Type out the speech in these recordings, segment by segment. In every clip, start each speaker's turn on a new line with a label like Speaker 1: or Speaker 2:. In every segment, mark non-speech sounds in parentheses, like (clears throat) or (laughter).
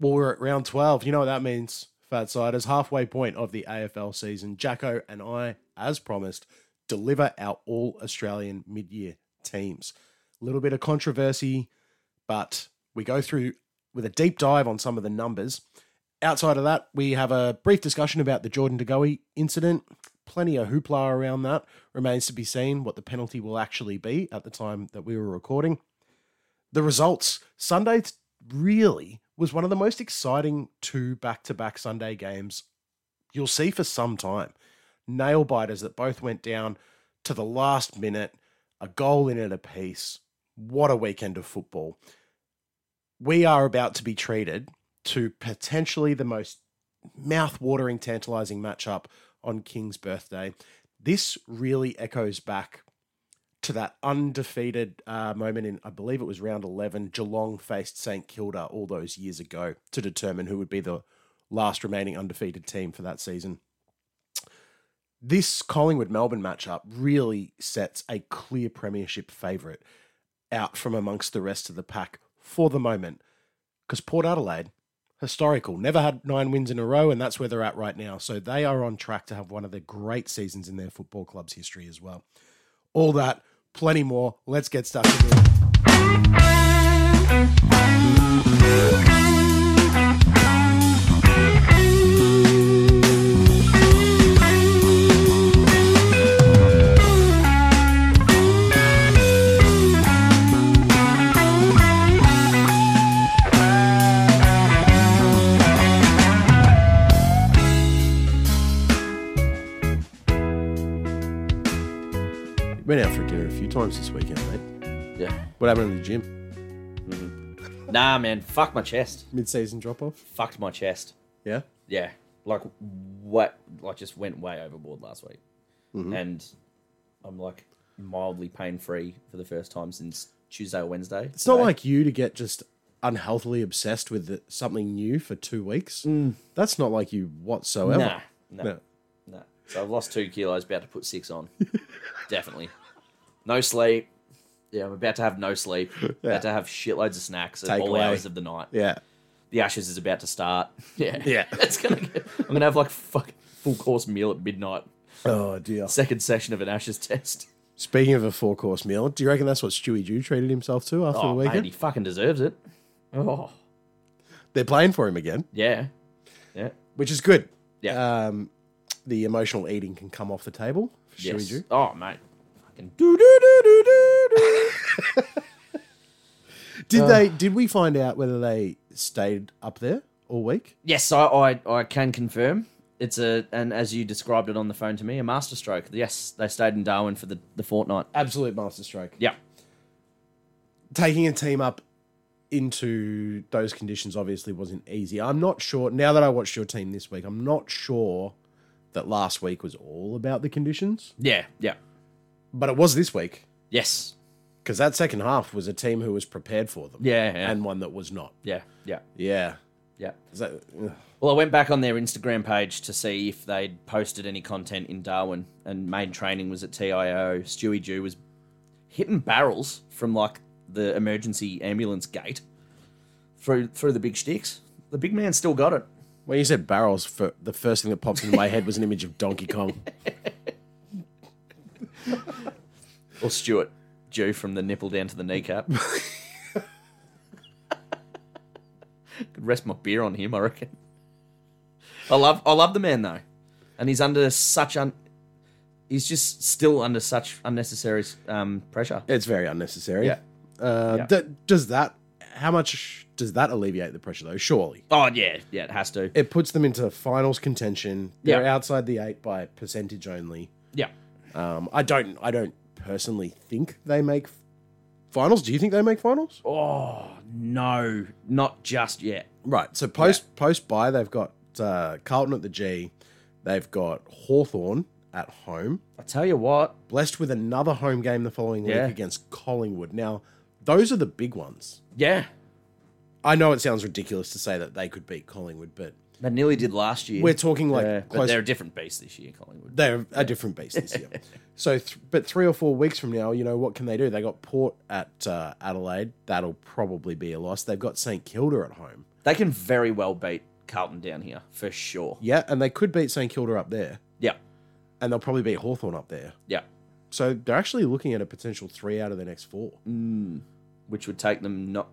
Speaker 1: Well, we're at round 12. You know what that means, Fat Siders. Halfway point of the AFL season. Jacko and I, as promised, deliver our all Australian mid year teams. A little bit of controversy, but we go through with a deep dive on some of the numbers. Outside of that, we have a brief discussion about the Jordan Degoe incident. Plenty of hoopla around that. Remains to be seen what the penalty will actually be at the time that we were recording. The results Sunday really was one of the most exciting two back to back Sunday games you'll see for some time. Nail biters that both went down to the last minute, a goal in it apiece. What a weekend of football. We are about to be treated to potentially the most mouth watering, tantalizing matchup on King's birthday. This really echoes back to that undefeated uh, moment in, I believe it was round 11, Geelong faced St Kilda all those years ago to determine who would be the last remaining undefeated team for that season. This Collingwood Melbourne matchup really sets a clear Premiership favourite out from amongst the rest of the pack for the moment because Port Adelaide, historical, never had nine wins in a row, and that's where they're at right now. So they are on track to have one of the great seasons in their football club's history as well. All that plenty more. Let's get stuck into it. Went out for dinner a few times this weekend, mate.
Speaker 2: Yeah.
Speaker 1: What happened in the gym?
Speaker 2: Nah, man. Fuck my chest.
Speaker 1: Mid-season drop off.
Speaker 2: Fucked my chest.
Speaker 1: Yeah.
Speaker 2: Yeah. Like what? Like just went way overboard last week,
Speaker 1: Mm-hmm.
Speaker 2: and I'm like mildly pain free for the first time since Tuesday or Wednesday.
Speaker 1: It's not like you to get just unhealthily obsessed with the, something new for two weeks. That's not like you whatsoever.
Speaker 2: nah, nah,
Speaker 1: No.
Speaker 2: nah. So I've lost two kilos. About to put six on. (laughs) Definitely. No sleep. Yeah, I'm about to have no sleep.
Speaker 1: (laughs) Yeah.
Speaker 2: About to have shitloads of snacks at
Speaker 1: Take
Speaker 2: all
Speaker 1: away.
Speaker 2: hours of the night.
Speaker 1: Yeah.
Speaker 2: the Ashes is about to start. (laughs) Yeah,
Speaker 1: Yeah.
Speaker 2: It's gonna. Get, I'm gonna have like fuck full course meal at midnight.
Speaker 1: (laughs) Oh dear.
Speaker 2: Second session of an Ashes test.
Speaker 1: Speaking of a four-course meal, do you reckon that's what Stewie Jew treated himself to after the
Speaker 2: Oh,
Speaker 1: weekend?
Speaker 2: mate, he fucking deserves it. Oh,
Speaker 1: They're playing for him again,
Speaker 2: yeah, yeah,
Speaker 1: which is good.
Speaker 2: yeah.
Speaker 1: Um, the emotional eating can come off the table for
Speaker 2: yes.
Speaker 1: Stewie Jew.
Speaker 2: Oh, mate. Fucking do do do do do do.
Speaker 1: (laughs) Did they? Did we find out whether they stayed up there all week?
Speaker 2: Yes, I, I I can confirm. It's a and as you described it on the phone to me, a masterstroke. Yes, they stayed in Darwin for the the fortnight.
Speaker 1: Absolute masterstroke.
Speaker 2: Yeah,
Speaker 1: taking a team up into those conditions obviously wasn't easy. I'm not sure now that I watched your team this week, I'm not sure that last week was all about the conditions,
Speaker 2: yeah, yeah.
Speaker 1: but it was this week
Speaker 2: Yes,
Speaker 1: because that second half was a team who was prepared for them.
Speaker 2: yeah, yeah,
Speaker 1: And one that was not.
Speaker 2: yeah, yeah,
Speaker 1: Yeah.
Speaker 2: yeah.
Speaker 1: Is that, ugh.
Speaker 2: Well, I went back on their Instagram page to see if they'd posted any content in Darwin, and main training was at TIO. Stewie Jew was hitting barrels from like the emergency ambulance gate through through the big sticks. The big man still got it.
Speaker 1: when you said barrels, for the first thing that pops into my head was an image of Donkey Kong.
Speaker 2: Or Stuart Jew from the nipple down to
Speaker 1: (laughs)
Speaker 2: the kneecap. Could rest my beer on him, I reckon. I love I love the man though. And he's under such un he's just still under such unnecessary um, pressure.
Speaker 1: It's very unnecessary.
Speaker 2: Yeah.
Speaker 1: Uh,
Speaker 2: Yeah.
Speaker 1: th- does that? How much does that alleviate the pressure though? Surely.
Speaker 2: Oh yeah, yeah, it has to.
Speaker 1: it puts them into finals contention. They're
Speaker 2: Yeah.
Speaker 1: outside the eight by percentage only.
Speaker 2: Yeah.
Speaker 1: Um, I don't. I don't personally think they make finals. Do you think they make finals?
Speaker 2: Oh no, not just yet.
Speaker 1: Right. So post post bye, they've got uh, Carlton at the G. They've got Hawthorn at home.
Speaker 2: I tell you what,
Speaker 1: Blessed with another home game the following
Speaker 2: Yeah.
Speaker 1: week against Collingwood. Now, those are the big ones.
Speaker 2: yeah,
Speaker 1: I know it sounds ridiculous to say that they could beat Collingwood, but
Speaker 2: They nearly did last year.
Speaker 1: We're talking like
Speaker 2: Yeah, but
Speaker 1: close
Speaker 2: they're a different beast this year, Collingwood.
Speaker 1: they're a different beast this
Speaker 2: (laughs)
Speaker 1: year. so, th- but three or four weeks from now, you know what can they do? They got Port at uh, Adelaide. That'll probably be a loss. They've got St Kilda at home.
Speaker 2: They can very well beat Carlton down here for sure.
Speaker 1: Yeah, and they could beat St Kilda up there,
Speaker 2: Yeah,
Speaker 1: and they'll probably beat Hawthorn up there.
Speaker 2: yeah.
Speaker 1: So they're actually looking at a potential three out of the next four.
Speaker 2: Mm. Which would take them not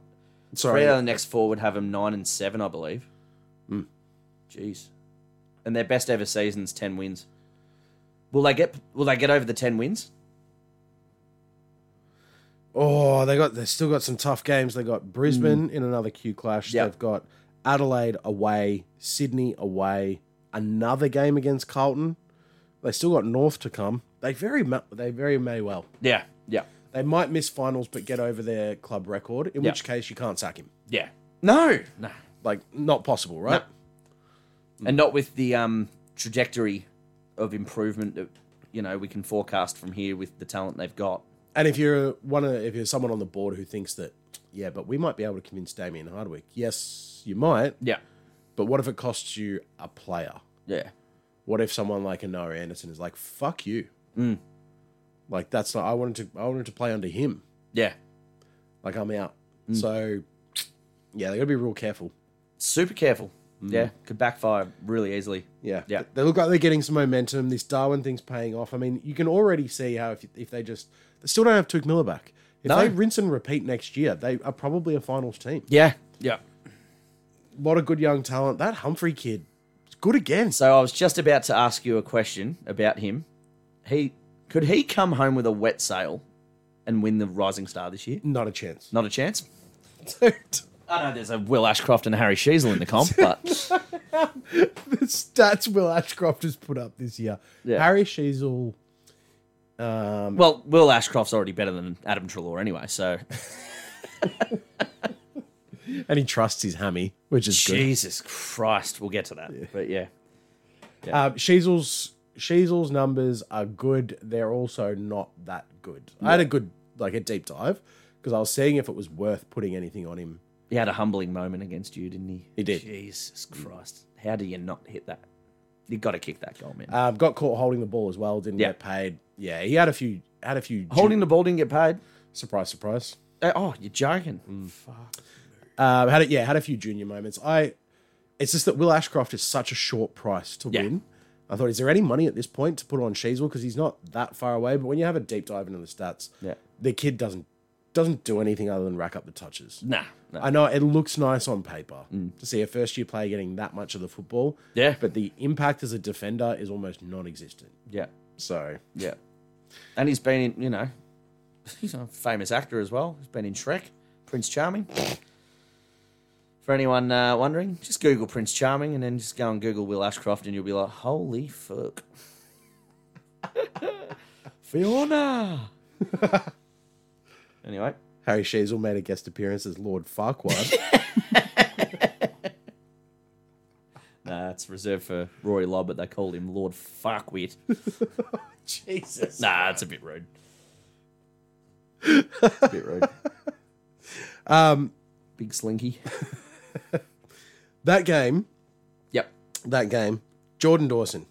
Speaker 1: Sorry,
Speaker 2: Three out of the next four would have them nine and seven, I believe. Hmm. Jeez, and their best ever season's ten wins. Will they get? Will they get over the ten wins?
Speaker 1: Oh, they got they still got some tough games. They got Brisbane in another Q clash.
Speaker 2: Mm. Yep.
Speaker 1: They've got Adelaide away, Sydney away, another game against Carlton. They still got North to come. They very ma- they very may well.
Speaker 2: Yeah, yeah,
Speaker 1: They might miss finals but get over their club record, in
Speaker 2: Yep.
Speaker 1: which case you can't sack him.
Speaker 2: yeah. No, no,
Speaker 1: Like not possible, right?
Speaker 2: Mm. and not with the um trajectory of improvement that you know we can forecast from here with the talent they've got.
Speaker 1: And if you're one of if you're someone on the board who thinks that yeah, but we might be able to convince Damien Hardwick. Yes, you might,
Speaker 2: Yeah,
Speaker 1: but what if it costs you a player?
Speaker 2: yeah,
Speaker 1: what if someone like a Noah Anderson is like, fuck you.
Speaker 2: Mm.
Speaker 1: Like that's not I wanted to I wanted to play under him.
Speaker 2: yeah.
Speaker 1: Like I'm out.
Speaker 2: Mm.
Speaker 1: So yeah, they gotta be real careful.
Speaker 2: Super careful. Yeah, could backfire really easily.
Speaker 1: Yeah.
Speaker 2: Yeah.
Speaker 1: They look like they're getting some momentum. This Darwin thing's paying off. I mean, you can already see how if, if they just they still don't have Tuke Miller back. If
Speaker 2: No.
Speaker 1: they rinse and repeat next year, they are probably a finals team.
Speaker 2: Yeah, yeah.
Speaker 1: A lot of good young talent. That Humphrey kid is good again.
Speaker 2: So I was just about to ask you a question about him. He could he come home with a wet sail and win the Rising Star this year?
Speaker 1: Not a
Speaker 2: (laughs)
Speaker 1: chance.
Speaker 2: Not a chance.
Speaker 1: Dude.
Speaker 2: I know there's a Will Ashcroft and a Harry Sheasel in the (laughs) comp, but
Speaker 1: the (laughs) stats Will Ashcroft has put up this year.
Speaker 2: Yeah.
Speaker 1: Harry Sheasel.
Speaker 2: um, well, Will Ashcroft's already better than Adam Trelaw anyway. (laughs) So
Speaker 1: and he trusts his hammy, which is
Speaker 2: Jesus Christ, we'll get to that. But yeah,
Speaker 1: good. Uh, Sheasel's Sheasel's numbers are good. They're also not that good. I had a good like a deep dive because I was seeing if it was worth putting anything on him.
Speaker 2: he had a humbling moment against you, didn't he?
Speaker 1: He did.
Speaker 2: Jesus Christ, how do you not hit that? You got to kick that goal, man.
Speaker 1: Um, got caught holding the ball as well. Didn't
Speaker 2: Yeah.
Speaker 1: get paid. Yeah, he had a few had a few
Speaker 2: Holding the ball didn't get paid.
Speaker 1: surprise surprise.
Speaker 2: Uh, Oh, you're joking. Fuck.
Speaker 1: Um, had it yeah had a few junior moments. I it's just that Will Ashcroft is such a short price to
Speaker 2: Yeah.
Speaker 1: win. I thought, is there any money at this point to put on Sheasel because he's not that far away? But when you have a deep dive into the stats,
Speaker 2: Yeah.
Speaker 1: the kid doesn't doesn't do anything other than rack up the touches.
Speaker 2: Nah. nah.
Speaker 1: I know it looks nice on paper to see a first year player getting that much of the football.
Speaker 2: Mm. Yeah.
Speaker 1: But the impact as a defender is almost non existent.
Speaker 2: Yeah.
Speaker 1: So
Speaker 2: Yeah. And he's been in, you know, he's a famous actor as well. He's been in Shrek, Prince Charming. For anyone uh, wondering, just Google Prince Charming and then just go and Google Will Ashcroft and you'll be like, holy fuck. (laughs) Fiona! (laughs) anyway,
Speaker 1: Harry Sheasel made a guest appearance as Lord
Speaker 2: (laughs)
Speaker 1: Farquaad.
Speaker 2: nah, it's reserved for Rory Lobb, but they called him Lord Farquit.
Speaker 1: Jesus.
Speaker 2: Nah, it's a bit rude. a bit rude. Um, Big slinky.
Speaker 1: That game,
Speaker 2: Yep.
Speaker 1: that game, Jordan Dawson.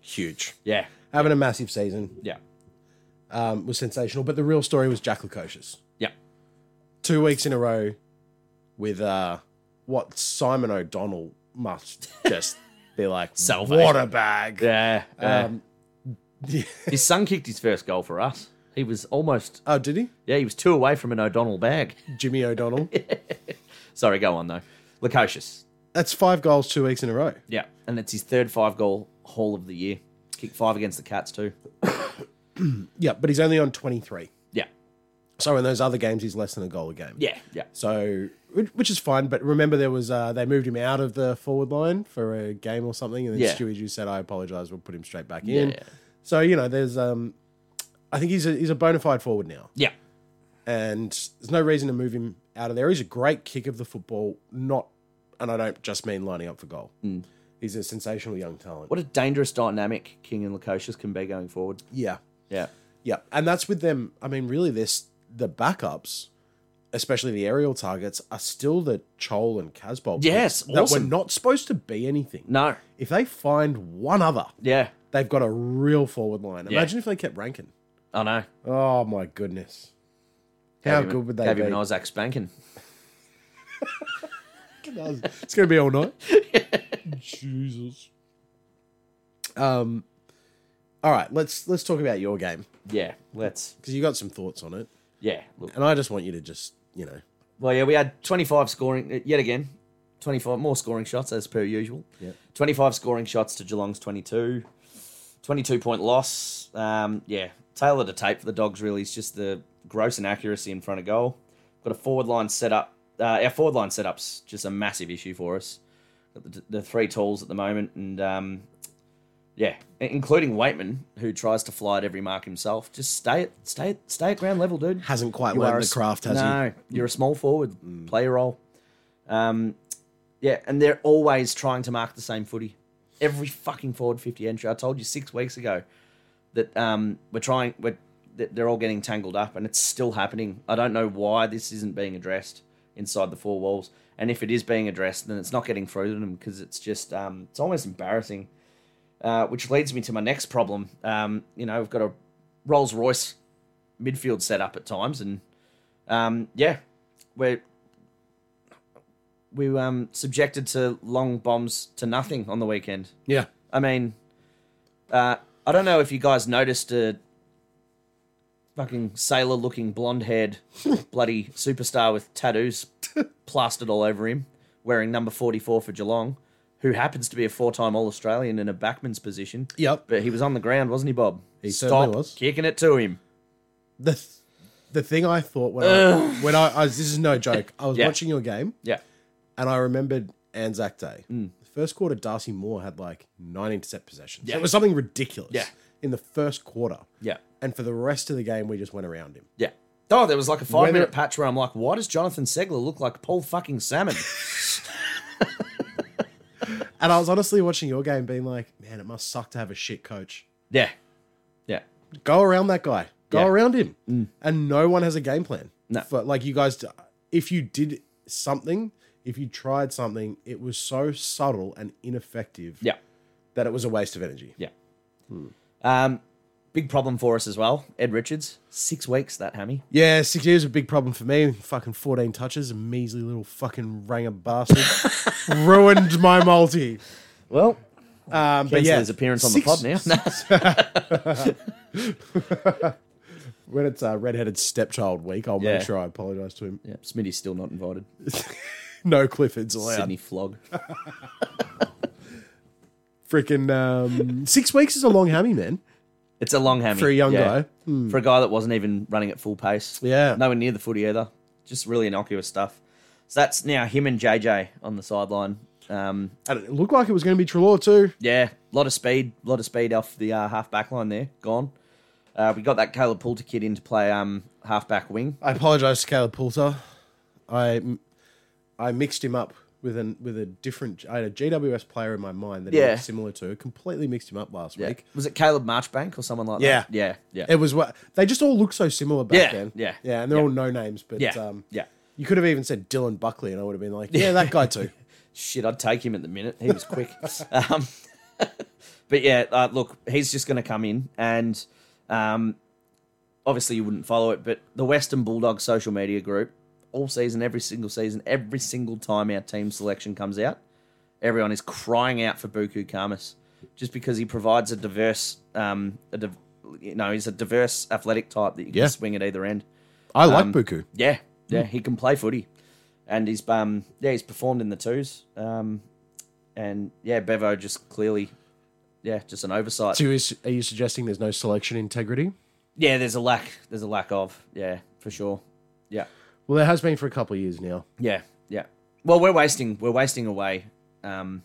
Speaker 1: Huge.
Speaker 2: Yeah.
Speaker 1: Having a massive season.
Speaker 2: Yeah.
Speaker 1: Um, was sensational. But the real story was Jack Lukosius.
Speaker 2: Yeah.
Speaker 1: Two weeks in a row with uh, what Simon O'Donnell must just be like
Speaker 2: Salvation.
Speaker 1: what a bag.
Speaker 2: Yeah.
Speaker 1: Um,
Speaker 2: his son kicked his first goal for us. He was almost,
Speaker 1: oh, did he?
Speaker 2: yeah, he was two away from an O'Donnell bag.
Speaker 1: Jimmy O'Donnell.
Speaker 2: Sorry, go on though. Lukosius.
Speaker 1: That's five goals two weeks in a row.
Speaker 2: Yeah. And it's his third five goal haul of the year. Kicked five against the Cats too.
Speaker 1: Yeah, but he's only on 23.
Speaker 2: Yeah.
Speaker 1: So in those other games, he's less than a goal a game.
Speaker 2: Yeah. Yeah.
Speaker 1: So, which which is fine, but remember there was uh, they moved him out of the forward line for a game or something, and then
Speaker 2: Yeah.
Speaker 1: Stewie just said, "I apologize, we'll put him straight back in."
Speaker 2: Yeah.
Speaker 1: So you know, there's um, I think he's a, he's a bona fide forward now,
Speaker 2: Yeah.
Speaker 1: and there's no reason to move him out of there. He's a great kick of the football, not, and I don't just mean lining up for goal. He's a sensational young talent.
Speaker 2: What a dangerous dynamic King and Lukosius can be going forward.
Speaker 1: Yeah,
Speaker 2: Yeah.
Speaker 1: Yeah, and that's with them. I mean, really, this the backups especially the aerial targets, are still the Chol and Casbolt.
Speaker 2: Yes,
Speaker 1: that
Speaker 2: awesome.
Speaker 1: were not supposed to be anything.
Speaker 2: No.
Speaker 1: If they find one other,
Speaker 2: Yeah.
Speaker 1: they've got a real forward line.
Speaker 2: Yeah.
Speaker 1: Imagine if they kept ranking.
Speaker 2: I know.
Speaker 1: Oh my goodness. How
Speaker 2: Gave him-
Speaker 1: good would they
Speaker 2: gave
Speaker 1: be? (laughs)
Speaker 2: him an Isaac spanking.
Speaker 1: it's going to be all
Speaker 2: (laughs)
Speaker 1: night. Jesus. Um. All right, let's let's talk about your game
Speaker 2: Yeah. Let's.
Speaker 1: because you got some thoughts on it,
Speaker 2: Yeah. Look.
Speaker 1: and I just want you to just you know
Speaker 2: Well, yeah, we had 25 scoring, uh, yet again, 25 more scoring shots as per usual.
Speaker 1: Yep.
Speaker 2: 25 scoring shots to Geelong's 22. 22 point loss. Um, yeah, tail of the tape for the Dogs, really. It's just the gross inaccuracy in front of goal. Got a forward line set up. Uh, our forward line setup's just a massive issue for us. Got the, the three tools at the moment, and um, yeah, i- including Waitman, who tries to fly at every mark himself. Just stay at stay at, stay at ground level, dude
Speaker 1: hasn't quite
Speaker 2: are a
Speaker 1: learned the
Speaker 2: s-
Speaker 1: craft, Mm. has he?
Speaker 2: No, you're a small forward, play a role. Um, yeah, and they're always trying to mark the same footy. Every fucking forward fifty entry. I told you six weeks ago that um, we're trying. We're, that they're all getting tangled up, and it's still happening. I don't know why this isn't being addressed inside the four walls. And if it is being addressed, then it's not getting through to them because it's just um, it's almost embarrassing. Uh, which leads me to my next problem. Um, you know, I've got a Rolls Royce midfield setup at times, and um, yeah, we're we were um, subjected to long bombs to nothing on the weekend.
Speaker 1: Yeah.
Speaker 2: I mean, uh, I don't know if you guys noticed a fucking
Speaker 1: (laughs)
Speaker 2: sailor-looking blonde-haired bloody superstar with tattoos plastered all over him, wearing number forty-four for Geelong, who happens to be a four-time All-Australian in a backman's position.
Speaker 1: Yep.
Speaker 2: But he was on the ground, wasn't he, Bob?
Speaker 1: He
Speaker 2: Stop
Speaker 1: certainly was.
Speaker 2: kicking it to him.
Speaker 1: the th- the thing I thought when I, when I, I was, this is no
Speaker 2: (laughs)
Speaker 1: joke. I was
Speaker 2: Yeah.
Speaker 1: watching your game
Speaker 2: Yeah,
Speaker 1: and I remembered Anzac Day.
Speaker 2: Mm.
Speaker 1: The first quarter, Darcy Moore had like nine intercept possessions.
Speaker 2: Yeah.
Speaker 1: It was something ridiculous.
Speaker 2: Yeah.
Speaker 1: In the first quarter.
Speaker 2: yeah.
Speaker 1: And for the rest of the game, we just went around him.
Speaker 2: Yeah. Oh, there was like a five
Speaker 1: Whether-
Speaker 2: minute patch where I'm like, why does Jonathan Segler look like Paul fucking
Speaker 1: (laughs)
Speaker 2: Salmon?
Speaker 1: And I was honestly watching your game, being like, "Man, it must suck to have a shit coach.
Speaker 2: yeah. Yeah.
Speaker 1: Go around that guy. Go
Speaker 2: Yeah. Mm.
Speaker 1: around him." And no one has a game plan.
Speaker 2: No.
Speaker 1: For, like you guys, d- if you did something, if you tried something, it was so subtle and ineffective.
Speaker 2: Yeah.
Speaker 1: that it was a waste of energy.
Speaker 2: Yeah. Um, big problem for us as well. Ed Richards, six weeks, that hammy.
Speaker 1: Yeah, six years was a big problem for me. Fucking 14 touches, a measly little fucking ranger
Speaker 2: (laughs)
Speaker 1: bastard. Ruined my multi.
Speaker 2: Well,
Speaker 1: Um, but
Speaker 2: yeah.
Speaker 1: yeah,
Speaker 2: his appearance on
Speaker 1: six-
Speaker 2: the pod now.
Speaker 1: (laughs) When it's uh, redheaded stepchild week, I'll
Speaker 2: Yeah.
Speaker 1: make sure I apologise to him.
Speaker 2: yeah, Smitty's still not invited.
Speaker 1: No Cliffords allowed.
Speaker 2: Sydney flog.
Speaker 1: Freaking um, six weeks is a long hammy, man,
Speaker 2: It's a long hammy.
Speaker 1: for a young
Speaker 2: yeah.
Speaker 1: guy. Hmm.
Speaker 2: For a guy that wasn't even running at full pace.
Speaker 1: Yeah.
Speaker 2: Nowhere near the footy either. Just really innocuous stuff. So that's now him and JJ on the sideline. Um,
Speaker 1: And it looked like it was going to be Trelaw too.
Speaker 2: Yeah, a lot of speed, lot of speed off the uh, half back line there. Gone. Uh, we got that Caleb Poulter kid in to play um, half back wing.
Speaker 1: I apologise to Caleb Poulter. I I mixed him up with an with a different. I had a GWS player in my mind that he
Speaker 2: Yeah.
Speaker 1: was similar to. Completely mixed him up last
Speaker 2: Yeah.
Speaker 1: week.
Speaker 2: Was it Caleb Marchbank or someone like
Speaker 1: Yeah.
Speaker 2: that? Yeah, yeah,
Speaker 1: It was what they just all look so similar back
Speaker 2: Yeah,
Speaker 1: then.
Speaker 2: yeah,
Speaker 1: yeah, and they're all no names, but
Speaker 2: yeah,
Speaker 1: um,
Speaker 2: yeah.
Speaker 1: you could have even said Dylan Buckley, and I would have been like, yeah, that guy too.
Speaker 2: Shit, I'd take him at the minute. He was quick. um, (laughs) but yeah, uh, look, he's just going to come in, and um, obviously you wouldn't follow it, but the Western Bulldogs social media group, all season, every single season, every single time our team selection comes out, everyone is crying out for Buku Kamas, just because he provides a diverse, um, a div- you know, he's a diverse athletic type that you can
Speaker 1: Yeah.
Speaker 2: swing at either end.
Speaker 1: I like Buku.
Speaker 2: Yeah, yeah, he can play footy, and he's um yeah he's performed in the twos, um, and yeah Bevo just clearly, yeah just an oversight.
Speaker 1: So is, are you suggesting there's no selection integrity?
Speaker 2: Yeah, there's a lack, there's a lack of yeah for sure, yeah
Speaker 1: Well, there has been for a couple of years now.
Speaker 2: yeah yeah. Well, we're wasting we're wasting away, um,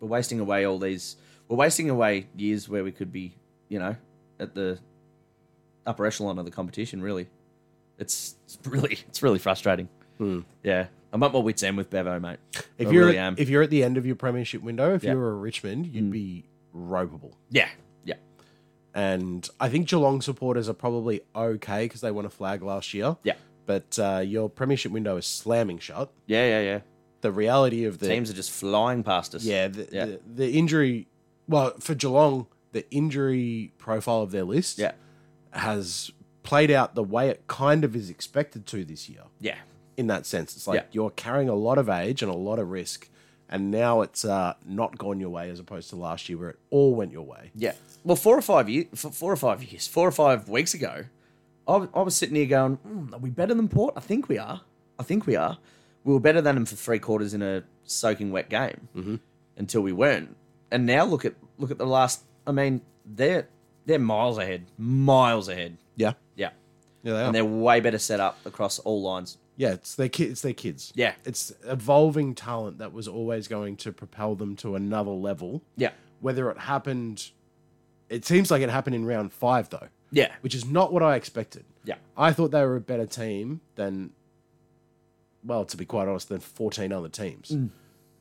Speaker 2: we're wasting away all these we're wasting away years where we could be you know at the upper echelon of the competition really. It's, it's really it's really frustrating. Yeah, I'm at my wits end with Bevo, mate.
Speaker 1: If
Speaker 2: I
Speaker 1: you're
Speaker 2: really
Speaker 1: at,
Speaker 2: am.
Speaker 1: if you're at the end of your premiership window, if
Speaker 2: Yeah. Mm.
Speaker 1: you were a Richmond, you'd be ropeable.
Speaker 2: Yeah, yeah,
Speaker 1: And I think Geelong supporters are probably okay because they won a flag last year.
Speaker 2: yeah,
Speaker 1: but uh, your premiership window is slamming shut.
Speaker 2: Yeah, yeah, yeah.
Speaker 1: The reality of the
Speaker 2: Teams are just flying past us.
Speaker 1: yeah, the,
Speaker 2: Yeah.
Speaker 1: The, the injury. Well, for Geelong, the injury profile of their list
Speaker 2: Yeah.
Speaker 1: has played out the way it kind of is expected to this year.
Speaker 2: Yeah.
Speaker 1: In that sense, it's like
Speaker 2: Yeah.
Speaker 1: you're carrying a lot of age and a lot of risk, and now it's uh, not gone your way as opposed to last year where it all went your way.
Speaker 2: Yeah. Well, four or five years, four or five years, four or five weeks ago, I, w- I was sitting here going, mm, "Are we better than Port? I think we are. I think we are. We were better than them for three quarters in a soaking wet game until we weren't. And now look at look at the last. I mean, they're they're miles ahead, miles ahead.
Speaker 1: Yeah,
Speaker 2: Yeah,
Speaker 1: yeah, they are.
Speaker 2: and they're way better set up across all lines.
Speaker 1: Yeah, it's their ki- it's their kids.
Speaker 2: Yeah.
Speaker 1: It's evolving talent that was always going to propel them to another level.
Speaker 2: Yeah,
Speaker 1: Whether it happened it seems like it happened in round 5 though,
Speaker 2: yeah,
Speaker 1: which is not what I expected.
Speaker 2: yeah,
Speaker 1: I thought they were a better team than well, to be quite honest, than 14 other teams.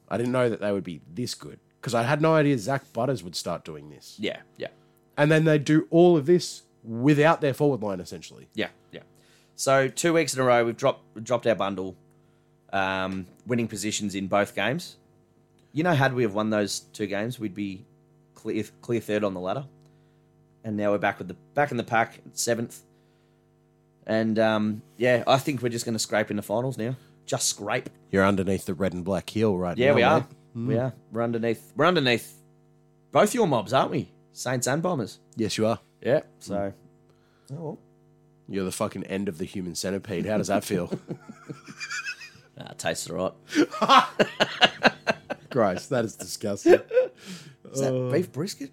Speaker 1: I didn't know that they would be this good because I had no idea Zach Butters would start doing this.
Speaker 2: yeah, yeah.
Speaker 1: And then they do all of this without their forward line essentially.
Speaker 2: Yeah, yeah. So two weeks in a row, we've dropped we've dropped our bundle, um, winning positions in both games. You know, had we have won those two games, we'd be clear clear third on the ladder, and now we're back with the back in the pack, seventh. And um, yeah, I think we're just going to scrape in the finals now. Just scrape.
Speaker 1: You're underneath the red and black heel right
Speaker 2: Yeah,
Speaker 1: now.
Speaker 2: we
Speaker 1: mate.
Speaker 2: are. We are. We're underneath. We're underneath both your mobs, aren't we? Saints and Bombers.
Speaker 1: Yes, you are.
Speaker 2: Yeah. So. Oh, well.
Speaker 1: You're the fucking end of the human centipede. How does that feel?
Speaker 2: Ah, tastes all right.
Speaker 1: (laughs) Christ, that is disgusting.
Speaker 2: Is that beef brisket?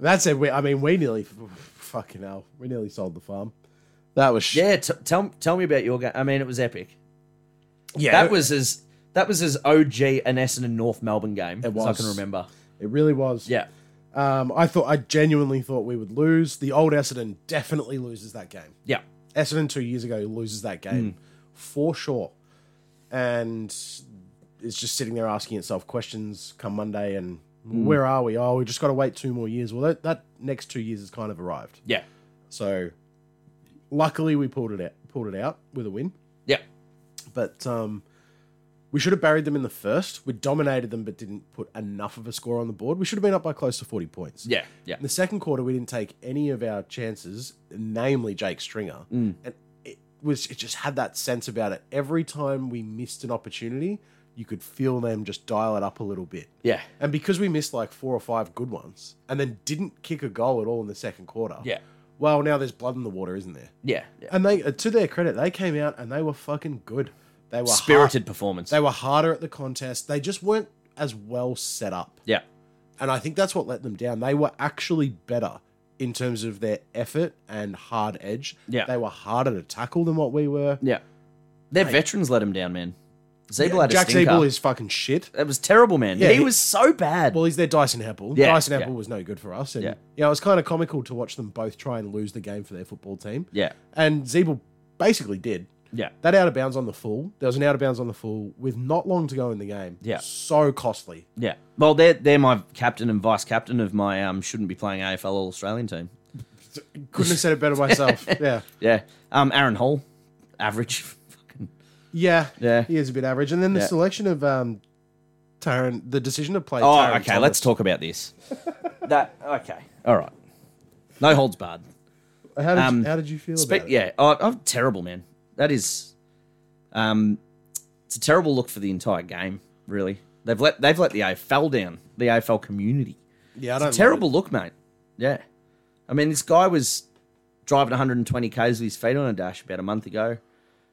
Speaker 1: That said, we, I mean, we nearly, fucking hell, we nearly sold the farm. That was shit.
Speaker 2: Yeah, t- tell tell me about your game. I mean, it was epic.
Speaker 1: Yeah,
Speaker 2: That
Speaker 1: it-
Speaker 2: was as that was as OG an Essendon North Melbourne game as I
Speaker 1: was.
Speaker 2: can remember.
Speaker 1: It really was.
Speaker 2: Yeah,
Speaker 1: Um, I thought, I genuinely thought we would lose. The old Essendon definitely loses that game.
Speaker 2: yeah,
Speaker 1: Essendon two years ago loses that game for sure, and it's just sitting there asking itself questions come Monday and where are we? Oh, we just got to wait two more years. Well, that, that next two years has kind of arrived.
Speaker 2: yeah,
Speaker 1: So luckily we pulled it out pulled it out with a win.
Speaker 2: yeah,
Speaker 1: But um we should have buried them in the first. We dominated them but didn't put enough of a score on the board. We should have been up by close to 40 points.
Speaker 2: yeah, yeah,
Speaker 1: In the second quarter we didn't take any of our chances, namely Jake Stringer.
Speaker 2: Mm.
Speaker 1: And it was it just had that sense about it. Every time we missed an opportunity, you could feel them just dial it up a little bit.
Speaker 2: yeah,
Speaker 1: And because we missed like four or five good ones and then didn't kick a goal at all in the second quarter.
Speaker 2: Yeah.
Speaker 1: Well, now there's blood in the water, isn't there?
Speaker 2: yeah. yeah.
Speaker 1: And they, uh, to their credit, they came out and they were fucking good. They were har-
Speaker 2: Spirited performance.
Speaker 1: they were harder at the contest. They just weren't as well set up,
Speaker 2: Yeah,
Speaker 1: and I think that's what let them down. They were actually better in terms of their effort and hard edge.
Speaker 2: Yeah.
Speaker 1: They were harder to tackle than what we were.
Speaker 2: yeah. Their veterans let him down, man. Zeeble had a
Speaker 1: Jack
Speaker 2: stinker.
Speaker 1: Siebel is fucking shit.
Speaker 2: That was terrible, man.
Speaker 1: Yeah,
Speaker 2: he,
Speaker 1: he-
Speaker 2: was so bad.
Speaker 1: Well, he's their Dyson Apple.
Speaker 2: Yeah,
Speaker 1: Dyson Apple
Speaker 2: yeah.
Speaker 1: was no good for us, and
Speaker 2: Yeah.
Speaker 1: yeah, it was kind of comical to watch them both try and lose the game for their football team.
Speaker 2: yeah,
Speaker 1: And Zeeble basically did.
Speaker 2: yeah,
Speaker 1: That out of bounds on the full. There was an out of bounds on the full with not long to go in the game.
Speaker 2: Yeah.
Speaker 1: So costly.
Speaker 2: yeah. Well, they're they're my captain and vice captain of my um shouldn't be playing AFL All Australian team.
Speaker 1: Couldn't have said
Speaker 2: (laughs)
Speaker 1: it better myself. yeah.
Speaker 2: Yeah, um, Aaron Hall, average. Fucking
Speaker 1: Yeah.
Speaker 2: Yeah.
Speaker 1: He is a bit average. And then the
Speaker 2: Yeah.
Speaker 1: selection of um Taron the decision to play
Speaker 2: Oh,
Speaker 1: Taron
Speaker 2: okay.
Speaker 1: Thomas.
Speaker 2: Let's talk
Speaker 1: (laughs)
Speaker 2: about this. that okay. All right. No holds barred.
Speaker 1: how did,
Speaker 2: um,
Speaker 1: you, how did you feel
Speaker 2: Spe-
Speaker 1: about it?
Speaker 2: yeah. Oh, I'm terrible, man. That is, um, it's a terrible look for the entire game. Really, they've let they've let the AFL down. The AFL community.
Speaker 1: Yeah, I don't
Speaker 2: Terrible look, mate. Yeah. I mean, this guy was driving 120 k's with his feet on a dash about a month ago.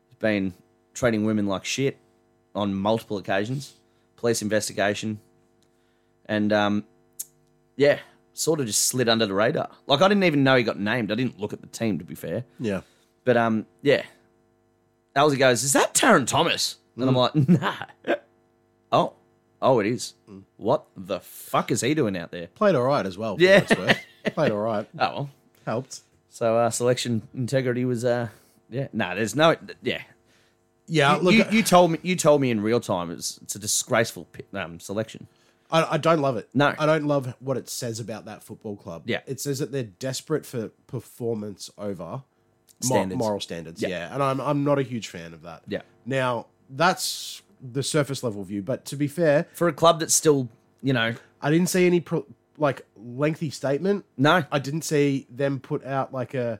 Speaker 2: He's been treating women like shit on multiple occasions. Police investigation, and um, yeah, sort of just slid under the radar. Like I didn't even know he got named. I didn't look at the team, to be fair.
Speaker 1: Yeah.
Speaker 2: But um, yeah. Alzy goes, "Is that Taron Thomas?" And I'm like, (laughs) "Nah." oh, oh, it is. What the fuck is he doing out there?
Speaker 1: Played all right as well. for
Speaker 2: Yeah.
Speaker 1: what it's worth.
Speaker 2: (laughs)
Speaker 1: Played all right.
Speaker 2: Oh well.
Speaker 1: Helped.
Speaker 2: So uh, selection integrity was uh yeah no there's no yeah
Speaker 1: Yeah, look, uh,
Speaker 2: you, you told me you told me in real time it's it's a disgraceful pi- um, selection
Speaker 1: I, I don't love it.
Speaker 2: No.
Speaker 1: I don't love what it says about that football club.
Speaker 2: Yeah.
Speaker 1: It says that they're desperate for performance over mo-
Speaker 2: Standards.
Speaker 1: moral standards.
Speaker 2: Yeah.
Speaker 1: Yeah, and I'm I'm not a huge fan of that.
Speaker 2: Yeah.
Speaker 1: Now that's the surface level view, but to be fair,
Speaker 2: For a club that's still, you know,
Speaker 1: I didn't see any pro- like lengthy statement.
Speaker 2: no
Speaker 1: I didn't see them put out like a.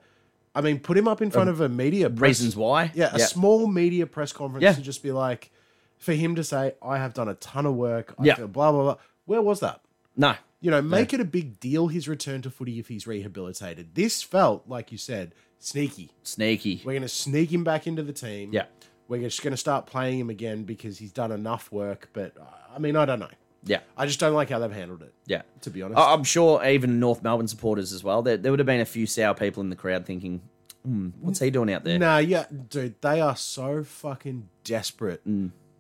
Speaker 1: I mean, put him up in front of a media press-
Speaker 2: reasons why.
Speaker 1: Yeah, a small media press conference
Speaker 2: Yeah.
Speaker 1: to just be like, for him to say, "I have done a ton of work." I
Speaker 2: Yeah.
Speaker 1: feel blah blah blah. Where was that?
Speaker 2: no.
Speaker 1: You know, make it a big deal his return to footy if he's rehabilitated. This felt like you said sneaky.
Speaker 2: Sneaky.
Speaker 1: We're going to sneak him back into the team.
Speaker 2: Yeah.
Speaker 1: We're just going to start playing him again because he's done enough work. But uh, I mean, I don't know.
Speaker 2: Yeah.
Speaker 1: I just don't like how they've handled it,
Speaker 2: Yeah.
Speaker 1: to be honest.
Speaker 2: I- I'm sure even North Melbourne supporters as well. There, there would have been a few sour people in the crowd thinking, hmm, "What's he doing out there?"
Speaker 1: Nah, yeah, dude, they are so fucking desperate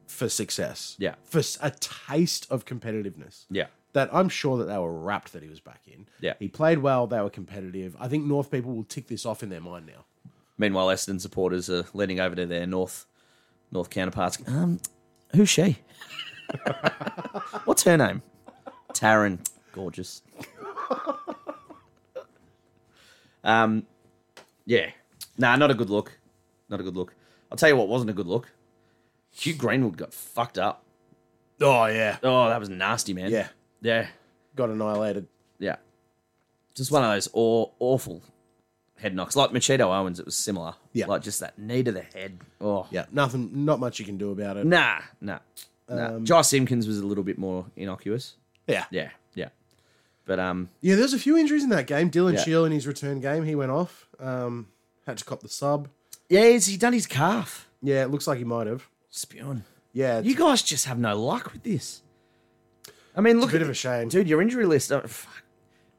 Speaker 1: for success.
Speaker 2: Mm. Yeah.
Speaker 1: For s- a taste of competitiveness.
Speaker 2: Yeah.
Speaker 1: That I'm sure that they were wrapped that he was back in.
Speaker 2: Yeah.
Speaker 1: He played well, they were competitive. I think North people will tick this off in their mind now.
Speaker 2: Meanwhile, Essendon supporters are leaning over to their North North counterparts. Um, who's she? (laughs) What's her name? Taryn. Gorgeous. (laughs) um, yeah. Nah, not a good look. Not a good look. I'll tell you what wasn't a good look. Hugh Greenwood got fucked up.
Speaker 1: Oh, yeah.
Speaker 2: Oh, that was nasty, man.
Speaker 1: Yeah.
Speaker 2: Yeah.
Speaker 1: Got annihilated.
Speaker 2: Yeah. Just one of those aw- awful head knocks. Like Machado Owens, it was similar.
Speaker 1: Yeah.
Speaker 2: Like just that knee to the head. Oh.
Speaker 1: Yeah. Nothing, not much you can do about it.
Speaker 2: Nah, nah. nah.
Speaker 1: Um,
Speaker 2: Josh Simpkins was a little bit more innocuous.
Speaker 1: Yeah.
Speaker 2: Yeah, yeah. But um,
Speaker 1: Yeah, there's a few injuries in that game. Dylan
Speaker 2: Yeah.
Speaker 1: Shield in his return game, he went off. Um, had to cop the sub.
Speaker 2: yeah, he's, he done his calf.
Speaker 1: Yeah, it looks like he might have.
Speaker 2: Spewing.
Speaker 1: Yeah, it's
Speaker 2: You guys just have no luck with this. I mean, look
Speaker 1: a bit
Speaker 2: at
Speaker 1: of a shame.
Speaker 2: dude, your injury list. Oh, fuck.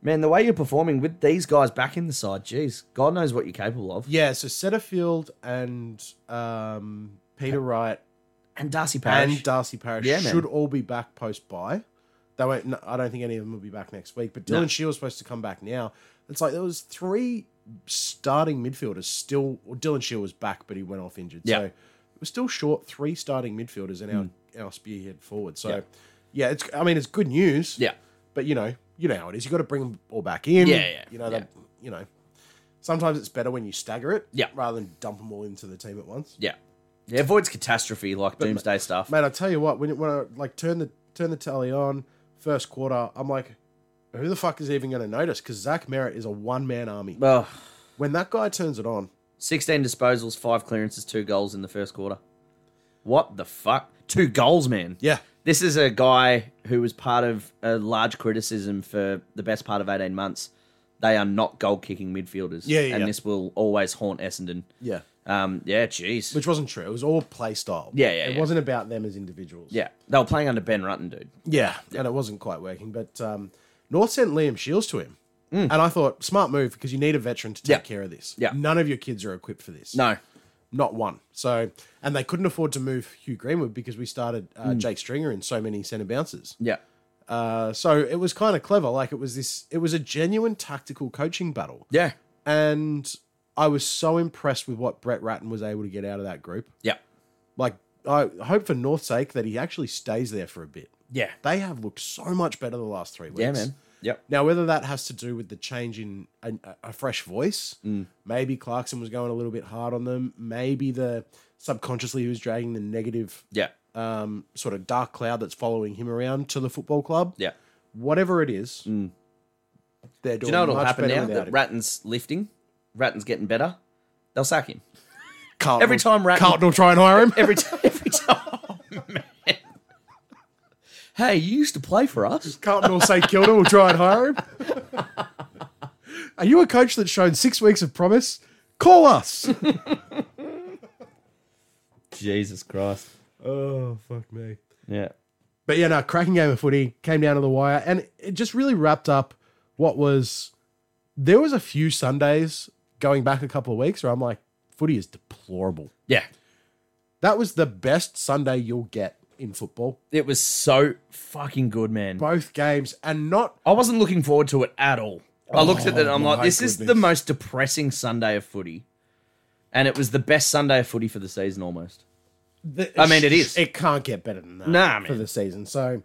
Speaker 2: Man, the way you're performing with these guys back in the side, jeez, God knows what you're capable of.
Speaker 1: Yeah, so Setterfield and um, Peter Wright
Speaker 2: And Darcy Parish.
Speaker 1: and Darcy Parish
Speaker 2: Yeah, man.
Speaker 1: should all be back post bye. They won't. No, I don't think any of them will be back next week. But Dylan
Speaker 2: No.
Speaker 1: Shield's supposed to come back now. It's like there was three starting midfielders still. Well, Dylan Shield was back, but he went off injured.
Speaker 2: Yeah.
Speaker 1: So we're still short three starting midfielders and our
Speaker 2: Hmm.
Speaker 1: our spearhead forward. So yeah. it's. I mean, it's good news.
Speaker 2: yeah,
Speaker 1: But you know, you know how it is. You got to bring them all back in.
Speaker 2: Yeah, yeah,
Speaker 1: You know that. You know, sometimes it's better when you stagger it.
Speaker 2: Yeah.
Speaker 1: Rather than dump them all into the team at once.
Speaker 2: yeah, yeah. Avoids catastrophe like doomsday stuff.
Speaker 1: Mate, I tell you what. When it, when I like turn the turn the tally on first quarter, I'm like, who the fuck is even going to notice? Because Zach Merritt is a one man army.
Speaker 2: Well,
Speaker 1: When that guy turns it on,
Speaker 2: 16 disposals, five clearances, two goals in the first quarter. What the fuck? Two goals, man.
Speaker 1: yeah,
Speaker 2: This is a guy who was part of a large criticism for the best part of 18 months. They are not goal kicking midfielders.
Speaker 1: Yeah, yeah,
Speaker 2: And
Speaker 1: yeah.
Speaker 2: this will always haunt Essendon.
Speaker 1: yeah.
Speaker 2: Um, yeah, jeez.
Speaker 1: Which wasn't true. It was all play style.
Speaker 2: Yeah, yeah,
Speaker 1: It
Speaker 2: yeah.
Speaker 1: wasn't about them as individuals.
Speaker 2: yeah. They were playing under Ben Rutten, dude.
Speaker 1: Yeah, and it wasn't quite working. But um, North sent Liam Shields to him. And I thought, smart move because you need a veteran to take
Speaker 2: Mm. Yeah.
Speaker 1: care of this.
Speaker 2: Yeah.
Speaker 1: None of your kids are equipped for this.
Speaker 2: No.
Speaker 1: Not one. So, and they couldn't afford to move Hugh Greenwood because we started uh,
Speaker 2: Mm.
Speaker 1: Jake Stringer in so many centre bounces.
Speaker 2: Yeah.
Speaker 1: Uh, so it was kind of clever. Like it was this, it was a genuine tactical coaching battle.
Speaker 2: Yeah.
Speaker 1: And I was so impressed with what Brett Ratton was able to get out of that group.
Speaker 2: Yeah.
Speaker 1: Like, I hope for North's sake that he actually stays there for a bit.
Speaker 2: Yeah.
Speaker 1: They have looked so much better the last three weeks.
Speaker 2: Yeah, man. Yep.
Speaker 1: Now, whether that has to do with the change in a, a fresh voice,
Speaker 2: Mm.
Speaker 1: maybe Clarkson was going a little bit hard on them. Maybe the subconsciously he was dragging the negative
Speaker 2: Yeah.
Speaker 1: um, sort of dark cloud that's following him around to the football club.
Speaker 2: Yeah. Mm.
Speaker 1: Whatever it is, they're doing
Speaker 2: Do you know what'll
Speaker 1: much
Speaker 2: happen
Speaker 1: better
Speaker 2: now
Speaker 1: without
Speaker 2: that
Speaker 1: him.
Speaker 2: Ratten's lifting? Ratten's getting better. They'll sack him.
Speaker 1: Carlton
Speaker 2: every
Speaker 1: will-
Speaker 2: time Ratton-
Speaker 1: Carlton will try and
Speaker 2: (laughs)
Speaker 1: hire him.
Speaker 2: every time. Every time. Oh, man. Hey, you used to play for us.
Speaker 1: Carlton or St Kilda will try and hire
Speaker 2: (laughs)
Speaker 1: him. Are you a coach that's shown six weeks of promise? Call us.
Speaker 2: Jesus Christ.
Speaker 1: (laughs) oh fuck me.
Speaker 2: Yeah.
Speaker 1: But yeah, no, cracking game of footy came down to the wire, and it just really wrapped up what was. There was a few Sundays going back a couple of weeks where I'm like, footy is deplorable.
Speaker 2: Yeah.
Speaker 1: That was the best Sunday you'll get in football.
Speaker 2: It was so fucking good, man.
Speaker 1: Both games, and not
Speaker 2: I wasn't looking forward to it at all. I looked at it and I'm
Speaker 1: Oh, my
Speaker 2: like, this is the
Speaker 1: goodness.
Speaker 2: most depressing Sunday of footy. And it was the best Sunday of footy for the season almost.
Speaker 1: The,
Speaker 2: I mean, it is.
Speaker 1: It can't get better than that
Speaker 2: Nah,
Speaker 1: for
Speaker 2: man.
Speaker 1: the season. So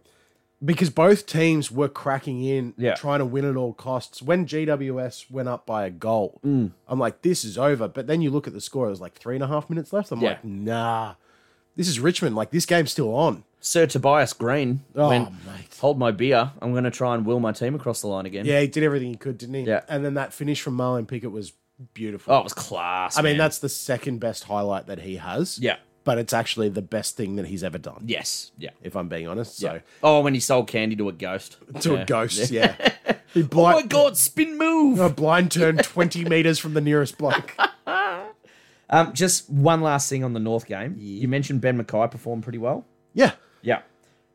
Speaker 1: because both teams were cracking in,
Speaker 2: Yeah.
Speaker 1: trying to win at all costs. When GWS went up by a goal,
Speaker 2: Mm.
Speaker 1: I'm like, this is over. But then you look at the score, it was like three and a half minutes left. I'm
Speaker 2: Yeah.
Speaker 1: like, nah, this is Richmond. Like, this game's still on.
Speaker 2: Sir Tobias Green
Speaker 1: Oh,
Speaker 2: went,
Speaker 1: mate.
Speaker 2: hold my beer. I'm going to try and will my team across the line again.
Speaker 1: Yeah, he did everything he could, didn't he?
Speaker 2: Yeah.
Speaker 1: And then that finish from Marlon Pickett was beautiful.
Speaker 2: Oh, it was class.
Speaker 1: I mean,
Speaker 2: man.
Speaker 1: that's the second best highlight that he has.
Speaker 2: Yeah.
Speaker 1: But it's actually the best thing that he's ever done,
Speaker 2: Yes. Yeah.
Speaker 1: if I'm being honest. So,
Speaker 2: Oh, when he sold candy to a ghost.
Speaker 1: to
Speaker 2: Yeah.
Speaker 1: a (laughs) ghost, yeah.
Speaker 2: (laughs)
Speaker 1: he
Speaker 2: Oh my
Speaker 1: blind,
Speaker 2: god, spin move.
Speaker 1: a blind turn 20 meters from the nearest
Speaker 2: (laughs)
Speaker 1: block.
Speaker 2: Um, just one last thing on the North game. You mentioned Ben Mackay performed pretty well.
Speaker 1: Yeah.
Speaker 2: Yeah.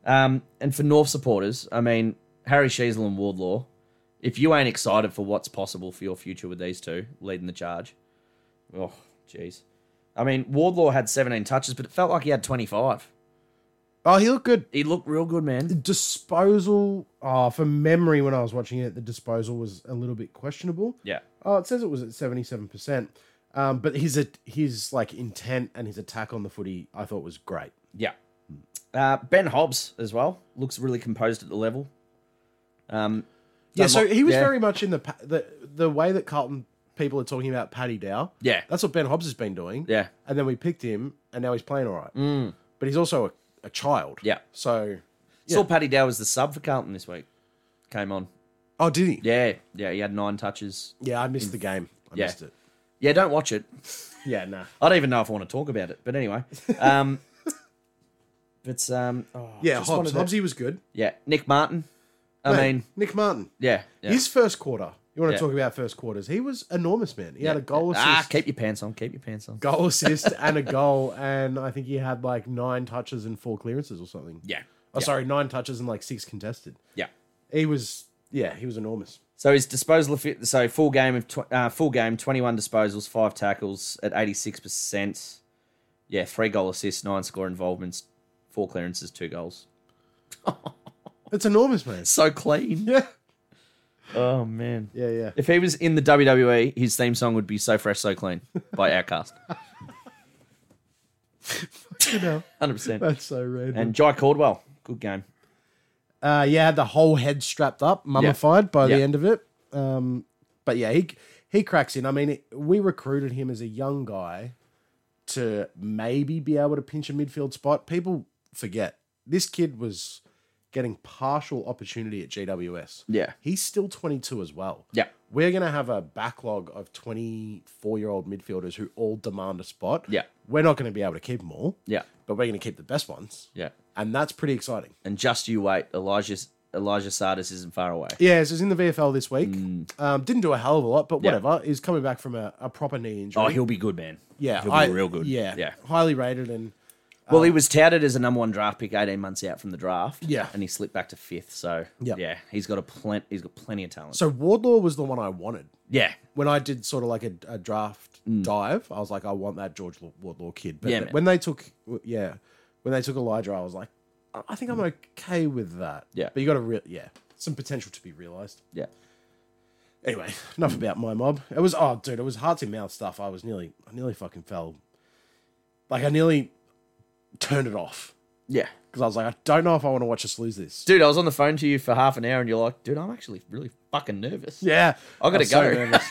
Speaker 2: Um, and for North supporters, I mean, Harry Sheasel and Wardlaw, if you ain't excited for what's possible for your future with these two leading the charge, oh, jeez. I mean, Wardlaw had 17 touches, but it felt like he had 25.
Speaker 1: Oh, he looked good.
Speaker 2: He looked real good, man.
Speaker 1: Disposal, oh, from memory when I was watching it, the disposal was a little bit questionable.
Speaker 2: Yeah.
Speaker 1: Oh, it says it was at 77%. Um, but his, his like intent and his attack on the footy, I thought was great.
Speaker 2: Yeah. Uh, ben Hobbs as well looks really composed at the level. Um,
Speaker 1: Yeah,
Speaker 2: Don't
Speaker 1: so
Speaker 2: mo-
Speaker 1: he was
Speaker 2: yeah.
Speaker 1: very much in the, pa- the the way that Carlton people are talking about Paddy Dow.
Speaker 2: yeah,
Speaker 1: That's what Ben Hobbs has been doing.
Speaker 2: yeah, Mm.
Speaker 1: And then we picked him, and now he's playing all right. But he's also a, a child.
Speaker 2: yeah.
Speaker 1: So,
Speaker 2: Saw Paddy Dow as the sub for Carlton this week. Came on.
Speaker 1: oh, did he? Yeah,
Speaker 2: Yeah, yeah. He had nine touches.
Speaker 1: I missed the game. I
Speaker 2: Yeah.
Speaker 1: missed it.
Speaker 2: Yeah, don't watch it.
Speaker 1: Yeah, nah.
Speaker 2: I don't even know if I want to talk about it. But anyway,
Speaker 1: (laughs)
Speaker 2: um, but um, oh,
Speaker 1: Yeah,
Speaker 2: just
Speaker 1: Hobbs.
Speaker 2: wanted to-
Speaker 1: Hobbs, he was good.
Speaker 2: yeah, Nick Martin. I
Speaker 1: Mate,
Speaker 2: mean,
Speaker 1: Nick Martin.
Speaker 2: yeah, yeah.
Speaker 1: His first quarter. You want to
Speaker 2: Yeah.
Speaker 1: talk about first quarters? He was enormous, man. He had a goal assist,
Speaker 2: ah, keep your pants on. Keep your pants on.
Speaker 1: goal assist, (laughs) and a goal, and I think he had like nine touches and four clearances or something.
Speaker 2: Yeah,
Speaker 1: Oh, sorry, nine touches and like six contested.
Speaker 2: yeah.
Speaker 1: He was, yeah, he was enormous.
Speaker 2: So his disposal, effi- so full game of tw- uh, full game, twenty one disposals, five tackles at eighty six percent. Yeah, three goal assists, nine score involvements, four clearances, two goals.
Speaker 1: It's enormous,
Speaker 2: (laughs)
Speaker 1: man.
Speaker 2: So clean.
Speaker 1: Yeah,
Speaker 2: Oh man.
Speaker 1: yeah, yeah.
Speaker 2: If he was in the WWE, his theme song would be "So Fresh, So Clean" by
Speaker 1: (laughs)
Speaker 2: Outkast.
Speaker 1: You know,
Speaker 2: Hundred percent.
Speaker 1: that's so random.
Speaker 2: And Jai Caldwell, good game.
Speaker 1: uh, yeah, had the whole head strapped up, mummified by the
Speaker 2: Yeah.
Speaker 1: end of it. Um, but yeah, he he cracks in. I mean, it, we recruited him as a young guy to maybe be able to pinch a midfield spot. People forget this kid was getting partial opportunity at GWS.
Speaker 2: Yeah.
Speaker 1: He's still 22 as well.
Speaker 2: Yeah.
Speaker 1: We're going to have a backlog of 24 year old midfielders who all demand a spot.
Speaker 2: Yeah.
Speaker 1: We're not going to be able to keep them all,
Speaker 2: Yeah,
Speaker 1: but we're going to keep the best ones.
Speaker 2: yeah.
Speaker 1: And that's pretty exciting.
Speaker 2: And just you wait, Elijah Elijah Sardis isn't far away.
Speaker 1: Yeah, so he's in the VFL this week. Um, didn't do a hell of a lot, but
Speaker 2: Mm. Yeah.
Speaker 1: whatever. He's coming back from a, a proper knee injury.
Speaker 2: Oh, he'll be good, man.
Speaker 1: yeah,
Speaker 2: he'll be
Speaker 1: I-
Speaker 2: real good.
Speaker 1: Yeah,
Speaker 2: yeah.
Speaker 1: highly rated and
Speaker 2: Well, he was touted as a number one draft pick eighteen months out from the draft.
Speaker 1: Yeah.
Speaker 2: and he slipped back to fifth. So
Speaker 1: Yeah.
Speaker 2: yeah, he's got a plen- He's got plenty of talent.
Speaker 1: so Wardlaw was the one I wanted
Speaker 2: yeah,
Speaker 1: when I did sort of like a, a draft dive. I was like, I want that George Law- Wardlaw kid. But
Speaker 2: Mm. Yeah,
Speaker 1: th-
Speaker 2: man.
Speaker 1: when they took, yeah, when they took Elijah, I was like, I- I think I'm okay with that.
Speaker 2: Mm. Yeah.
Speaker 1: but you got to real, yeah, some potential to be realized.
Speaker 2: yeah.
Speaker 1: Anyway, enough about my mob. It was oh dude, it was hearts and mouth stuff. I was nearly I nearly fucking fell. Like I nearly turned it off.
Speaker 2: Yeah.
Speaker 1: Because I was like, I don't know if I want to watch us lose this.
Speaker 2: Dude, I was on the phone to you for half an hour and you're like, dude, I'm actually really fucking nervous.
Speaker 1: Yeah.
Speaker 2: I gotta
Speaker 1: was so
Speaker 2: go. (laughs)
Speaker 1: nervous.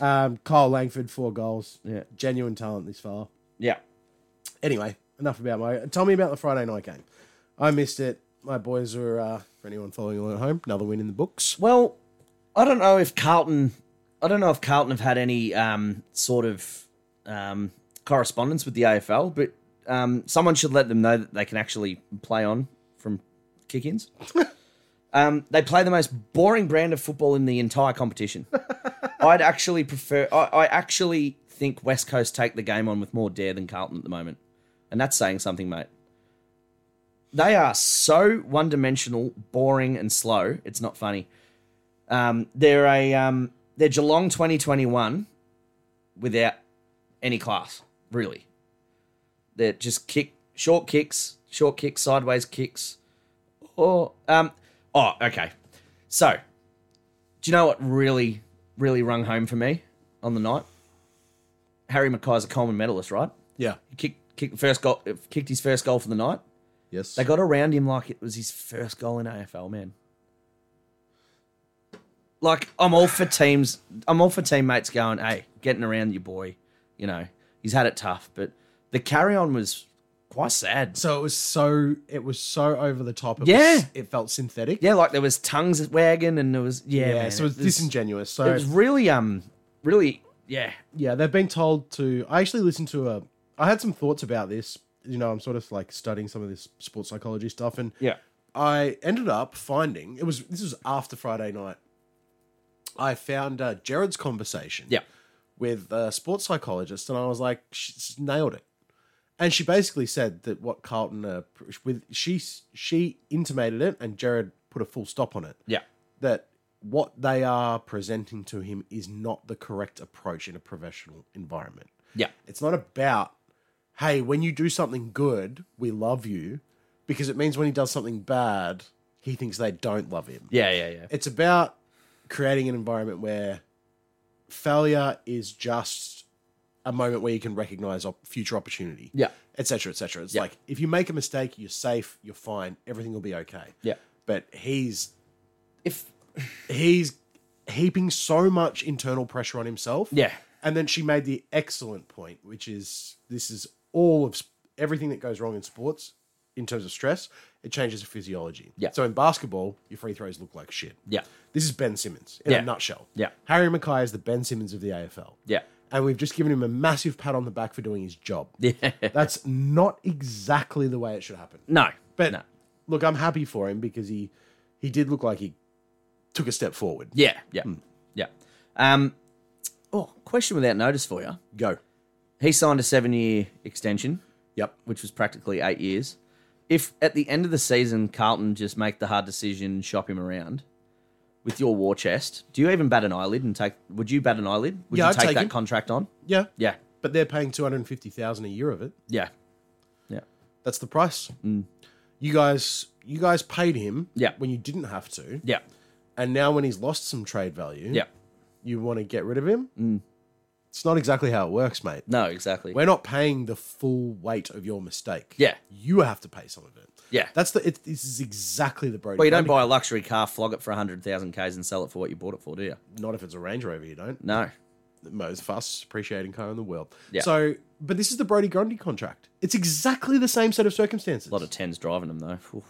Speaker 1: um, Kyle Langford, four goals.
Speaker 2: Yeah.
Speaker 1: Genuine talent this far.
Speaker 2: Yeah.
Speaker 1: Anyway, enough about my tell me about the Friday night game. I missed it. My boys were uh, for anyone following along at home, another win in the books.
Speaker 2: Well, I don't know if Carlton, I don't know if Carlton have had any um, sort of um, correspondence with the AFL, but um, someone should let them know that they can actually play on from kick-ins. um, they play the most boring brand of football in the entire competition. I'd actually prefer. I, I actually think West Coast take the game on with more dare than Carlton at the moment, and that's saying something, mate. They are so one-dimensional, boring, and slow. It's not funny. Um, they're a um, they're Geelong 2021 without any class, really. They're just kick short kicks, short kicks, sideways kicks. Or um, oh, okay. So, do you know what really, really rung home for me on the night? Harry Mackay's a Coleman medalist, right?
Speaker 1: Yeah.
Speaker 2: He kicked kicked the first goal, kicked his first goal for the night.
Speaker 1: Yes.
Speaker 2: They got around him like it was his first goal in AFL, man. Like I'm all for teams. I'm all for teammates going, hey, getting around your boy. You know, he's had it tough, but the carry on was quite sad.
Speaker 1: so it was so it was so over the top. It
Speaker 2: Yeah.
Speaker 1: was, it felt synthetic.
Speaker 2: Yeah, like there was tongues wagging, and there was yeah.
Speaker 1: yeah.
Speaker 2: man,
Speaker 1: so it was disingenuous. So
Speaker 2: It was really um, really yeah.
Speaker 1: yeah, they've been told to. I actually listened to a. I had some thoughts about this. You know, I'm sort of like studying some of this sports psychology stuff, and
Speaker 2: Yeah.
Speaker 1: I ended up finding it was this was after Friday night. I found uh, Jared's conversation
Speaker 2: Yeah.
Speaker 1: with a sports psychologist, and I was like, she's nailed it. And she basically said that what Carlton uh, with she she intimated it, and Jared put a full stop on it.
Speaker 2: Yeah.
Speaker 1: That what they are presenting to him is not the correct approach in a professional environment.
Speaker 2: Yeah.
Speaker 1: It's not about, hey, when you do something good, we love you, because it means when he does something bad, he thinks they don't love him.
Speaker 2: Yeah. Yeah. Yeah.
Speaker 1: It's about creating an environment where failure is just a moment where you can recognize op- future opportunity,
Speaker 2: Yeah.
Speaker 1: etc., etc. It's
Speaker 2: Yeah.
Speaker 1: like if you make a mistake, you're safe, you're fine, everything will be okay.
Speaker 2: Yeah.
Speaker 1: But he's
Speaker 2: If
Speaker 1: he's heaping so much internal pressure on himself.
Speaker 2: yeah.
Speaker 1: And then she made the excellent point, which is this is all of sp- everything that goes wrong in sports in terms of stress. It changes the physiology.
Speaker 2: Yeah.
Speaker 1: So in basketball, your free throws look like shit.
Speaker 2: Yeah.
Speaker 1: This is Ben Simmons in
Speaker 2: Yeah.
Speaker 1: a nutshell.
Speaker 2: Yeah.
Speaker 1: Harry Mackay is the Ben Simmons of the AFL.
Speaker 2: Yeah. (laughs)
Speaker 1: And we've just given him a massive pat on the back for doing his job.
Speaker 2: Yeah.
Speaker 1: That's not exactly the way it should happen.
Speaker 2: No.
Speaker 1: But
Speaker 2: no.
Speaker 1: look, I'm happy for him because he he did look like he took a step forward.
Speaker 2: Yeah, yeah,
Speaker 1: Hmm.
Speaker 2: yeah. Um, oh, question without notice for you.
Speaker 1: Go.
Speaker 2: He signed a seven-year extension,
Speaker 1: Yep.
Speaker 2: which was practically eight years. If at the end of the season Carlton just make the hard decision, shop him around with your war chest, do you even bat an eyelid and take? Would you bat an eyelid? Would
Speaker 1: Yeah,
Speaker 2: you
Speaker 1: I'd
Speaker 2: take
Speaker 1: take
Speaker 2: that
Speaker 1: him.
Speaker 2: contract on?
Speaker 1: Yeah.
Speaker 2: Yeah,
Speaker 1: But they're paying 250,000 a year of it.
Speaker 2: yeah, yeah,
Speaker 1: That's the price. You guys, you guys paid him
Speaker 2: Mm. Yeah.
Speaker 1: when you didn't have to,
Speaker 2: yeah,
Speaker 1: and now when he's lost some trade value,
Speaker 2: yeah. Mm.
Speaker 1: you want to get rid of him. It's not exactly how it works, mate.
Speaker 2: No, exactly.
Speaker 1: We're not paying the full weight of your mistake.
Speaker 2: Yeah.
Speaker 1: you have to pay some of it.
Speaker 2: Yeah.
Speaker 1: that's the. It, this is exactly the Brody.
Speaker 2: well, you don't
Speaker 1: Bundy-
Speaker 2: buy a luxury car, flog it for hundred thousand k's, and sell it for what you bought it for, do you?
Speaker 1: Not if it's a Range Rover, you don't.
Speaker 2: No.
Speaker 1: Most fastest appreciating car in the world.
Speaker 2: Yeah.
Speaker 1: So, but this is the Brody Grundy contract. It's exactly the same set of circumstances.
Speaker 2: A lot of tens driving them though. Phew.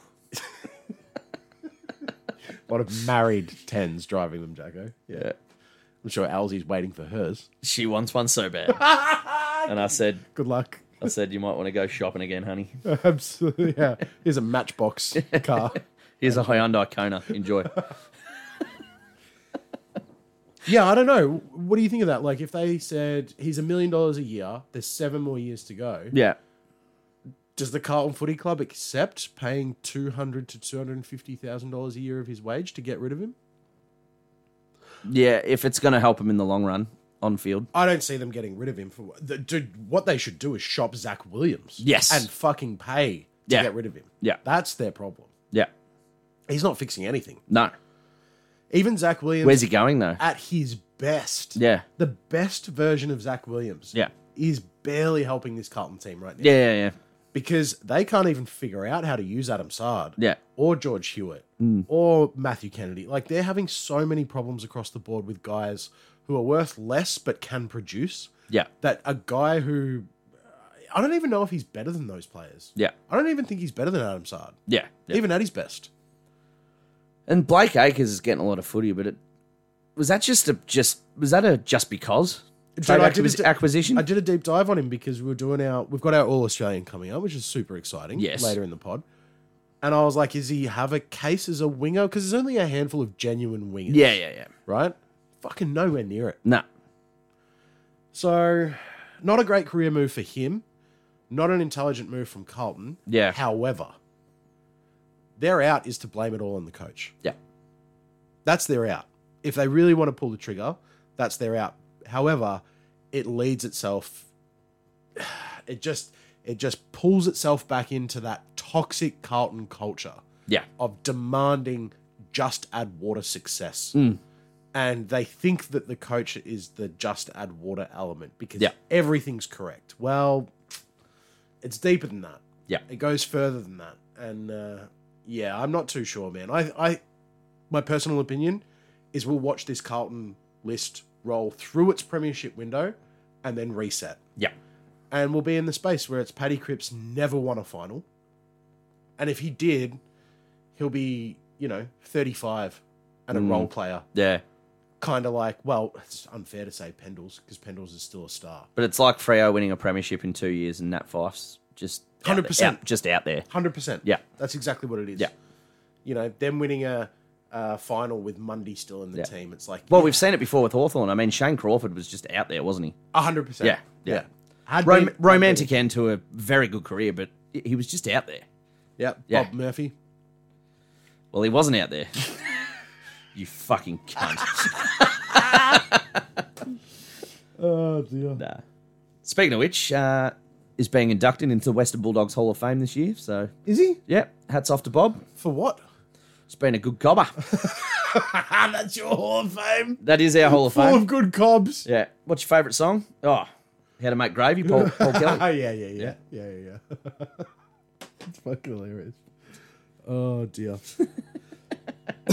Speaker 1: A lot of married tens driving them, Jacko. Yeah. I'm sure Alzie's waiting for hers.
Speaker 2: She wants one so (laughs) bad. and I said,
Speaker 1: Good luck. (laughs)
Speaker 2: I said, you might want to go shopping again, honey.
Speaker 1: Absolutely. Yeah. Here's a (laughs) matchbox car.
Speaker 2: Here's a Hyundai Kona. Enjoy.
Speaker 1: Yeah, I don't know. What do you think of that? Like, if they said he's a million dollars a year, there's seven more years to go.
Speaker 2: (laughs) yeah.
Speaker 1: Does the Carlton Footy Club accept paying two hundred to two hundred and fifty thousand dollars a year of his wage to get rid of him?
Speaker 2: Yeah, if it's going to help him in the long run on field.
Speaker 1: I don't see them getting rid of him for the, dude. What they should do is shop Zach Williams.
Speaker 2: Yes.
Speaker 1: and fucking pay to
Speaker 2: Yeah.
Speaker 1: get rid of him.
Speaker 2: Yeah.
Speaker 1: that's their problem.
Speaker 2: Yeah.
Speaker 1: He's not fixing anything.
Speaker 2: No.
Speaker 1: Even Zach Williams
Speaker 2: Where's he going though?
Speaker 1: at his best.
Speaker 2: Yeah.
Speaker 1: The best version of Zach Williams
Speaker 2: Yeah.
Speaker 1: is barely helping this Carlton team right now.
Speaker 2: Yeah, yeah, yeah.
Speaker 1: Because they can't even figure out how to use Adam Sard
Speaker 2: Yeah. Mm.
Speaker 1: or George Hewitt or Matthew Kennedy. Like they're having so many problems across the board with guys who are worth less but can produce.
Speaker 2: Yeah.
Speaker 1: That a guy who I don't even know if he's better than those players.
Speaker 2: Yeah.
Speaker 1: I don't even think he's better than Adam Sard.
Speaker 2: Yeah. yeah.
Speaker 1: Even at his best.
Speaker 2: And Blake Acres is getting a lot of footy, but it was that just a just was that a just because trade
Speaker 1: I
Speaker 2: acquis-
Speaker 1: did a-
Speaker 2: acquisition?
Speaker 1: I did a deep dive on him because we were doing our we've got our All Australian coming up, which is super exciting.
Speaker 2: Yes.
Speaker 1: Later in the pod. And I was like, is he have a case as a winger? Because there's only a handful of genuine wingers.
Speaker 2: yeah, yeah, yeah.
Speaker 1: Right? Fucking nowhere near it.
Speaker 2: No.
Speaker 1: So not a great career move for him. Not an intelligent move from Carlton.
Speaker 2: Yeah.
Speaker 1: However, their out is to blame it all on the coach.
Speaker 2: Yeah.
Speaker 1: That's their out. If they really want to pull the trigger, that's their out. However, it leads itself. (sighs) It just it just pulls itself back into that toxic Carlton culture
Speaker 2: Yeah.
Speaker 1: of demanding just add water success.
Speaker 2: Mm.
Speaker 1: And they think that the coach is the just add water element because
Speaker 2: Yeah.
Speaker 1: everything's correct. Well, it's deeper than that.
Speaker 2: Yeah.
Speaker 1: It goes further than that. and uh, yeah, I'm not too sure, man. I, I, my personal opinion is we'll watch this Carlton list roll through its premiership window and then reset.
Speaker 2: Yeah.
Speaker 1: And we'll be in the space where it's Paddy Cripps never won a final. And if he did, he'll be, you know, 35 and a
Speaker 2: Mm.
Speaker 1: role player.
Speaker 2: Yeah.
Speaker 1: Kind of like, well, it's unfair to say Pendles because Pendles is still a star.
Speaker 2: But it's like Freo winning a premiership in two years and Nat Fife's just out there-
Speaker 1: 100%.
Speaker 2: out- just out there.
Speaker 1: Hundred percent.
Speaker 2: Yeah.
Speaker 1: that's exactly what it is.
Speaker 2: Yeah.
Speaker 1: you know, them winning a, a final with Mundy still in the
Speaker 2: Yeah.
Speaker 1: team. It's like,
Speaker 2: Well,
Speaker 1: well,
Speaker 2: we've seen it before with Hawthorn. I mean, Shane Crawford was just out there, wasn't he?
Speaker 1: hundred percent.
Speaker 2: Yeah, yeah.
Speaker 1: Had
Speaker 2: Rom-
Speaker 1: been-
Speaker 2: romantic end to a very good career, but he was just out there.
Speaker 1: Yeah,
Speaker 2: Yeah.
Speaker 1: Bob Murphy.
Speaker 2: Well, he wasn't out (laughs) there. you fucking cunt. (laughs)
Speaker 1: Oh dear.
Speaker 2: nah. Speaking of which, uh, is being inducted into the Western Bulldogs Hall of Fame this year. So,
Speaker 1: Is he
Speaker 2: yeah, hats off to Bob.
Speaker 1: for what? (laughs)
Speaker 2: It's been a good gobber. (laughs)
Speaker 1: That's your Hall of Fame.
Speaker 2: that is our Hall of
Speaker 1: Full
Speaker 2: Fame.
Speaker 1: of good cobs.
Speaker 2: Yeah. What's your favourite song? Oh, How to Make Gravy, Paul, (laughs) Paul Kelly.
Speaker 1: Ah, (laughs) yeah, yeah, yeah, yeah, yeah. yeah. (laughs) it's fucking hilarious. Oh dear. (coughs)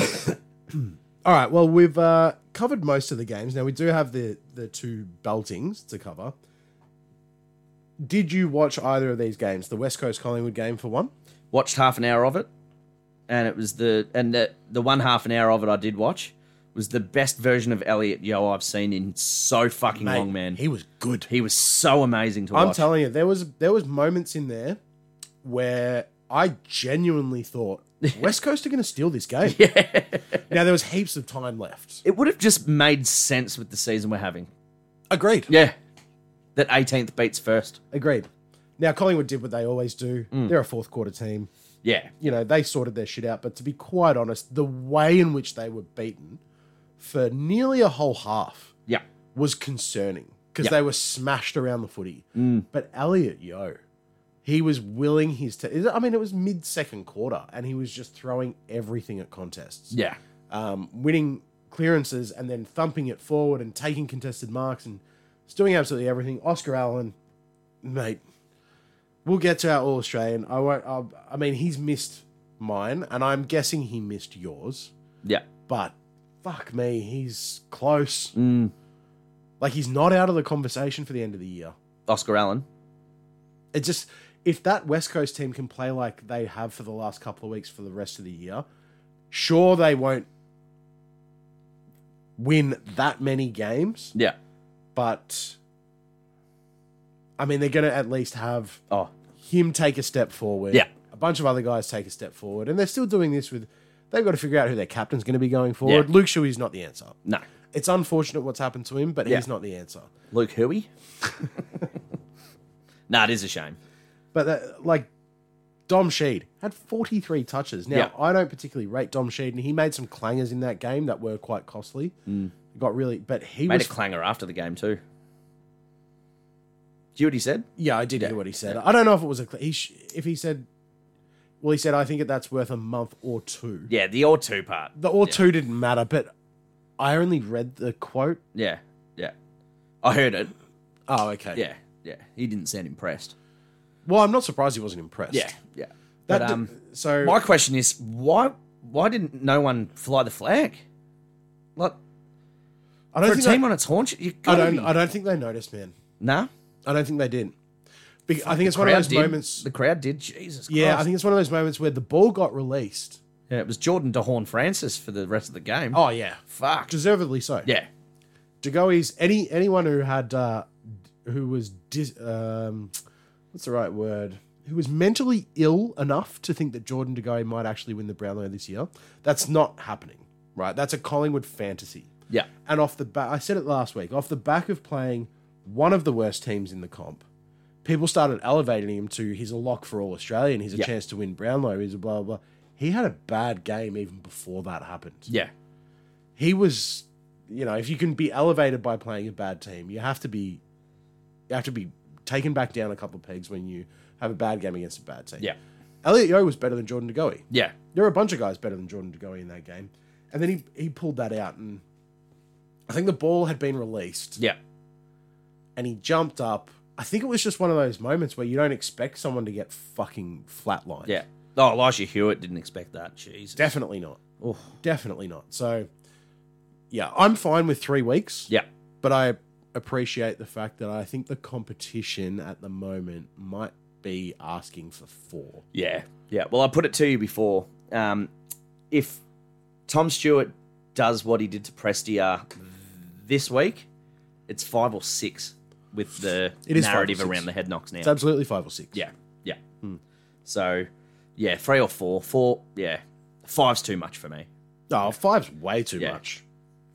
Speaker 1: All right. Well, we've uh, covered most of the games. Now we do have the the two beltings to cover. Did you watch either of these games? The West Coast Collingwood game for one.
Speaker 2: watched half an hour of it, and it was the and the the one half an hour of it I did watch was the best version of Elliot Yo I've seen in so fucking long, man. He,
Speaker 1: He was good.
Speaker 2: was so amazing to
Speaker 1: I'm
Speaker 2: watch.
Speaker 1: telling you, there was there was moments in there where I genuinely thought West Coast are going to steal this game.
Speaker 2: (laughs) yeah,
Speaker 1: Now there was heaps of time left.
Speaker 2: it would have just made sense with the season we're having.
Speaker 1: Agreed.
Speaker 2: Yeah, that 18th beats first.
Speaker 1: Agreed. Now Collingwood did what they always do. They're a fourth quarter team.
Speaker 2: Yeah,
Speaker 1: You know, they sorted their shit out, but to be quite honest, the way in which they were beaten for nearly a whole half
Speaker 2: yeah,
Speaker 1: was concerning because
Speaker 2: Yeah.
Speaker 1: they were smashed around the footy. But Elliot, yo, he was willing his t- I mean, it was mid second quarter and he was just throwing everything at contests
Speaker 2: yeah.
Speaker 1: um, winning clearances and then thumping it forward and taking contested marks and just doing absolutely everything. Oscar Allen, mate, we'll get to our All Australian. I won't. I'll, I mean, he's missed mine, and I'm guessing he missed yours.
Speaker 2: Yeah,
Speaker 1: But fuck me, he's close.
Speaker 2: mm.
Speaker 1: Like he's not out of the conversation for the end of the year.
Speaker 2: Oscar Allen.
Speaker 1: It just if that West Coast team can play like they have for the last couple of weeks for the rest of the year, sure they won't win that many games,
Speaker 2: Yeah.
Speaker 1: but I mean they're going to at least have
Speaker 2: Oh,
Speaker 1: him take a step forward.
Speaker 2: Yeah.
Speaker 1: A bunch of other guys take a step forward, and they're still doing this with. They've got to figure out who their captain's going to be going forward. Luke Shuey's not the answer.
Speaker 2: no.
Speaker 1: It's unfortunate what's happened to him, but he's not the answer.
Speaker 2: Luke Huey. (laughs) nah, it is a shame.
Speaker 1: But that, like Dom Sheed had 43 touches. Now,
Speaker 2: Yeah.
Speaker 1: I don't particularly rate Dom Sheed, and he made some clangers in that game that were quite costly. Got really, but he
Speaker 2: Mm. Made
Speaker 1: was.
Speaker 2: a clanger after the game too. Do you hear what he said?
Speaker 1: yeah, I did hear what he said. I don't know if it was a. cl- He sh- if he said, well, he said, I think that's worth a month or two.
Speaker 2: Yeah, the or two part.
Speaker 1: The or two didn't matter, but I only read the quote.
Speaker 2: Yeah, yeah. I heard it.
Speaker 1: Oh, okay.
Speaker 2: Yeah, yeah. He didn't sound impressed.
Speaker 1: Well, I'm not surprised he wasn't impressed.
Speaker 2: yeah.
Speaker 1: That
Speaker 2: but
Speaker 1: d-
Speaker 2: um,
Speaker 1: so
Speaker 2: my question is why why didn't no one fly the flag? Like
Speaker 1: I don't
Speaker 2: for a
Speaker 1: think
Speaker 2: team
Speaker 1: they-
Speaker 2: on its haunch, you
Speaker 1: I
Speaker 2: gotta
Speaker 1: don't.
Speaker 2: be.
Speaker 1: I don't think they noticed, man.
Speaker 2: Nah,
Speaker 1: I don't think they did. Be- I think it's one of
Speaker 2: crowd
Speaker 1: those
Speaker 2: did.
Speaker 1: moments.
Speaker 2: The crowd did. Jesus.
Speaker 1: Yeah, I
Speaker 2: Christ.
Speaker 1: think it's one of those moments where the ball got released.
Speaker 2: yeah. It was Jordan DeHorn Francis for the rest of the game.
Speaker 1: Oh yeah,
Speaker 2: fuck.
Speaker 1: deservedly so.
Speaker 2: Yeah,
Speaker 1: Degoe's any anyone who had uh, who was dis, um, what's the right word? Who was mentally ill enough to think that Jordan Degoe might actually win the Brownlow this year? That's not happening, right? That's a Collingwood fantasy.
Speaker 2: yeah,
Speaker 1: And off the back, I said it last week. Off the back of playing one of the worst teams in the comp, people started elevating him to he's a lock for all Australia and he's a
Speaker 2: Yeah.
Speaker 1: chance to win Brownlow. He's a blah blah. blah. He had a bad game even before that happened
Speaker 2: yeah.
Speaker 1: he was you know if you can be elevated by playing a bad team you have to be you have to be taken back down a couple of pegs when you have a bad game against a bad team
Speaker 2: Yeah.
Speaker 1: elliot yo was better than jordan degoe
Speaker 2: Yeah.
Speaker 1: there were a bunch of guys better than jordan degoe in that game and then he, he pulled that out and i think the ball had been released
Speaker 2: Yeah.
Speaker 1: and he jumped up i think it was just one of those moments where you don't expect someone to get fucking flatlined
Speaker 2: Yeah. Oh, Elijah Hewitt didn't expect that. Jesus.
Speaker 1: Definitely not.
Speaker 2: Oh.
Speaker 1: Definitely not. So, yeah, I'm fine with three weeks.
Speaker 2: Yeah.
Speaker 1: but I appreciate the fact that I think the competition at the moment might be asking for four.
Speaker 2: Yeah, yeah. Well, I put it to you before. Um, if Tom Stewart does what he did to Prestia this week, it's five or six with the
Speaker 1: It is five or
Speaker 2: narrative
Speaker 1: six.
Speaker 2: around the head knocks now.
Speaker 1: It's absolutely five or six.
Speaker 2: yeah, yeah. So, yeah, three or four. Four, yeah. Five's too much for me.
Speaker 1: No, Oh, five's way too
Speaker 2: Yeah.
Speaker 1: much.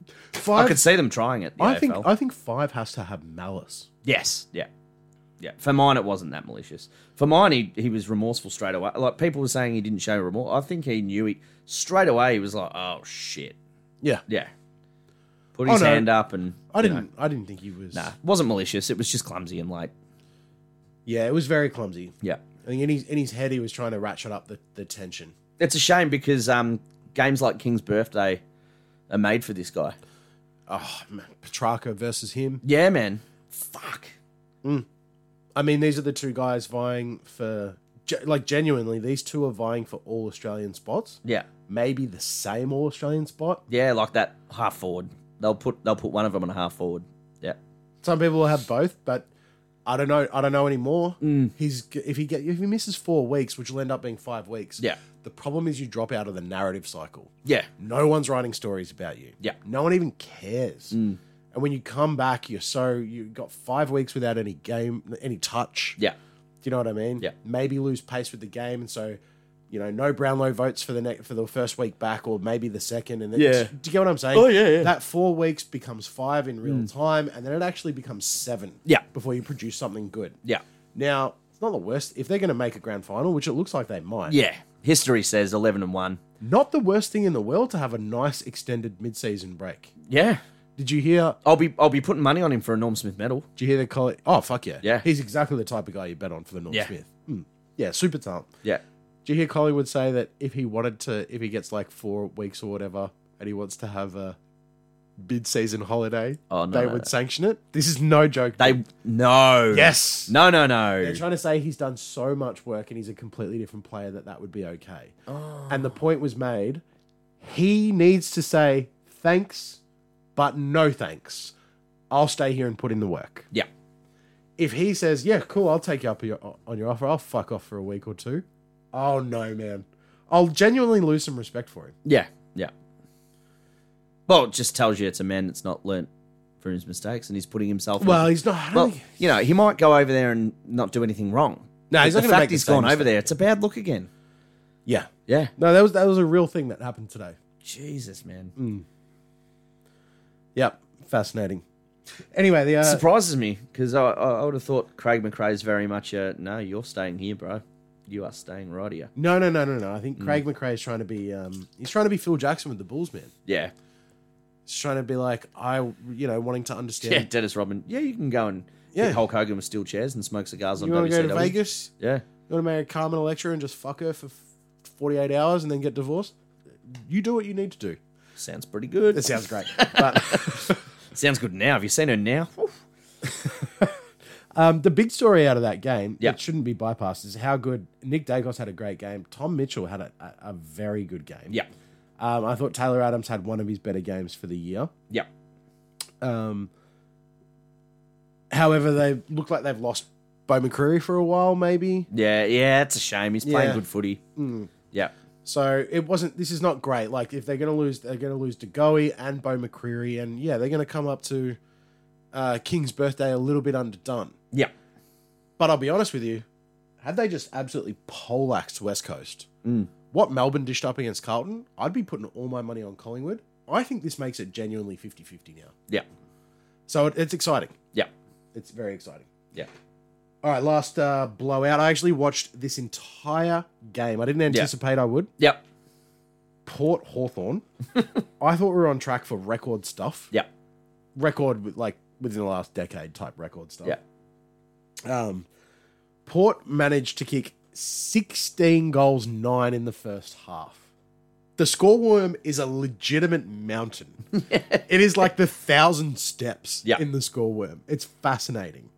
Speaker 2: I
Speaker 1: Five.
Speaker 2: could see them trying it. the
Speaker 1: I think.
Speaker 2: AFL.
Speaker 1: I think five has to have malice.
Speaker 2: Yes. Yeah. Yeah. For mine, it wasn't that malicious. For mine, he, he was remorseful straight away. Like people were saying he didn't show remorse. I think he knew he straight away. He was like, "Oh shit."
Speaker 1: Yeah,
Speaker 2: Yeah. Put
Speaker 1: Oh,
Speaker 2: his
Speaker 1: no.
Speaker 2: hand up and
Speaker 1: I
Speaker 2: you
Speaker 1: didn't. I didn't think he was.
Speaker 2: know, nah, it wasn't malicious. It was just clumsy and late.
Speaker 1: Yeah, it was very clumsy.
Speaker 2: Yeah.
Speaker 1: I think in his in his head he was trying to ratchet up the, the tension.
Speaker 2: It's a shame because um, games like King's Birthday are made for this guy.
Speaker 1: Oh, man, Petrarca versus him.
Speaker 2: Yeah, man. Fuck.
Speaker 1: I mean, these are the two guys vying for ge- like genuinely. These two are vying for all Australian spots.
Speaker 2: Yeah.
Speaker 1: Maybe the same all Australian spot.
Speaker 2: Yeah, like that half forward. They'll put they'll put one of them on a half forward. Yeah.
Speaker 1: Some people will have both, but I don't know. I don't know anymore.
Speaker 2: Mm.
Speaker 1: He's if he get if he misses four weeks, which will end up being five weeks.
Speaker 2: Yeah.
Speaker 1: The problem is you drop out of the narrative cycle.
Speaker 2: Yeah.
Speaker 1: No one's writing stories about you.
Speaker 2: Yeah. Mm.
Speaker 1: No one even cares. And when you come back, you're so you got five weeks without any game, any touch.
Speaker 2: Yeah.
Speaker 1: Do you know what I mean?
Speaker 2: Yeah.
Speaker 1: Maybe lose pace with the game, and so you know, no Brownlow votes for the next for the first week back, or maybe the second, and then
Speaker 2: Yeah.
Speaker 1: do you get what I'm saying?
Speaker 2: Oh, yeah, yeah.
Speaker 1: That four weeks becomes five in real time, and then it actually becomes seven.
Speaker 2: Yeah.
Speaker 1: Before you produce something good.
Speaker 2: Yeah.
Speaker 1: Now it's not the worst if they're going to make a grand final, which it looks like they might.
Speaker 2: Yeah. History says eleven and one.
Speaker 1: Not the worst thing in the world to have a nice extended mid-season break.
Speaker 2: Yeah.
Speaker 1: Did you hear?
Speaker 2: I'll be I'll be putting money on him for a Norm Smith medal.
Speaker 1: Did you hear the call? Oh fuck yeah!
Speaker 2: Yeah.
Speaker 1: He's exactly the type of guy you bet on for the North
Speaker 2: Yeah.
Speaker 1: Smith. Hmm. Yeah. Super talent.
Speaker 2: Yeah.
Speaker 1: Do you hear Collingwood say that if he wanted to, if he gets like four weeks or whatever, and he wants to have a mid-season holiday,
Speaker 2: Oh, no,
Speaker 1: they
Speaker 2: no,
Speaker 1: would
Speaker 2: no.
Speaker 1: sanction it? This is no joke.
Speaker 2: They no.
Speaker 1: yes.
Speaker 2: No, no, no.
Speaker 1: They're trying to say he's done so much work and he's a completely different player that that would be okay.
Speaker 2: Oh.
Speaker 1: And the point was made. He needs to say thanks, but no thanks. I'll stay here and put in the work.
Speaker 2: Yeah.
Speaker 1: If he says, "Yeah, cool, I'll take you up on your, on your offer. I'll fuck off for a week or two. Oh no, man. I'll genuinely lose some respect for him.
Speaker 2: Yeah. Yeah. Well, it just tells you it's a man that's not learnt from his mistakes and he's putting himself in-
Speaker 1: Well, he's not. I don't
Speaker 2: Well,
Speaker 1: think-
Speaker 2: you know, he might go over there and not do anything wrong.
Speaker 1: No, he's
Speaker 2: But
Speaker 1: not
Speaker 2: the
Speaker 1: gonna
Speaker 2: fact
Speaker 1: make the
Speaker 2: he's
Speaker 1: same
Speaker 2: gone over
Speaker 1: mistake.
Speaker 2: there, it's a bad look again.
Speaker 1: yeah.
Speaker 2: Yeah.
Speaker 1: No, that was that was a real thing that happened today.
Speaker 2: Jesus, man.
Speaker 1: Yep, fascinating. Anyway, the uh,
Speaker 2: Surprises me because I, I would have thought Craig McRae's very much a no, you're staying here, bro. You are staying right here.
Speaker 1: no, no, no, no, no. I think Craig McRae is trying to be um, he's trying to be Phil Jackson with the Bulls, man.
Speaker 2: Yeah.
Speaker 1: He's trying to be like I, you know, wanting to understand.
Speaker 2: Yeah. Dennis Rodman. Yeah, you can go and
Speaker 1: Yeah.
Speaker 2: hit Hulk Hogan with steel chairs and smoke cigars
Speaker 1: You
Speaker 2: on
Speaker 1: want to
Speaker 2: WCW.
Speaker 1: go to Vegas?
Speaker 2: Yeah.
Speaker 1: You want to marry Carmen Electra and just fuck her for forty eight hours and then get divorced? You do what you need to do.
Speaker 2: Sounds pretty good.
Speaker 1: That sounds (laughs) great, but.
Speaker 2: Sounds good now. Have you seen her now?
Speaker 1: Um, the big story out of that game
Speaker 2: Yeah.
Speaker 1: that shouldn't be bypassed is how good Nick Dacos had a great game. Tom Mitchell had a, a, a very good game.
Speaker 2: Yeah.
Speaker 1: Um, I thought Taylor Adams had one of his better games for the year.
Speaker 2: Yeah.
Speaker 1: Um, however, they look like they've lost Bo McCreary for a while, maybe.
Speaker 2: Yeah. Yeah. It's a shame. He's playing
Speaker 1: Yeah. Mm.
Speaker 2: good footy. Yeah.
Speaker 1: So it wasn't. This is not great. Like if they're going to lose, they're going to lose DeGoey and Bo McCreary, and yeah, they're going to come up to uh, King's birthday a little bit underdone.
Speaker 2: Yeah.
Speaker 1: But I'll be honest with you, had they just absolutely poleaxed West Coast,
Speaker 2: Mm.
Speaker 1: what Melbourne dished up against Carlton, I'd be putting all my money on Collingwood. I think this makes it genuinely 50 50 now.
Speaker 2: Yeah.
Speaker 1: So it, it's exciting.
Speaker 2: Yeah.
Speaker 1: It's very exciting.
Speaker 2: Yeah.
Speaker 1: All right, last uh, blowout. I actually watched this entire game. I didn't anticipate I would.
Speaker 2: Yeah.
Speaker 1: Port Hawthorn. (laughs) I thought we were on track for record stuff.
Speaker 2: Yeah.
Speaker 1: Record with like within the last decade type record stuff.
Speaker 2: Yeah.
Speaker 1: Um, Port managed to kick 16 goals, nine in the first half. The scoreworm is a legitimate mountain.
Speaker 2: (laughs)
Speaker 1: it is like the thousand steps
Speaker 2: Yeah.
Speaker 1: in the scoreworm. It's fascinating.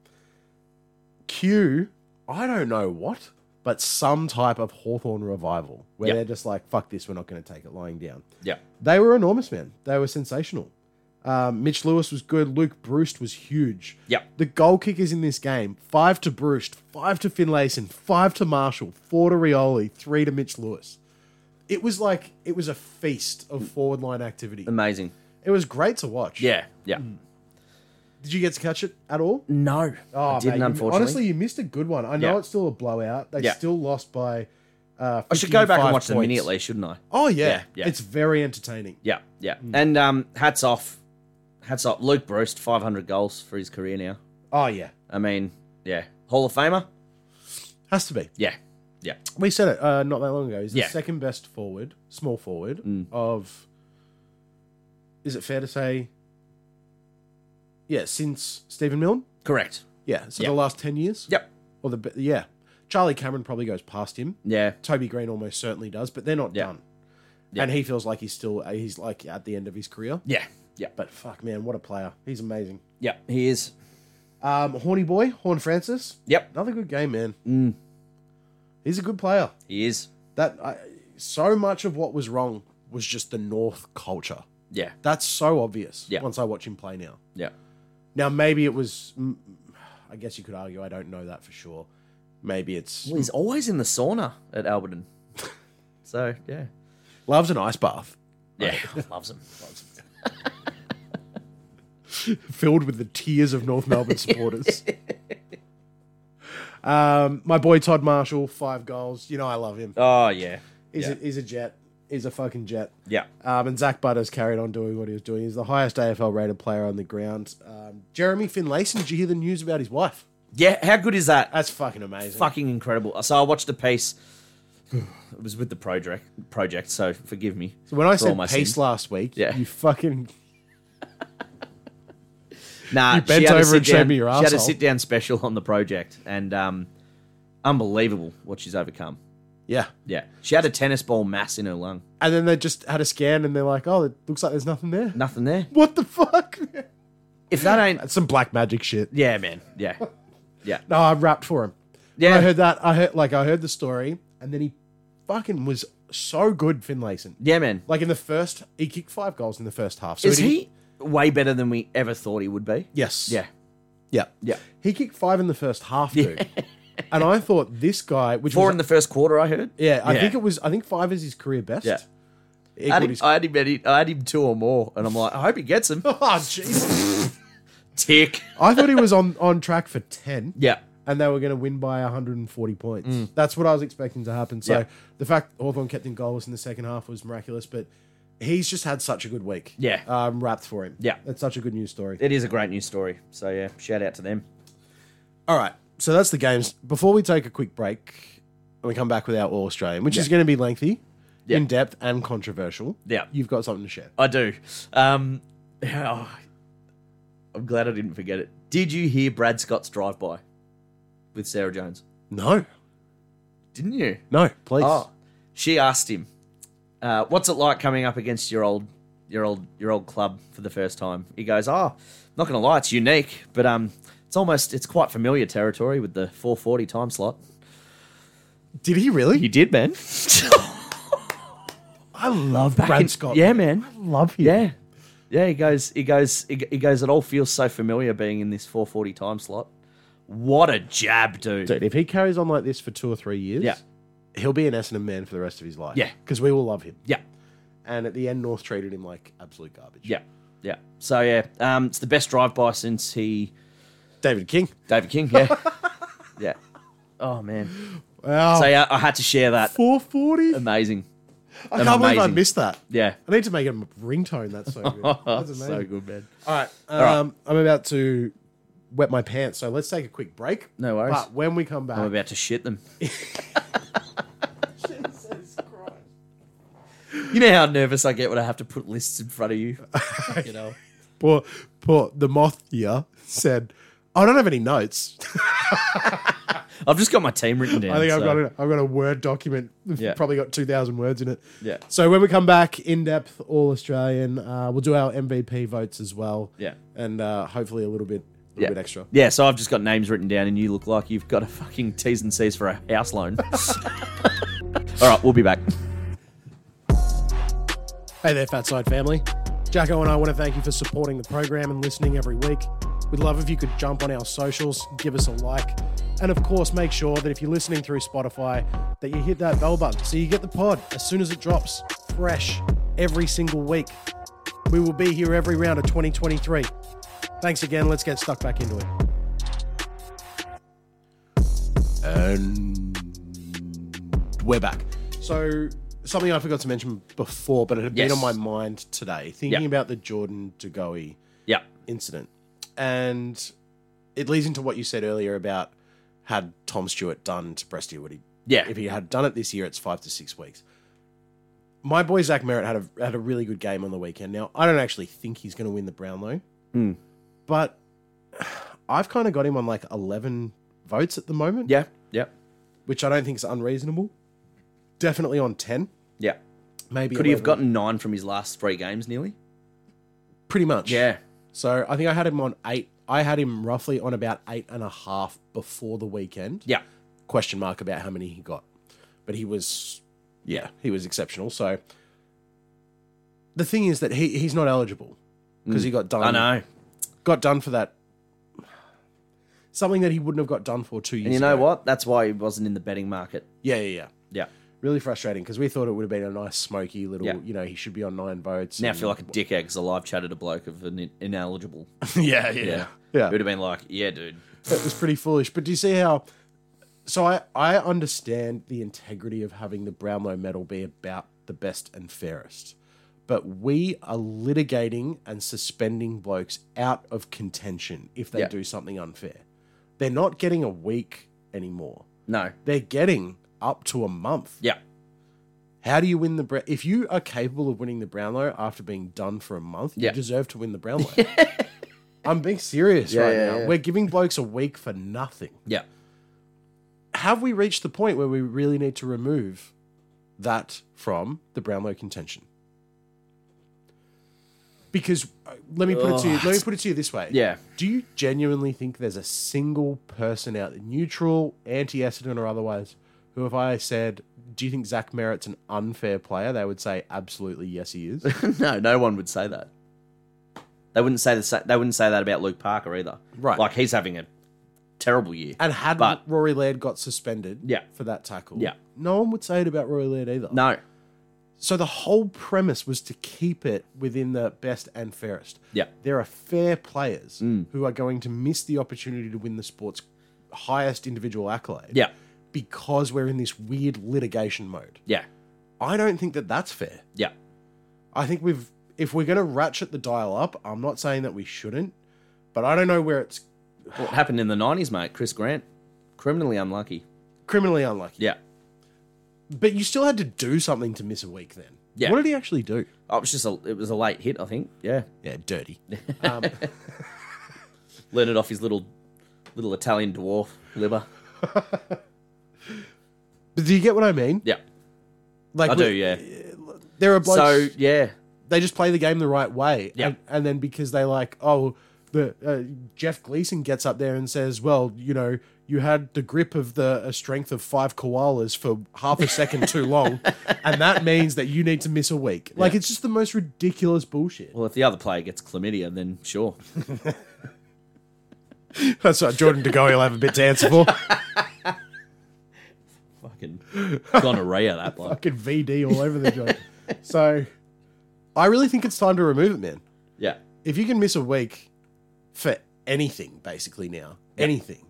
Speaker 1: Q, I don't know what. but some type of Hawthorn revival where
Speaker 2: Yep.
Speaker 1: they're just like, fuck this, we're not going to take it lying down.
Speaker 2: Yeah.
Speaker 1: They were enormous, man. They were sensational. Um, Mitch Lewis was good. Luke Bruce was huge.
Speaker 2: Yep.
Speaker 1: The goal kickers in this game five to Bruce, five to Finlayson, five to Marshall, four to Rioli, three to Mitch Lewis. It was like, it was a feast of forward line activity.
Speaker 2: Amazing.
Speaker 1: It was great to watch.
Speaker 2: Yeah. Yeah.
Speaker 1: Mm. Did you get to catch it at all?
Speaker 2: No. I didn't,
Speaker 1: Oh, mate, you-
Speaker 2: unfortunately.
Speaker 1: Honestly, you missed a good one. I know
Speaker 2: Yeah.
Speaker 1: it's still a blowout. They
Speaker 2: Yeah.
Speaker 1: still lost by. Uh,
Speaker 2: I should go back and
Speaker 1: 55
Speaker 2: watch the mini
Speaker 1: points.
Speaker 2: at least, shouldn't I?
Speaker 1: Oh yeah.
Speaker 2: Yeah, yeah.
Speaker 1: it's very entertaining.
Speaker 2: Yeah, yeah.
Speaker 1: Mm.
Speaker 2: And um, hats off, hats off. Luke Bruce, 500 goals for his career now.
Speaker 1: Oh yeah,
Speaker 2: I mean, yeah, Hall of Famer.
Speaker 1: has to be.
Speaker 2: Yeah, yeah,
Speaker 1: We said it uh, not that long ago. He's the
Speaker 2: Yeah.
Speaker 1: second best forward, small forward of. Is it fair to say? Yeah, since Stephen Milne.
Speaker 2: correct.
Speaker 1: Yeah, so
Speaker 2: Yeah.
Speaker 1: the last ten years.
Speaker 2: Yep.
Speaker 1: Or the be- yeah, Charlie Cameron probably goes past him.
Speaker 2: Yeah,
Speaker 1: Toby Green almost certainly does, but they're not
Speaker 2: Yeah.
Speaker 1: done.
Speaker 2: Yeah.
Speaker 1: And he feels like he's still uh, he's like at the end of his career.
Speaker 2: yeah, yeah,
Speaker 1: But fuck, man, what a player! He's amazing.
Speaker 2: yeah. He is.
Speaker 1: Um, Horny boy, Horn Francis,
Speaker 2: Yep,
Speaker 1: another good game, man. He's a good player.
Speaker 2: he is.
Speaker 1: That I, so much of what was wrong was just the North culture.
Speaker 2: Yeah,
Speaker 1: That's so obvious.
Speaker 2: Yeah.
Speaker 1: Once I watch him play now.
Speaker 2: yeah,
Speaker 1: Now maybe it was. mm, I guess you could argue. I don't know that for sure. Maybe it's
Speaker 2: well, he's always in the sauna at (laughs) Alberton. So yeah,
Speaker 1: loves an ice bath (laughs)
Speaker 2: yeah, loves him. Loves him.
Speaker 1: filled with the tears of North
Speaker 2: (laughs)
Speaker 1: Melbourne supporters. um, my boy Todd Marshall, five goals. You know I love him.
Speaker 2: Oh yeah,
Speaker 1: He's,
Speaker 2: yeah,
Speaker 1: a, he's a jet. He's a fucking jet.
Speaker 2: yeah,
Speaker 1: Um, and Zach Butters carried on doing what he was doing. He's the highest AFL rated player on the ground. Um, Jeremy Finlayson, did you hear the news about his wife?
Speaker 2: yeah. How good is that?
Speaker 1: That's fucking amazing.
Speaker 2: fucking incredible. So I watched the piece. It was with the project, project. So forgive me.
Speaker 1: So when I
Speaker 2: for all
Speaker 1: said
Speaker 2: my
Speaker 1: pace
Speaker 2: sins.
Speaker 1: last week,
Speaker 2: Yeah.
Speaker 1: you fucking
Speaker 2: Nah,
Speaker 1: bent
Speaker 2: she had a
Speaker 1: over
Speaker 2: sit
Speaker 1: and showed
Speaker 2: down-
Speaker 1: me your
Speaker 2: She had a
Speaker 1: arsehole.
Speaker 2: sit down special on the project, and um, unbelievable what she's overcome.
Speaker 1: yeah.
Speaker 2: Yeah, she had a tennis ball mass in her lung.
Speaker 1: And then they just had a scan and they're like, oh, it looks like there's nothing there. (laughs)
Speaker 2: Nothing there.
Speaker 1: What the fuck?
Speaker 2: If that ain't
Speaker 1: That's some black magic shit.
Speaker 2: yeah, man, yeah,
Speaker 1: No, I rapped for him.
Speaker 2: yeah,
Speaker 1: I heard that. I heard like I heard the story, and then he fucking was so good, Finlayson.
Speaker 2: yeah, man.
Speaker 1: Like in the first, he kicked five goals in the first half. So
Speaker 2: Is
Speaker 1: didn't-
Speaker 2: he way better than we ever thought he would be?
Speaker 1: Yes.
Speaker 2: Yeah,
Speaker 1: Yeah.
Speaker 2: yeah.
Speaker 1: He kicked five in the first half,
Speaker 2: (laughs)
Speaker 1: dude. and I thought this guy, which
Speaker 2: Four
Speaker 1: was,
Speaker 2: in the first quarter, I heard.
Speaker 1: yeah, I
Speaker 2: Yeah.
Speaker 1: think it was. I think five is his career best.
Speaker 2: Yeah. I
Speaker 1: Equaled
Speaker 2: had, him,
Speaker 1: his-
Speaker 2: I, had him, at it- I had him two or more, and I'm like, I hope he gets him.
Speaker 1: (laughs) Oh, Jesus.
Speaker 2: (laughs) Tick.
Speaker 1: I thought he was on on track for ten.
Speaker 2: Yeah,
Speaker 1: And they were going to win by 140 points. That's what I was expecting to happen. So
Speaker 2: Yeah.
Speaker 1: the fact Hawthorn kept in goals in the second half was miraculous, but he's just had such a good week.
Speaker 2: Yeah.
Speaker 1: Um, wrapped for him.
Speaker 2: Yeah.
Speaker 1: That's such a good news story.
Speaker 2: it is a great news story. So yeah, shout out to them.
Speaker 1: All right. So that's the games. Before we take a quick break and we come back with our All Australian, which is going to be lengthy,
Speaker 2: Yeah.
Speaker 1: in depth, and controversial,
Speaker 2: Yeah.
Speaker 1: you've got something to share.
Speaker 2: I do. Um, oh, I'm glad I didn't forget it. Did you hear Brad Scott's drive by with Sarah Jones?
Speaker 1: No.
Speaker 2: Didn't you?
Speaker 1: No, please.
Speaker 2: Oh, she asked him, uh, "What's it like coming up against your old, your old, your old club for the first time?" He goes, "Oh, not gonna lie, it's unique, but um, it's almost it's quite familiar territory with the 4:40 time slot."
Speaker 1: Did he really?
Speaker 2: You did, (laughs) man.
Speaker 1: I love
Speaker 2: Back in-
Speaker 1: Brad Scott.
Speaker 2: Yeah, man.
Speaker 1: Love him.
Speaker 2: Yeah. Yeah, he goes, he goes, he he goes, it all feels so familiar being in this 440 time slot. What a jab, dude.
Speaker 1: Dude, if he carries on like this for two or three years,
Speaker 2: Yeah.
Speaker 1: he'll be an Essendon man for the rest of his life.
Speaker 2: Yeah.
Speaker 1: Because we will love him.
Speaker 2: Yeah,
Speaker 1: And at the end, North treated him like absolute garbage.
Speaker 2: yeah, yeah. So, yeah, um, it's the best drive by since he,
Speaker 1: David King.
Speaker 2: David King, yeah. (laughs) yeah. Oh, man.
Speaker 1: Wow.
Speaker 2: So, yeah, I had to share that.
Speaker 1: 440?
Speaker 2: Amazing.
Speaker 1: I can't believe I
Speaker 2: amazing.
Speaker 1: missed that.
Speaker 2: Yeah.
Speaker 1: I need to make a ringtone. That's so
Speaker 2: (laughs)
Speaker 1: good. That's amazing.
Speaker 2: so good, man.
Speaker 1: All right. Um,
Speaker 2: right.
Speaker 1: I'm about to wet my pants, so let's take a quick break.
Speaker 2: No worries.
Speaker 1: But when we come
Speaker 2: I'm
Speaker 1: back,
Speaker 2: about to shit
Speaker 1: (laughs)
Speaker 2: them.
Speaker 1: Jesus Christ.
Speaker 2: You know how nervous I get when I have to put lists in front of you? you know?
Speaker 1: Poor, poor, the moth here said, I don't have any notes.
Speaker 2: I've just got my team written down.
Speaker 1: I think I've
Speaker 2: so-
Speaker 1: got a, I've got a Word document. that's
Speaker 2: Yeah.
Speaker 1: Probably got 2,000 words in it.
Speaker 2: Yeah.
Speaker 1: So when we come back, in depth, all Australian, uh, we'll do our MVP votes as well.
Speaker 2: Yeah.
Speaker 1: And uh, hopefully a little bit, little bit extra.
Speaker 2: Yeah, so I've just got names written down, and you look like you've got a fucking T's and C's for a
Speaker 1: (laughs)
Speaker 2: house loan. All right, we'll be back.
Speaker 1: Hey there, Fat Side family. Jacko and I want to thank you for supporting the program and listening every week. We'd love if you could jump on our socials, give us a like, and of course, make sure that if you're listening through Spotify, that you hit that bell button so you get the pod as soon as it drops, fresh, every single week. We will be here every round of 2023. Thanks again. Let's get stuck back into it.
Speaker 2: We're back.
Speaker 1: So something I forgot to mention before, but it had
Speaker 2: Yes.
Speaker 1: been on my mind today, thinking
Speaker 2: Yeah.
Speaker 1: about the Jordan Dugowie
Speaker 2: Yeah,
Speaker 1: incident, and it leads into what you said earlier about had Tom Stewart done to Prestia what he
Speaker 2: yeah,
Speaker 1: if he had done it this year, it's five to six weeks. My boy Zach Merritt had a had a really good game on the weekend. Now I don't actually think he's going to win the Brownlow,
Speaker 2: Hmm.
Speaker 1: but I've kind of got him on like eleven votes at the moment,
Speaker 2: yeah, yeah,
Speaker 1: which I don't think is unreasonable. Definitely on ten,
Speaker 2: yeah.
Speaker 1: maybe.
Speaker 2: Could he have
Speaker 1: 11.
Speaker 2: gotten nine from his last three games, nearly?
Speaker 1: pretty much? So I think I had him on eight. I had him roughly on about eight and a half before the weekend.
Speaker 2: yeah,
Speaker 1: question mark about how many he got. But he was, yeah, he was exceptional. So the thing is that he he's not eligible because he got done.
Speaker 2: Mm. I know.
Speaker 1: Got done for that. Something that he wouldn't have got done for two years.
Speaker 2: And you know
Speaker 1: ago.
Speaker 2: what? That's why he wasn't in the betting market.
Speaker 1: Yeah, yeah, yeah.
Speaker 2: Yeah.
Speaker 1: Really frustrating because we thought it would have been a nice smoky little.
Speaker 2: Yeah.
Speaker 1: You know, he should be on nine votes.
Speaker 2: Now I
Speaker 1: and-
Speaker 2: feel like a dickhead because I live chatted a bloke of an in- ineligible.
Speaker 1: (laughs) yeah, yeah,
Speaker 2: Yeah.
Speaker 1: (laughs) yeah.
Speaker 2: It would have been like, yeah, dude.
Speaker 1: it was pretty foolish. But do you see how? So I I understand the integrity of having the Brownlow Medal be about the best and fairest, but we are litigating and suspending blokes out of contention if they
Speaker 2: Yeah.
Speaker 1: do something unfair. They're not getting a week anymore.
Speaker 2: No.
Speaker 1: They're getting up to a month.
Speaker 2: Yeah.
Speaker 1: How do you win the Brown? If you are capable of winning the Brownlow after being done for a month,
Speaker 2: Yeah.
Speaker 1: you deserve to win the
Speaker 2: (laughs)
Speaker 1: Brownlow. I'm being serious
Speaker 2: Yeah,
Speaker 1: right
Speaker 2: yeah,
Speaker 1: now.
Speaker 2: yeah.
Speaker 1: We're giving blokes a week for nothing
Speaker 2: Yeah.
Speaker 1: have we reached the point where we really need to remove that from the Brownlow contention? Because uh, let me put it to you. Let me put it to you this way.
Speaker 2: Yeah. (laughs)
Speaker 1: Do you genuinely think there's a single person out there, neutral, anti Essendon or otherwise, who if I said, do you think Zach Merritt's an unfair player, they would say absolutely yes, he
Speaker 2: (laughs)
Speaker 1: is.
Speaker 2: no, no one would say that. They wouldn't say the sa- they wouldn't say that about Luke Parker either.
Speaker 1: Right.
Speaker 2: Like he's having a terrible year.
Speaker 1: and had
Speaker 2: But-
Speaker 1: Rory Laird got suspended
Speaker 2: Yeah.
Speaker 1: for that tackle,
Speaker 2: Yeah.
Speaker 1: no one would say it about Rory Laird either.
Speaker 2: No.
Speaker 1: So the whole premise was to keep it within the best and fairest.
Speaker 2: Yeah. Mm.
Speaker 1: There are fair players who are going to miss the opportunity to win the sport's highest individual accolade
Speaker 2: Yeah.
Speaker 1: because we're in this weird litigation mode.
Speaker 2: Yeah.
Speaker 1: I don't think that that's fair.
Speaker 2: Yeah.
Speaker 1: I think we've if we're going to ratchet the dial up, I'm not saying that we shouldn't, but I don't know where it's
Speaker 2: What happened in the nineties, mate? Chris Grant, criminally unlucky.
Speaker 1: criminally unlucky.
Speaker 2: Yeah.
Speaker 1: But you still had to do something to miss a week then.
Speaker 2: Yeah.
Speaker 1: What did he actually do?
Speaker 2: Oh, it was just a it was a late hit, I think. Yeah.
Speaker 1: Yeah,
Speaker 2: (laughs)
Speaker 1: dirty. Um,
Speaker 2: Learned it off his little little Italian dwarf liver.
Speaker 1: But do you get what I mean?
Speaker 2: Yeah.
Speaker 1: Like
Speaker 2: I do,
Speaker 1: we-
Speaker 2: yeah.
Speaker 1: There are blokes
Speaker 2: So yeah.
Speaker 1: they just play the game the right way.
Speaker 2: Yeah.
Speaker 1: And, and then because they like, oh, the uh, Jeff Gleason gets up there and says, well, you know, you had the grip of the a strength of five koalas for half a second
Speaker 2: (laughs)
Speaker 1: too long, and that means that you need to miss a week. Like it's just the most ridiculous bullshit.
Speaker 2: Well if the other player gets chlamydia, then sure.
Speaker 1: That's right. Jordan DeGoey will have a bit to answer for.
Speaker 2: Fucking gonorrhea that
Speaker 1: (laughs)
Speaker 2: bloke.
Speaker 1: Fucking VD all over the joint. So, I really think it's time to remove it, man.
Speaker 2: Yeah.
Speaker 1: if you can miss a week for anything, basically now anything,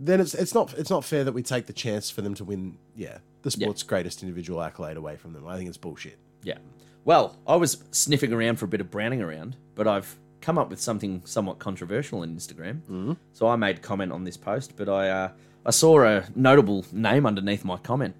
Speaker 1: then it's it's not it's not fair that we take the chance for them to win. Yeah, the sport's greatest individual accolade away from them. I think it's bullshit.
Speaker 2: Yeah. Well, I was sniffing around for a bit of browning around, but I've come up with something somewhat controversial on Instagram. Mm-hmm. So I made comment on this post, but I uh, I saw a notable name underneath my comment,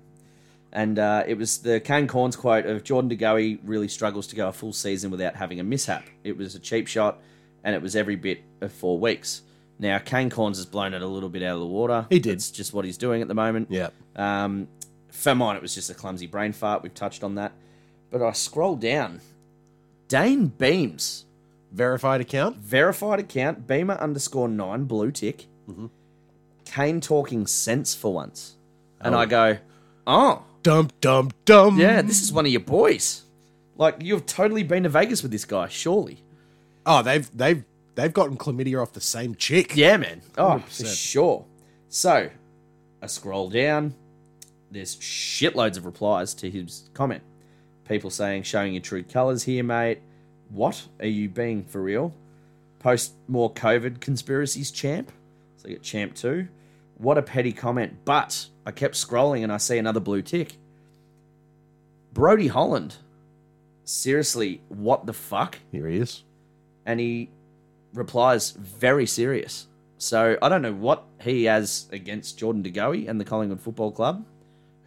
Speaker 2: and uh, it was the Kane Corns quote of Jordan De Goey really struggles to go a full season without having a mishap. It was a cheap shot, and it was every bit of four weeks. Now Kane Corns has blown it a little bit out of the water.
Speaker 1: He did.
Speaker 2: It's just what he's doing at the moment.
Speaker 1: Yeah,
Speaker 2: Um, for mine, it was just a clumsy brain fart. We've touched on that. But I scroll down. Dane Beams
Speaker 1: Verified account.
Speaker 2: verified account Beamer underscore nine blue tick. Kane talking sense for once, and I go, oh
Speaker 1: Dum dum dum.
Speaker 2: yeah, this is one of your boys. Like you've totally been to Vegas with this guy, surely.
Speaker 1: Oh, they've they've they've gotten chlamydia off the same chick.
Speaker 2: Yeah, man. Oh, for sure. So I scroll down. There's shitloads of replies to his comment. People saying, showing your true colours here, mate. What are you being for real? Post more COVID conspiracies, champ. So I get champ two. What a petty comment. But I kept scrolling and I see another blue tick. Brody Holland. Seriously, what the fuck?
Speaker 1: Here he is.
Speaker 2: and he replies very serious. So I don't know what he has against Jordan De Goey and the Collingwood Football Club,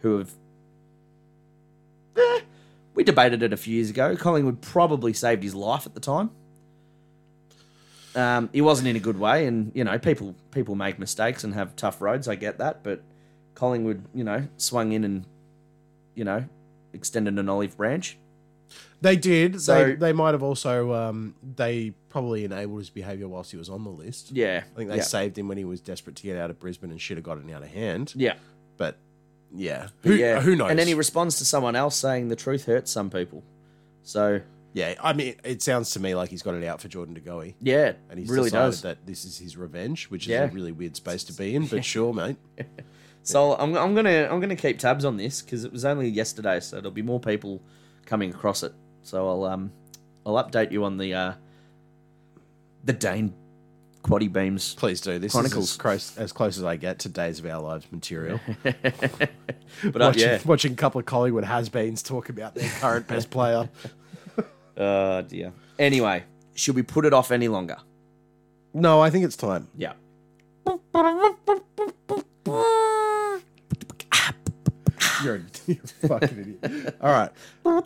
Speaker 2: who have. Eh, we debated it a few years ago. Collingwood probably saved his life at the time. Um, he wasn't in a good way, and you know people people make mistakes and have tough roads. I get that, but Collingwood, you know, swung in and you know extended an olive branch.
Speaker 1: They did.
Speaker 2: So-
Speaker 1: they they might have also um they probably enabled his behaviour whilst he was on the list.
Speaker 2: Yeah,
Speaker 1: I think they
Speaker 2: yeah.
Speaker 1: saved him when he was desperate to get out of Brisbane and should have gotten out of hand.
Speaker 2: yeah.
Speaker 1: But yeah,
Speaker 2: But
Speaker 1: who
Speaker 2: yeah.
Speaker 1: who knows?
Speaker 2: And then he responds to someone else saying the truth hurts some people. So
Speaker 1: yeah, I mean, it sounds to me like he's got it out for Jordan De Goey.
Speaker 2: yeah,
Speaker 1: And he's
Speaker 2: really
Speaker 1: decided
Speaker 2: does.
Speaker 1: that this is his revenge, which is
Speaker 2: Yeah.
Speaker 1: a really weird space to be (laughs) in. But sure, mate.
Speaker 2: So I'm, I'm gonna I'm gonna keep tabs on this because it was only yesterday, so there'll be more people coming across it. So I'll um I'll update you on the uh the Dane quaddy
Speaker 1: (laughs)
Speaker 2: beams.
Speaker 1: Please do. This
Speaker 2: Chronicles.
Speaker 1: is as close, as close as I get to Days of Our Lives (laughs) material.
Speaker 2: But uh,
Speaker 1: watching,
Speaker 2: yeah,
Speaker 1: watching a couple of Collingwood has-beens talk about their (laughs) current best player.
Speaker 2: oh dear. Anyway, should we put it off any longer?
Speaker 1: No, I think it's time.
Speaker 2: Yeah.
Speaker 1: You're a, (laughs) you're a fucking idiot. All right. (laughs)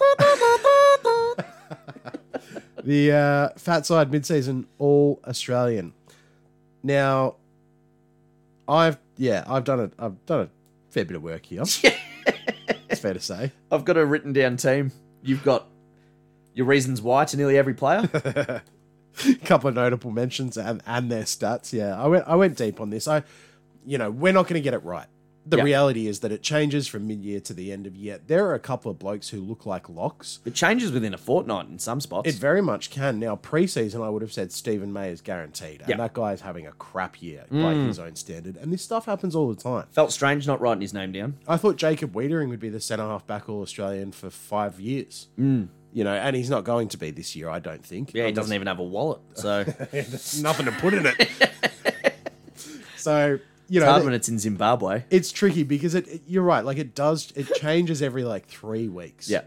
Speaker 1: The uh, Fat Side mid-season All Australian. Now, I've yeah, I've done it. I've done a fair bit of work here. it's fair to say.
Speaker 2: I've got a written down team. You've got your reasons why to nearly
Speaker 1: (laughs)
Speaker 2: every player.
Speaker 1: couple of notable mentions and, and their stats. Yeah, I went I went deep on this. I, you know, we're not going to get it right. The
Speaker 2: Yeah.
Speaker 1: reality is that it changes from mid year to the end of year. There are a couple of blokes who look like locks.
Speaker 2: It changes within a fortnight in some spots.
Speaker 1: It very much can. Now, preseason, I would have said Stephen May is guaranteed, and
Speaker 2: Yeah. Mm.
Speaker 1: that guy is having a crap year by his own standard. And this stuff happens all the time.
Speaker 2: Felt strange not writing his name down.
Speaker 1: I thought Jacob Wiedering would be the centre half back All Australian for five years. You know, and he's not going to be this year, I don't think.
Speaker 2: Mm. Yeah, he doesn't even have a wallet,
Speaker 1: (laughs)
Speaker 2: so it's
Speaker 1: nothing to put in it. (laughs) so you know,
Speaker 2: hard
Speaker 1: th-
Speaker 2: when it's in Zimbabwe.
Speaker 1: it's tricky because it, it- You're right. Like it does. It changes every like three weeks.
Speaker 2: Yeah,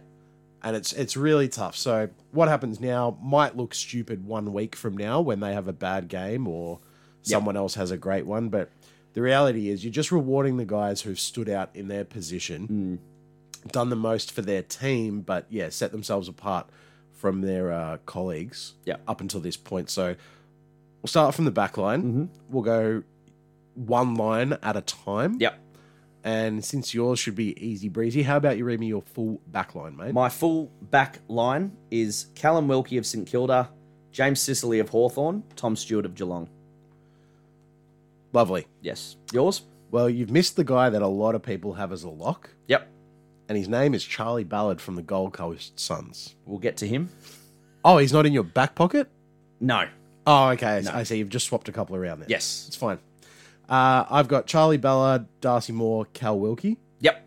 Speaker 1: and it's it's really tough. So what happens now might look stupid one week from now when they have a bad game or someone else has a great one, but. The reality is, you're just rewarding the guys who've stood out in their position, done the most for their team, but yeah, set themselves apart from their uh, colleagues
Speaker 2: Yeah.
Speaker 1: up until this point. So we'll start from the back line.
Speaker 2: Mm-hmm.
Speaker 1: We'll go one line at a time.
Speaker 2: yep.
Speaker 1: And since yours should be easy breezy, how about you read me your full back line, mate?
Speaker 2: My full back line is Callum Wilkie of St Kilda, James Sicily of Hawthorn, Tom Stewart of Geelong.
Speaker 1: Lovely.
Speaker 2: Yes, yours.
Speaker 1: Well, you've missed the guy that a lot of people have as a lock,
Speaker 2: Yep,
Speaker 1: and his name is Charlie Ballard from the Gold Coast Suns.
Speaker 2: we'll get to him.
Speaker 1: Oh, he's not in your back pocket?
Speaker 2: No.
Speaker 1: Oh, okay. I see. You've just swapped a couple around there.
Speaker 2: Yes.
Speaker 1: It's fine. Uh, I've got Charlie Ballard, Darcy Moore, Cal Wilkie.
Speaker 2: Yep.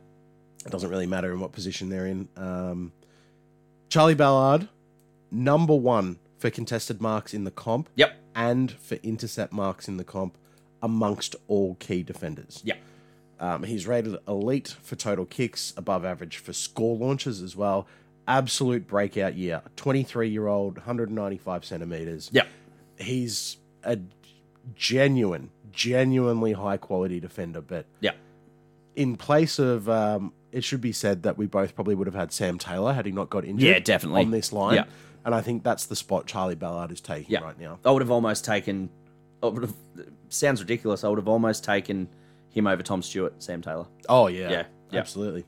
Speaker 1: It doesn't really matter in what position they're in. Um, Charlie Ballard, number one for contested marks in the comp.
Speaker 2: Yep.
Speaker 1: and for intercept marks in the comp amongst all key defenders.
Speaker 2: Yep.
Speaker 1: Um, he's rated elite for total kicks, above average for score launches as well. Absolute breakout year. 23 year old, 195 centimeters.
Speaker 2: Yep.
Speaker 1: He's a genuine, genuinely high quality defender, but
Speaker 2: Yep.
Speaker 1: in place of um, it should be said that we both probably would have had Sam Taylor had he not got injured.
Speaker 2: Yeah, definitely.
Speaker 1: on this line.
Speaker 2: Yeah.
Speaker 1: And I think that's the spot Charlie Ballard is taking
Speaker 2: Yeah.
Speaker 1: right now.
Speaker 2: I would have almost taken. I would have, sounds ridiculous. I would have almost taken him over Tom Stewart, Sam Taylor.
Speaker 1: Oh yeah,
Speaker 2: Yeah, yeah.
Speaker 1: absolutely.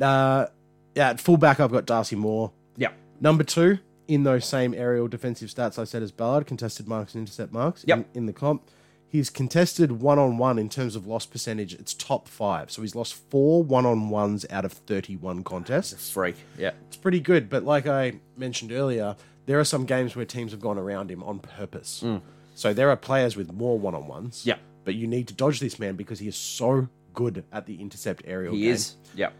Speaker 1: Uh, yeah, at fullback I've got Darcy Moore.
Speaker 2: Yep.
Speaker 1: Number two, in those same aerial defensive stats I said as Ballard, contested marks and intercept marks
Speaker 2: Yep.
Speaker 1: in, in the comp. He's contested one on one in terms of loss percentage. It's top five. So he's lost four one on ones out of 31 contests.
Speaker 2: Freak. Yeah.
Speaker 1: It's pretty good. But like I mentioned earlier, there are some games where teams have gone around him on purpose.
Speaker 2: Mm.
Speaker 1: So there are players with more one on ones.
Speaker 2: Yep.
Speaker 1: But you need to dodge this man because he is so good at the intercept aerial.
Speaker 2: He
Speaker 1: game.
Speaker 2: is. Yeah.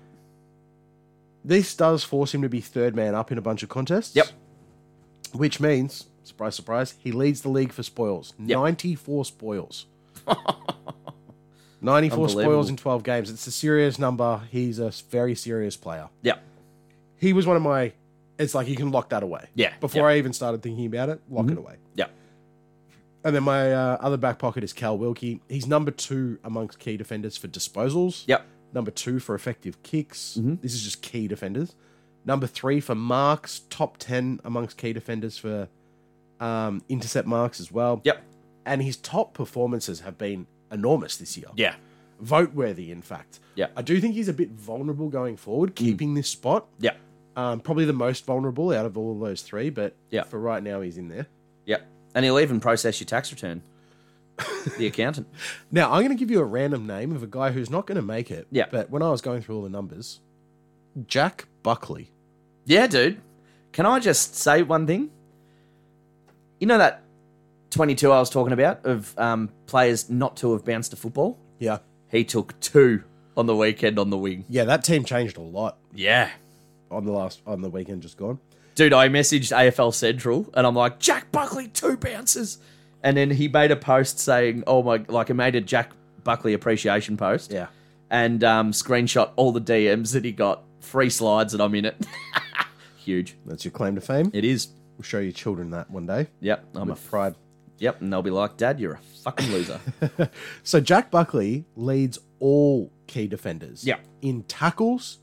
Speaker 1: This does force him to be third man up in a bunch of contests.
Speaker 2: Yep.
Speaker 1: Which means, surprise, surprise, he leads the league for spoils. 94 spoils.
Speaker 2: (laughs)
Speaker 1: 94 spoils
Speaker 2: Unbelievable.
Speaker 1: in 12 games. It's a serious number. He's a very serious player.
Speaker 2: Yeah.
Speaker 1: He was one of my. It's like you can lock that away.
Speaker 2: Yeah, Mm-hmm.
Speaker 1: Before I even started thinking about it, lock it away.
Speaker 2: Yeah.
Speaker 1: And then my uh, other back pocket is Cal Wilkie. He's number two amongst key defenders for disposals.
Speaker 2: Yep. Mm-hmm.
Speaker 1: Number two for effective kicks. This is just key defenders. Number three for marks, top 10 amongst key defenders for um, intercept marks as well.
Speaker 2: Yep.
Speaker 1: And his top performances have been enormous this year.
Speaker 2: Yeah.
Speaker 1: Vote worthy, in fact.
Speaker 2: Yeah.
Speaker 1: I do think he's a bit vulnerable going
Speaker 2: Mm.
Speaker 1: forward, keeping this spot.
Speaker 2: Yeah.
Speaker 1: Um, probably the most vulnerable out of all of those three, but
Speaker 2: Yeah.
Speaker 1: for right now, he's in there.
Speaker 2: Yeah. And he'll even process your tax return. the accountant.
Speaker 1: Now, I'm going to give you a random name of a guy who's not going to make it.
Speaker 2: Yeah.
Speaker 1: But when I was going through all the numbers, Jack Buckley.
Speaker 2: Yeah, dude. Can I just say one thing? You know that 22 I was talking about of um, players not to have bounced a football?
Speaker 1: Yeah.
Speaker 2: He took two on the weekend on the wing.
Speaker 1: Yeah, that team changed a lot
Speaker 2: Yeah.
Speaker 1: on the last on the weekend just gone.
Speaker 2: Dude, I messaged AFL Central and I'm like, Jack Buckley, two bounces. And then he made a post saying, oh my, like, he made a Jack Buckley appreciation post.
Speaker 1: Yeah.
Speaker 2: and um, screenshot all the DMs that he got. Free slides, and I'm in it. (laughs) Huge.
Speaker 1: That's your claim to fame.
Speaker 2: It is.
Speaker 1: We'll show your children that one day.
Speaker 2: Yep. I'm a.
Speaker 1: With pride.
Speaker 2: Yep. And they'll be like, Dad, you're a fucking (laughs) loser.
Speaker 1: So Jack Buckley leads all key defenders.
Speaker 2: Yeah.
Speaker 1: In tackles,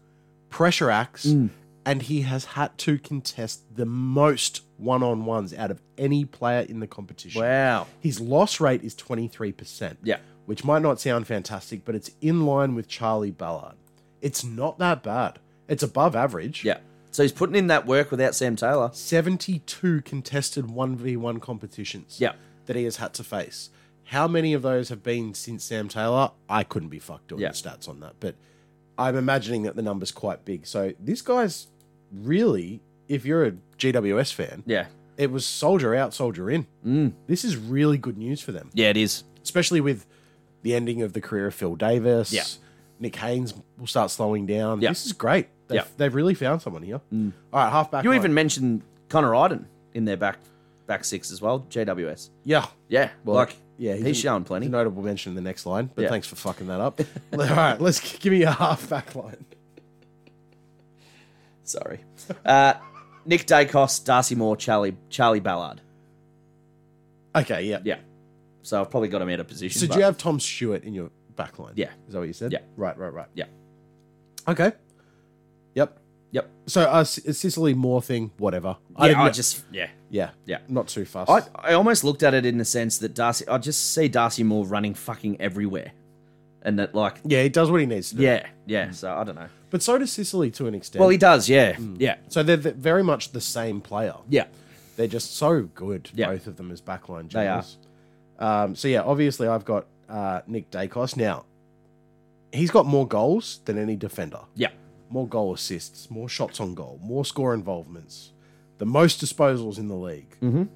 Speaker 1: pressure acts, and he has had to contest the most one-on-ones out of any player in the competition.
Speaker 2: wow.
Speaker 1: His loss rate is 23%.
Speaker 2: Yeah.
Speaker 1: Which might not sound fantastic, but it's in line with Charlie Ballard. It's not that bad. It's above average.
Speaker 2: Yeah. So he's putting in that work without Sam Taylor.
Speaker 1: 72 contested 1v1 competitions
Speaker 2: Yeah.
Speaker 1: that he has had to face. How many of those have been since Sam Taylor? I couldn't be fucked doing
Speaker 2: Yeah.
Speaker 1: the stats on that, but I'm imagining that the number's quite big. So this guy's really, if you're a GWS fan,
Speaker 2: Yeah.
Speaker 1: it was soldier out, soldier in.
Speaker 2: Mm.
Speaker 1: This is really good news for them
Speaker 2: Yeah, it is.
Speaker 1: especially with the ending of the career of Phil Davis.
Speaker 2: Yeah.
Speaker 1: Nick Haynes will start slowing down.
Speaker 2: Yeah.
Speaker 1: This is great. They've,
Speaker 2: Yeah. Mm.
Speaker 1: they've really found someone here. All right, halfback.
Speaker 2: You
Speaker 1: line.
Speaker 2: even mentioned Connor Iden in their back back six as well. JWS.
Speaker 1: yeah,
Speaker 2: Yeah. Well, like,
Speaker 1: yeah,
Speaker 2: he's,
Speaker 1: he's-
Speaker 2: shown plenty.
Speaker 1: notable mention in the next line, but
Speaker 2: Yeah.
Speaker 1: thanks for fucking that
Speaker 2: (laughs)
Speaker 1: up. All right, let's give me a halfback line.
Speaker 2: Sorry. Uh, Nick Dacos, Darcy Moore, Charlie Charlie Ballard.
Speaker 1: Okay, yeah.
Speaker 2: Yeah. So I've probably got him out of position.
Speaker 1: So
Speaker 2: but-
Speaker 1: do you have Tom Stewart in your back line?
Speaker 2: Yeah.
Speaker 1: is that what you said?
Speaker 2: Yeah.
Speaker 1: right, right, right.
Speaker 2: Yeah.
Speaker 1: Okay. Yep.
Speaker 2: Yep.
Speaker 1: So uh, C- Sicily Moore thing, whatever.
Speaker 2: Yeah,
Speaker 1: didn't
Speaker 2: I
Speaker 1: know-
Speaker 2: just yeah.
Speaker 1: yeah,
Speaker 2: Yeah.
Speaker 1: not too fast.
Speaker 2: I, I almost looked at it in the sense that Darcy, I just see Darcy Moore running fucking everywhere, and that like
Speaker 1: yeah, he does what he needs to do.
Speaker 2: yeah yeah.
Speaker 1: Mm.
Speaker 2: So I don't know.
Speaker 1: But so does Sicily to an extent.
Speaker 2: Well, he does. Yeah, yeah,
Speaker 1: So they're th- very much the same player.
Speaker 2: yeah,
Speaker 1: They're just so good,
Speaker 2: Yeah.
Speaker 1: both of them as backline
Speaker 2: They are.
Speaker 1: generals. Um, so yeah, obviously I've got uh, Nick Dacos. Now, he's got more goals than any defender.
Speaker 2: yeah,
Speaker 1: More goal assists, more shots on goal, more score involvements, the most disposals in the league.
Speaker 2: Mhm.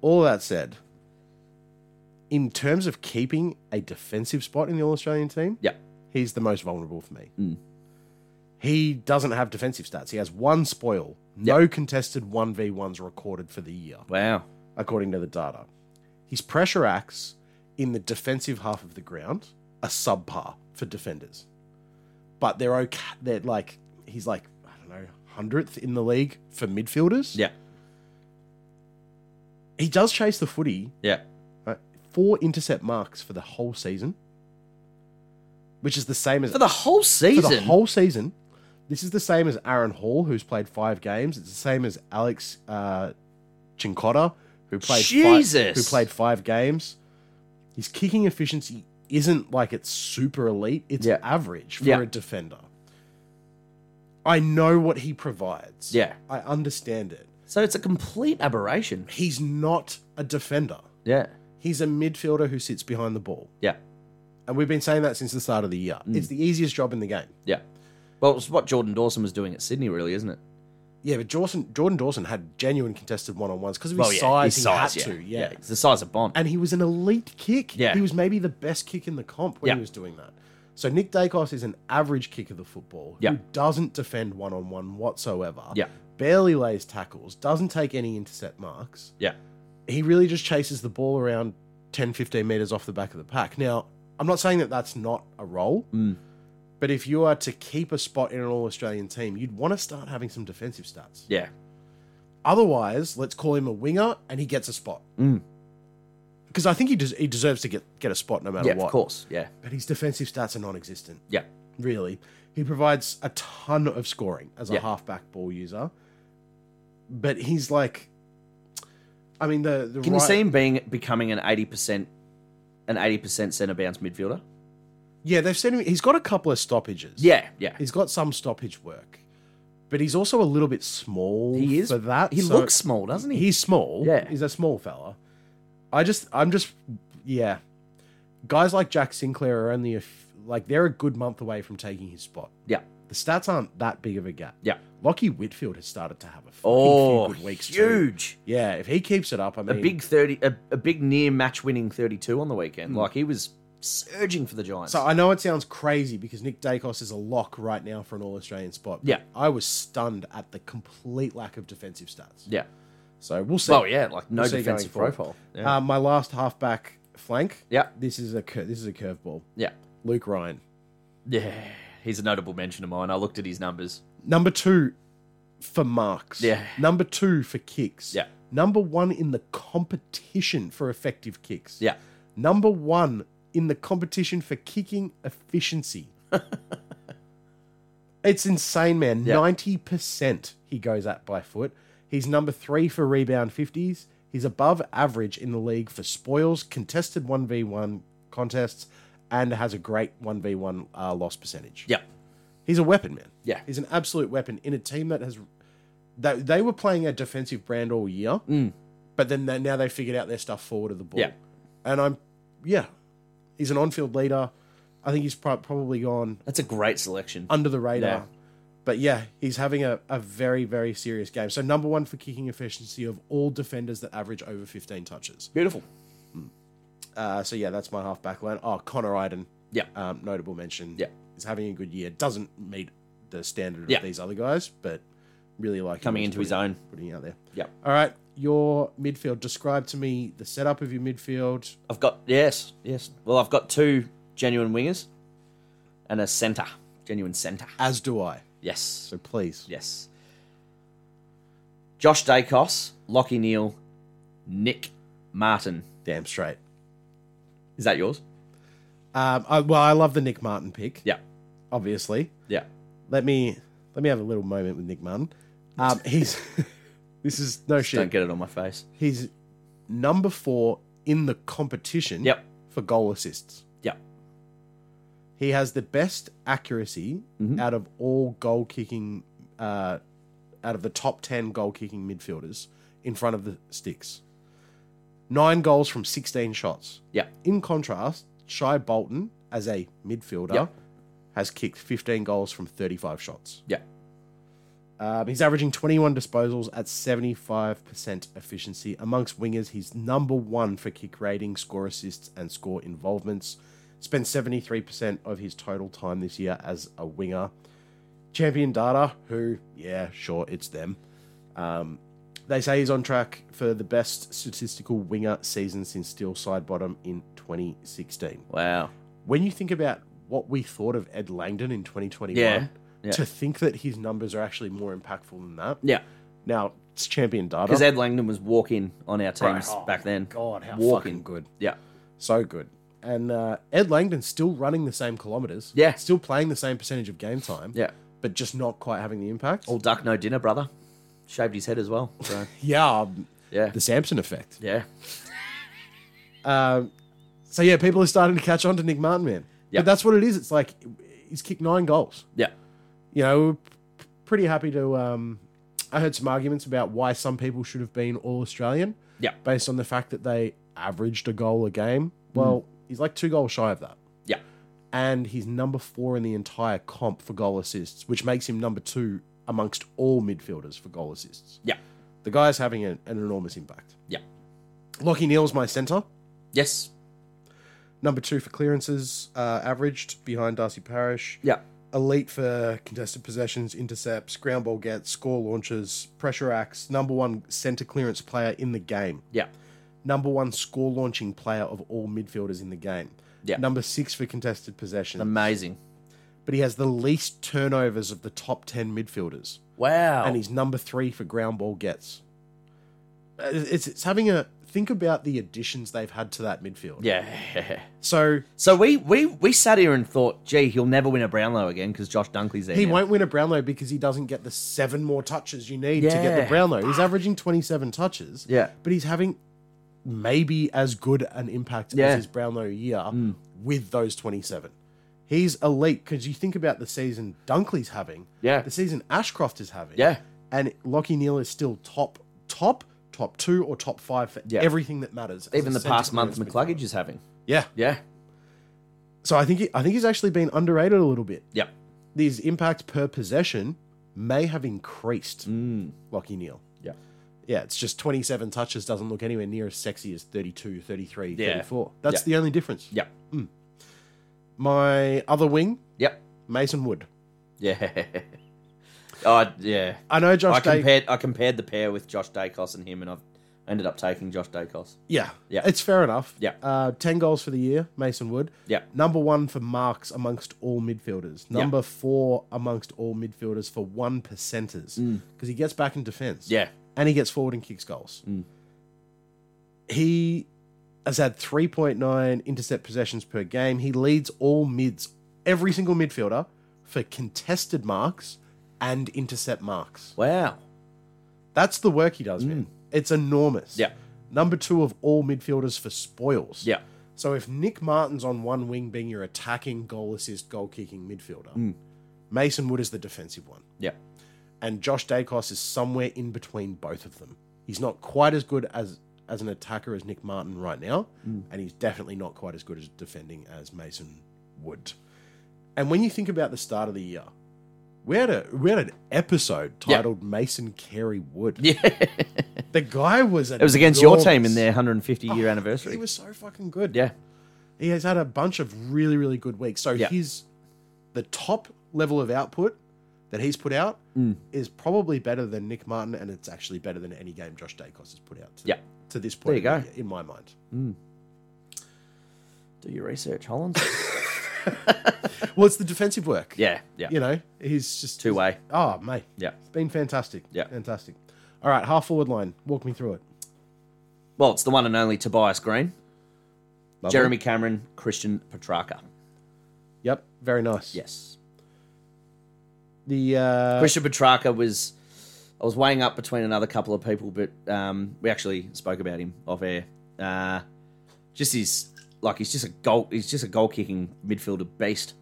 Speaker 1: All that said, in terms of keeping a defensive spot in the All Australian team,
Speaker 2: yeah,
Speaker 1: he's the most vulnerable for me.
Speaker 2: Mm.
Speaker 1: He doesn't have defensive stats. He has one spoil, no contested 1v1s recorded for the year,
Speaker 2: Wow.
Speaker 1: according to the data. His pressure acts in the defensive half of the ground are subpar for defenders. But they're okay. They're like, he's like, I don't know, 100th in the league for midfielders.
Speaker 2: Yeah,
Speaker 1: He does chase the footy,
Speaker 2: yeah,
Speaker 1: right? four intercept marks for the whole season, which is the same as
Speaker 2: for the whole
Speaker 1: for
Speaker 2: season.
Speaker 1: the whole season. This is the same as Aaron Hall, who's played five games. It's the same as Alex uh, Chincotta, who played Five,
Speaker 2: Jesus.
Speaker 1: who played five games. His kicking efficiency isn't like it's super elite. It's
Speaker 2: Yeah.
Speaker 1: average for
Speaker 2: Yeah.
Speaker 1: a defender. I know what he provides.
Speaker 2: Yeah.
Speaker 1: I understand it.
Speaker 2: So it's a complete aberration.
Speaker 1: He's not a defender.
Speaker 2: Yeah.
Speaker 1: He's a midfielder who sits behind the ball.
Speaker 2: Yeah. Mm.
Speaker 1: And we've been saying that since the start of the year. It's the easiest job in the game.
Speaker 2: Yeah. Well, it's what Jordan Dawson was doing at Sydney, really, isn't it?
Speaker 1: Yeah, but Jordan, Jordan Dawson had genuine contested one on ones because of his
Speaker 2: Well, yeah,
Speaker 1: size.
Speaker 2: his
Speaker 1: he
Speaker 2: size,
Speaker 1: had
Speaker 2: yeah.
Speaker 1: to, yeah.
Speaker 2: It's the size of Bond.
Speaker 1: And he was an elite kick.
Speaker 2: Yeah.
Speaker 1: He was maybe the best kick in the comp when
Speaker 2: Yeah.
Speaker 1: he was doing that. So Nick Dacos is an average kick of the football
Speaker 2: Yeah.
Speaker 1: who doesn't defend one on one whatsoever.
Speaker 2: Yeah.
Speaker 1: Barely lays tackles, doesn't take any intercept marks.
Speaker 2: yeah.
Speaker 1: he really just chases the ball around 10, 15 meters off the back of the pack. Now, I'm not saying that that's not a role,
Speaker 2: Mm.
Speaker 1: but if you are to keep a spot in an All Australian team, you'd want to start having some defensive stats.
Speaker 2: Yeah.
Speaker 1: Otherwise, let's call him a winger and he gets a spot.
Speaker 2: Mm.
Speaker 1: Because I think he, des- he deserves to get, get a spot no matter
Speaker 2: Yeah,
Speaker 1: what.
Speaker 2: of course. Yeah.
Speaker 1: But his defensive stats are non existent,
Speaker 2: Yeah.
Speaker 1: really. He provides a ton of scoring as a
Speaker 2: Yeah.
Speaker 1: halfback ball user, but he's like. I mean, the. the
Speaker 2: Can
Speaker 1: right,
Speaker 2: you see him being becoming an 80% an 80% centre bounce midfielder?
Speaker 1: Yeah, they've sent him. He's got a couple of stoppages.
Speaker 2: Yeah. Yeah.
Speaker 1: he's got some stoppage work, but he's also a little bit small.
Speaker 2: He is.
Speaker 1: for that.
Speaker 2: He
Speaker 1: so-
Speaker 2: looks small, doesn't he?
Speaker 1: He's small.
Speaker 2: Yeah.
Speaker 1: he's a small fella. I just, I'm just, yeah. Guys like Jack Sinclair are only a f- like they're a good month away from taking his spot.
Speaker 2: yeah.
Speaker 1: The stats aren't that big of a gap.
Speaker 2: Yeah.
Speaker 1: Lockie Whitfield has started to have a fucking
Speaker 2: Oh,
Speaker 1: few good weeks too.
Speaker 2: huge.
Speaker 1: Yeah, if he keeps it up, I mean,
Speaker 2: A big 30 a, a big near match winning 32 on the weekend. Like he was surging for the Giants.
Speaker 1: Hmm. So I know it sounds crazy because Nick Dacos is a lock right now for an All Australian spot. but
Speaker 2: Yeah.
Speaker 1: I was stunned at the complete lack of defensive stats.
Speaker 2: yeah.
Speaker 1: So we'll see.
Speaker 2: Oh yeah, like no
Speaker 1: We'll see
Speaker 2: defensive
Speaker 1: going forward.
Speaker 2: profile. Um, Yeah.
Speaker 1: Uh, my last halfback flank.
Speaker 2: Yeah.
Speaker 1: This is a cur- this is a curveball.
Speaker 2: yeah.
Speaker 1: Luke Ryan,
Speaker 2: Yeah. He's a notable mention of mine. I looked at his numbers.
Speaker 1: number two for marks.
Speaker 2: Yeah.
Speaker 1: Number two for kicks.
Speaker 2: Yeah.
Speaker 1: Number one in the competition for effective kicks.
Speaker 2: Yeah.
Speaker 1: Number one in the competition for kicking efficiency. it's insane, man.
Speaker 2: Yeah.
Speaker 1: 90% he goes at by foot. He's number three for rebound 50s. He's above average in the league for spoils, contested 1v1 contests, and has a great 1v1 uh, loss percentage.
Speaker 2: Yeah.
Speaker 1: He's a weapon, man.
Speaker 2: Yeah.
Speaker 1: He's an absolute weapon in a team that has. That they were playing a defensive brand all year, but then they, now they figured out their stuff forward of the ball.
Speaker 2: Mm. Yeah.
Speaker 1: And I'm, yeah, he's an on-field leader. I think he's prob- probably gone
Speaker 2: That's a great selection.
Speaker 1: under the radar.
Speaker 2: Yeah.
Speaker 1: But yeah, he's having a, a very, very serious game. So number one for kicking efficiency of all defenders that average over 15 touches.
Speaker 2: Beautiful.
Speaker 1: Uh, so yeah, that's my halfback line. Oh, Connor Iden,
Speaker 2: Yeah.
Speaker 1: um, notable mention.
Speaker 2: Yeah.
Speaker 1: He's having a good year. Doesn't meet the standard
Speaker 2: Yeah.
Speaker 1: of these other guys, but really like him.
Speaker 2: Coming
Speaker 1: He's
Speaker 2: into his
Speaker 1: putting-
Speaker 2: own.
Speaker 1: Putting out there.
Speaker 2: Yeah.
Speaker 1: All right, your midfield. Describe to me the setup of your midfield.
Speaker 2: I've got yes, yes. Well, I've got two genuine wingers and a centre. Genuine centre.
Speaker 1: As do I.
Speaker 2: Yes.
Speaker 1: So please.
Speaker 2: Yes. Josh Dacos, Lockie Neal, Nick Martin.
Speaker 1: Damn straight.
Speaker 2: Is that yours?
Speaker 1: Um, I, well, I love the Nick Martin pick.
Speaker 2: Yeah.
Speaker 1: Obviously.
Speaker 2: Yeah.
Speaker 1: Let me let me have a little moment with Nick Martin.
Speaker 2: (laughs)
Speaker 1: Um, he's this is no
Speaker 2: Just Don't
Speaker 1: shit.
Speaker 2: get it on my face.
Speaker 1: He's number four in the competition.
Speaker 2: Yep.
Speaker 1: For goal assists.
Speaker 2: Yep.
Speaker 1: He has the best accuracy out of all goal kicking, uh, out of the top 10 goal kicking midfielders in front of the sticks. Nine goals from 16 shots.
Speaker 2: Yeah.
Speaker 1: In contrast, Shy Bolton, as a midfielder,
Speaker 2: Yeah.
Speaker 1: has kicked 15 goals from 35 shots.
Speaker 2: Yeah.
Speaker 1: Um, he's averaging 21 disposals at 75% efficiency. Amongst wingers, he's number one for kick rating, score assists, and score involvements. Spent 73% of his total time this year as a winger. Champion Data, who, yeah, sure, it's them. Um, they say he's on track for the best statistical winger season since Steel Side Bottom in 2016
Speaker 2: Wow.
Speaker 1: when you think about what we thought of Ed Langdon in 2021,
Speaker 2: Yeah, yeah.
Speaker 1: to think that his numbers are actually more impactful than that.
Speaker 2: Yeah.
Speaker 1: Now, it's champion data.
Speaker 2: Because Ed Langdon was walk in on our teams
Speaker 1: Right. Oh,
Speaker 2: back then.
Speaker 1: God, how
Speaker 2: Walk
Speaker 1: fucking
Speaker 2: in.
Speaker 1: good.
Speaker 2: Yeah.
Speaker 1: So good. And uh, Ed Langdon's still running the same kilometers.
Speaker 2: Yeah.
Speaker 1: Still playing the same percentage of game time.
Speaker 2: Yeah. Oh.
Speaker 1: But just not quite having the impact.
Speaker 2: All duck, no dinner, brother. Shaved his head as well. So,
Speaker 1: Yeah. um,
Speaker 2: (laughs) yeah.
Speaker 1: The Samson effect.
Speaker 2: Yeah.
Speaker 1: Um, so, yeah, people are starting to catch on to Nick Martin, man.
Speaker 2: Yeah.
Speaker 1: But that's what it is. It's like he's kicked nine goals.
Speaker 2: Yeah.
Speaker 1: you know, we were p- pretty happy to um, I heard some arguments about why some people should have been All Australian.
Speaker 2: Yeah.
Speaker 1: Based on the fact that they averaged a goal a game. Well,
Speaker 2: Mm.
Speaker 1: he's like two goals shy of that.
Speaker 2: Yeah.
Speaker 1: And he's number four in the entire comp for goal assists, which makes him number two amongst all midfielders for goal assists.
Speaker 2: Yeah.
Speaker 1: The guy's having an, an enormous impact.
Speaker 2: Yeah.
Speaker 1: Lockie Neal's my centre.
Speaker 2: Yes.
Speaker 1: Number two for clearances, uh, averaged behind Darcy Parish.
Speaker 2: Yeah.
Speaker 1: elite for contested possessions, intercepts, ground ball gets, score launches, pressure acts, number one centre clearance player in the game,
Speaker 2: Yeah.
Speaker 1: number one score launching player of all midfielders in the game,
Speaker 2: Yeah.
Speaker 1: number six for contested possession.
Speaker 2: Amazing.
Speaker 1: but he has the least turnovers of the top 10 midfielders,
Speaker 2: Wow.
Speaker 1: and he's number three for ground ball gets. Uh, It's, it's having a think about the additions they've had to that midfield.
Speaker 2: yeah. (laughs)
Speaker 1: So
Speaker 2: So we, we we sat here and thought, gee, he'll never win a Brownlow again because Josh Dunkley's there.
Speaker 1: He
Speaker 2: now.
Speaker 1: won't win a Brownlow because he doesn't get the seven more touches you need to get the
Speaker 2: Yeah.
Speaker 1: Brownlow. He's averaging 27 touches,
Speaker 2: Yeah.
Speaker 1: but he's having maybe as good an impact as
Speaker 2: Yeah. Mm.
Speaker 1: his Brownlow year with those 27. He's elite because you think about the season Dunkley's having,
Speaker 2: Yeah.
Speaker 1: the season Ashcroft is having,
Speaker 2: Yeah.
Speaker 1: and Lockie Neal is still top, top, top two or top five for
Speaker 2: Yeah.
Speaker 1: everything that matters. as
Speaker 2: Even
Speaker 1: a
Speaker 2: the
Speaker 1: centre
Speaker 2: past month,
Speaker 1: clearance midfielder.
Speaker 2: McCluggage is having.
Speaker 1: Yeah.
Speaker 2: Yeah.
Speaker 1: So I think he, I think he's actually been underrated a little bit.
Speaker 2: Yep.
Speaker 1: These impact per possession may have increased.
Speaker 2: Mm.
Speaker 1: Lockie Neal.
Speaker 2: Yeah.
Speaker 1: Yeah, it's just 27 touches doesn't look anywhere near as sexy as 32, 33,
Speaker 2: Yeah.
Speaker 1: 34. That's
Speaker 2: Yeah.
Speaker 1: the only difference. Hmm.
Speaker 2: Yep.
Speaker 1: My other wing,
Speaker 2: Yep.
Speaker 1: Mason Wood.
Speaker 2: Yeah. (laughs) oh yeah.
Speaker 1: I know Josh
Speaker 2: I
Speaker 1: Day.
Speaker 2: compared I compared the pair with Josh Dacos and him, and I've ended up taking Josh Dacos.
Speaker 1: yeah.
Speaker 2: Yeah.
Speaker 1: It's fair enough.
Speaker 2: Yeah.
Speaker 1: Uh, 10 goals for the year, Mason Wood.
Speaker 2: Yeah.
Speaker 1: Number one for marks amongst all midfielders. Number four amongst all midfielders for one percenters.
Speaker 2: Mm.
Speaker 1: Because he gets back in defense.
Speaker 2: Yeah.
Speaker 1: and he gets forward and kicks goals. He has had 3.9 intercept possessions per game. He leads all mids, every single midfielder, for contested marks and intercept marks.
Speaker 2: Wow.
Speaker 1: That's the work he does, man. It's enormous.
Speaker 2: Mm. Yeah.
Speaker 1: Number two of all midfielders for spoils.
Speaker 2: Yeah.
Speaker 1: So if Nick Martin's on one wing being your attacking, goal assist, goal kicking midfielder,
Speaker 2: Mm.
Speaker 1: Mason Wood is the defensive one
Speaker 2: Yeah.
Speaker 1: and Josh Dacos is somewhere in between both of them. He's not quite as good as as an attacker as Nick Martin right now,
Speaker 2: Mm.
Speaker 1: and he's definitely not quite as good as defending as Mason Wood. And when you think about the start of the year, we had a we had an episode
Speaker 2: Yeah.
Speaker 1: titled Mason Carey Wood.
Speaker 2: (laughs) Yeah. it
Speaker 1: The guy was it
Speaker 2: was against your team in their 150 year
Speaker 1: He
Speaker 2: anniversary.
Speaker 1: was so fucking good.
Speaker 2: yeah.
Speaker 1: He has had a bunch of really, really good weeks. So
Speaker 2: Yeah.
Speaker 1: his the top level of output that he's put out
Speaker 2: Mm.
Speaker 1: is probably better than Nick Martin, and it's actually better than any game Josh Dacos has put out to,
Speaker 2: Yeah.
Speaker 1: to this
Speaker 2: There
Speaker 1: point.
Speaker 2: you
Speaker 1: in
Speaker 2: go.
Speaker 1: the- in my mind.
Speaker 2: Do your research, Holland.
Speaker 1: Well, it's the defensive work.
Speaker 2: (laughs) yeah. Yeah.
Speaker 1: You know, he's just
Speaker 2: Two way.
Speaker 1: Oh mate,
Speaker 2: Yeah.
Speaker 1: it's been fantastic.
Speaker 2: Yeah.
Speaker 1: fantastic. All right, half forward line. Walk me through it.
Speaker 2: Well, it's the one and only Tobias Green,
Speaker 1: Lovely.
Speaker 2: Jeremy Cameron, Christian Petrarca.
Speaker 1: Yep, very nice.
Speaker 2: Yes.
Speaker 1: The uh,
Speaker 2: Christian Petrarca was. I was weighing up between another couple of people, but um, we actually spoke about him off air. Uh, just his like he's just a goal he's just a goal kicking midfielder beast.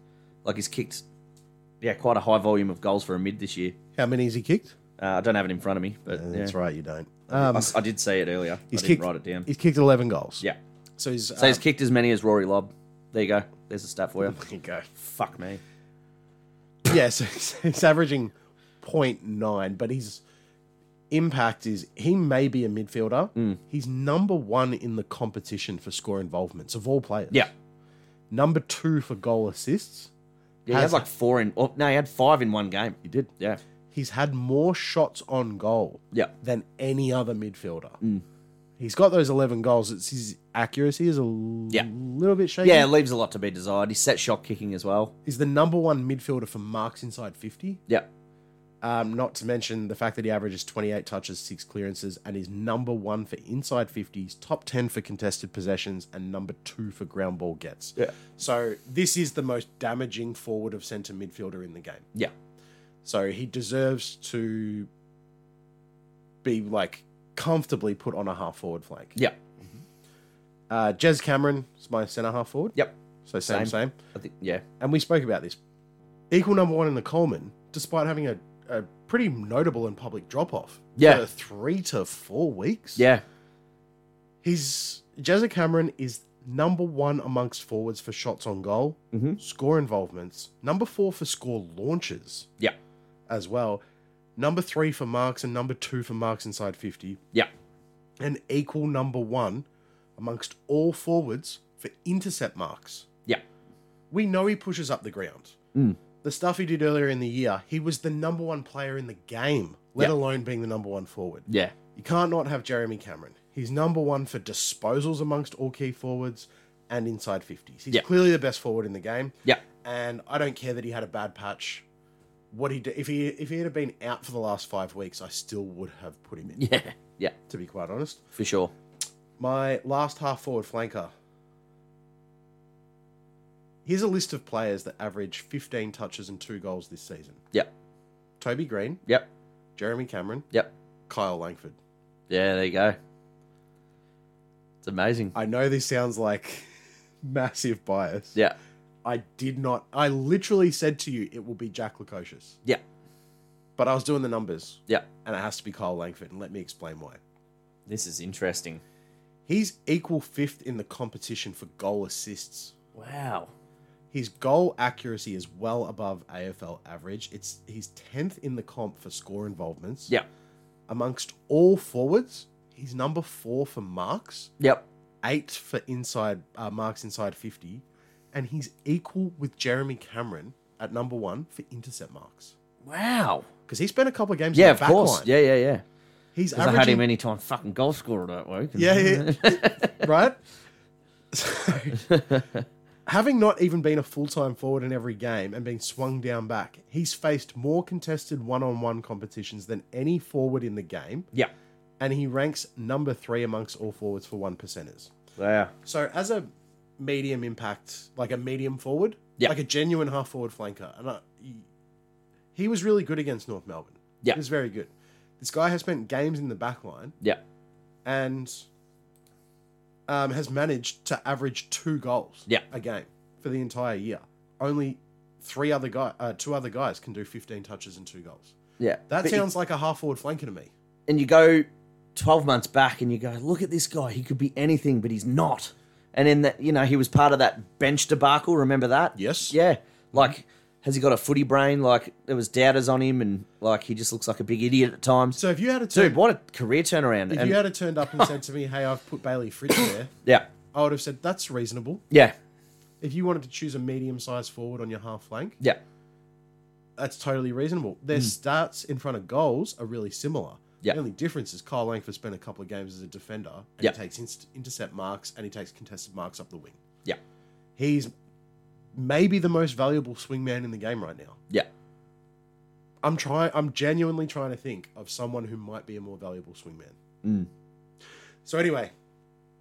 Speaker 2: Like he's kicked yeah quite a high volume of goals for a mid this year.
Speaker 1: how many has he kicked?
Speaker 2: Uh, I don't have it in front of me, but yeah.
Speaker 1: That's right, you don't. Um,
Speaker 2: I, s- I did say it earlier.
Speaker 1: he's
Speaker 2: I didn't
Speaker 1: kicked.
Speaker 2: write it down.
Speaker 1: He's kicked eleven goals.
Speaker 2: yeah,
Speaker 1: So he's.
Speaker 2: so he's kicked as many as Rory Lobb. There you go. There's a stat for you.
Speaker 1: uh, (laughs) there you go.
Speaker 2: Fuck me.
Speaker 1: Yeah, so he's, (laughs) he's averaging 0.9, but his impact is he may be a midfielder.
Speaker 2: Mm.
Speaker 1: He's number one in the competition for score involvements of all players.
Speaker 2: Yeah.
Speaker 1: Number two for goal assists.
Speaker 2: Yeah, he
Speaker 1: Has-
Speaker 2: had like four in. Oh, no, he had five in one game.
Speaker 1: He did.
Speaker 2: Yeah,
Speaker 1: He's had more shots on goal
Speaker 2: yeah,
Speaker 1: than any other midfielder.
Speaker 2: Mm.
Speaker 1: He's got those 11 goals. It's his accuracy is a l-
Speaker 2: Yeah.
Speaker 1: little bit shaky.
Speaker 2: yeah. It leaves a lot to be desired. He's set shot kicking as well.
Speaker 1: He's the number one midfielder for marks inside 50.
Speaker 2: Yeah,
Speaker 1: Um, not to mention the fact that he averages 28 touches, six clearances, and is number one for inside 50s, top 10 for contested possessions, and number two for ground ball gets.
Speaker 2: Yeah.
Speaker 1: So this is the most damaging forward of centre midfielder in the game.
Speaker 2: yeah,
Speaker 1: So he deserves to be like comfortably put on a half forward flank.
Speaker 2: yeah,
Speaker 1: Uh, Jez Cameron is my centre half forward.
Speaker 2: yep.
Speaker 1: So same, same.
Speaker 2: Same. I think yeah,
Speaker 1: And we spoke about this. Equal number one in the Coleman, despite having a a pretty notable and public drop off.
Speaker 2: Yeah.
Speaker 1: for three to four weeks.
Speaker 2: Yeah.
Speaker 1: His Jezza Cameron is number one amongst forwards for shots on goal,
Speaker 2: Mhm.
Speaker 1: score involvements, number four for score launches
Speaker 2: Yeah.
Speaker 1: as well, number three for marks, and number two for marks inside 50,
Speaker 2: Yeah.
Speaker 1: and equal number one amongst all forwards for intercept marks.
Speaker 2: Yeah.
Speaker 1: We know he pushes up the ground.
Speaker 2: Mm.
Speaker 1: The stuff he did earlier in the year, he was the number one player in the game, let
Speaker 2: Yeah.
Speaker 1: alone being the number one forward.
Speaker 2: Yeah.
Speaker 1: You can't not have Jeremy Cameron. He's number one for disposals amongst all key forwards and inside 50s. He's
Speaker 2: Yeah.
Speaker 1: clearly the best forward in the game.
Speaker 2: Yeah.
Speaker 1: And I don't care that he had a bad patch. What he did, if he if he had been out for the last five weeks, I still would have put him in.
Speaker 2: (laughs) Yeah. Yeah.
Speaker 1: To be quite honest,
Speaker 2: For sure.
Speaker 1: my last half forward flanker. Here's a list of players that average 15 touches and two goals this season:
Speaker 2: Yep.
Speaker 1: Toby Green,
Speaker 2: Yep.
Speaker 1: Jeremy Cameron,
Speaker 2: Yep.
Speaker 1: Kyle Langford.
Speaker 2: Yeah. There you go. It's amazing.
Speaker 1: I know this sounds like (laughs) massive bias.
Speaker 2: Yeah.
Speaker 1: I did not. I literally said to you, it will be Jack Lukosius.
Speaker 2: Yeah.
Speaker 1: But I was doing the numbers,
Speaker 2: Yeah.
Speaker 1: and it has to be Kyle Langford, and let me explain why.
Speaker 2: This is interesting.
Speaker 1: He's equal fifth in the competition for goal assists.
Speaker 2: Wow.
Speaker 1: His goal accuracy is well above AFL average. It's he's tenth in the comp for score involvements.
Speaker 2: Yep.
Speaker 1: Amongst all forwards, he's number four for marks,
Speaker 2: Yep.
Speaker 1: eight for inside uh, marks inside fifty, and he's equal with Jeremy Cameron at number one for intercept marks.
Speaker 2: Wow.
Speaker 1: Because he spent a couple of games.
Speaker 2: Yeah.
Speaker 1: in
Speaker 2: Of
Speaker 1: the back
Speaker 2: course.
Speaker 1: Line.
Speaker 2: Yeah. Yeah. Yeah.
Speaker 1: he's
Speaker 2: Because I had him
Speaker 1: averaging
Speaker 2: any time fucking goal scorer that week.
Speaker 1: Yeah, yeah. right. So, (laughs) having not even been a full time forward in every game and being swung down back, he's faced more contested one on one competitions than any forward in the game,
Speaker 2: (laughs) yeah.
Speaker 1: and he ranks number three amongst all forwards for one percenters.
Speaker 2: Wow.
Speaker 1: So as a medium impact, like a medium forward,
Speaker 2: Yeah.
Speaker 1: like a genuine half forward flanker, and I, he was really good against North Melbourne.
Speaker 2: Yeah.
Speaker 1: he was very good. This guy has spent games in the back line
Speaker 2: Yeah.
Speaker 1: and um, has managed to average two goals
Speaker 2: Yeah.
Speaker 1: a game for the entire year. Only three other guy, uh, two other guys can do 15 touches and two goals.
Speaker 2: Yeah.
Speaker 1: That
Speaker 2: But you-
Speaker 1: sounds like a half forward flanker to me.
Speaker 2: and you go 12 months back and you go, look at this guy. He could be anything, but he's not. And then, that, you know, he was part of that bench debacle. Remember that?
Speaker 1: Yes.
Speaker 2: Yeah. Like, has he got a footy brain? Like, there was doubters on him and, like, he just looks like a big idiot at times.
Speaker 1: So if you had a
Speaker 2: Dude,
Speaker 1: turned,
Speaker 2: what a career turnaround.
Speaker 1: if
Speaker 2: And-
Speaker 1: you had a turned up and said to me, "Hey, I've put Bailey Fritz
Speaker 2: (coughs)
Speaker 1: there,"
Speaker 2: yeah.
Speaker 1: I would have said that's reasonable.
Speaker 2: Yeah.
Speaker 1: If you wanted to choose a medium sized forward on your half flank,
Speaker 2: Yeah.
Speaker 1: that's totally reasonable. Their stats in front of goals are really similar.
Speaker 2: Mm. Yeah.
Speaker 1: The only difference is Kyle Langford spent a couple of games as a defender and
Speaker 2: Yeah.
Speaker 1: he takes inst- intercept marks and he takes contested marks up the wing.
Speaker 2: Yeah.
Speaker 1: He's maybe the most valuable swingman in the game right now.
Speaker 2: Yeah.
Speaker 1: I'm trying. I'm genuinely trying to think of someone who might be a more valuable swingman.
Speaker 2: Mm.
Speaker 1: So anyway,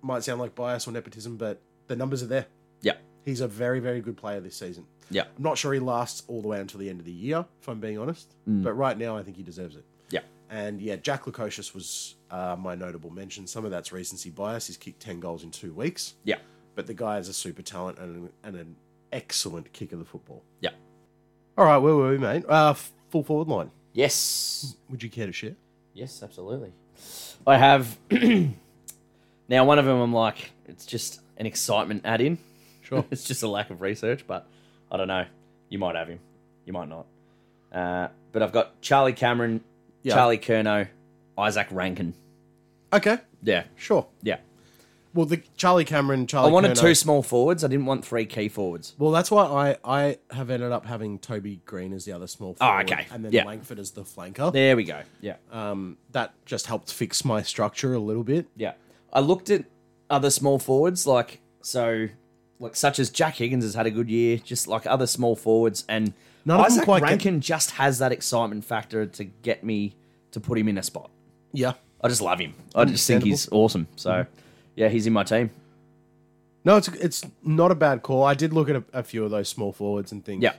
Speaker 1: might sound like bias or nepotism, but the numbers are there.
Speaker 2: Yeah.
Speaker 1: He's a very, very good player this season.
Speaker 2: Yeah.
Speaker 1: I'm not sure he lasts all the way until the end of the year, if I'm being honest. But right now, I think he deserves it.
Speaker 2: Mm. Yeah.
Speaker 1: And yeah, Jack Lukosius was uh, my notable mention. Some of that's recency bias. He's kicked 10 goals in two weeks,
Speaker 2: Yeah.
Speaker 1: but the guy is a super talent and an, and an excellent kick of the football.
Speaker 2: Yeah.
Speaker 1: All right, where were we, mate? Uh, f- full forward line.
Speaker 2: Yes.
Speaker 1: Would you care to share?
Speaker 2: Yes, absolutely. I have. (clears throat) now, one of them I'm like, it's just an excitement add in.
Speaker 1: Sure.
Speaker 2: (laughs) it's just a lack of research, but I don't know. You might have him. You might not. Uh, but I've got Charlie Cameron,
Speaker 1: Yeah.
Speaker 2: Charlie Kerno, Isaac Rankin.
Speaker 1: (laughs) Okay,
Speaker 2: Yeah,
Speaker 1: sure.
Speaker 2: yeah.
Speaker 1: Well, the Charlie Cameron,
Speaker 2: I
Speaker 1: Charlie.
Speaker 2: wanted
Speaker 1: Kerno-
Speaker 2: two small forwards. I didn't want three key forwards.
Speaker 1: Well, that's why I, I have ended up having Toby Green as the other small
Speaker 2: Oh,
Speaker 1: forward.
Speaker 2: okay.
Speaker 1: And then
Speaker 2: Yeah.
Speaker 1: Langford as the flanker.
Speaker 2: There we go. Yeah,
Speaker 1: Um, that just helped fix my structure a little bit.
Speaker 2: yeah. I looked at other small forwards, like so, like such as Jack Higgins has had a good year. Just like other small forwards, and
Speaker 1: None of them
Speaker 2: Isaac
Speaker 1: quite get-
Speaker 2: Rankin just has that excitement factor to get me to put him in a spot.
Speaker 1: Yeah.
Speaker 2: I just love him. I just think he's awesome. So, yeah, he's in my team.
Speaker 1: No, it's it's not a bad call. I did look at a, a few of those small forwards and think,
Speaker 2: Yeah.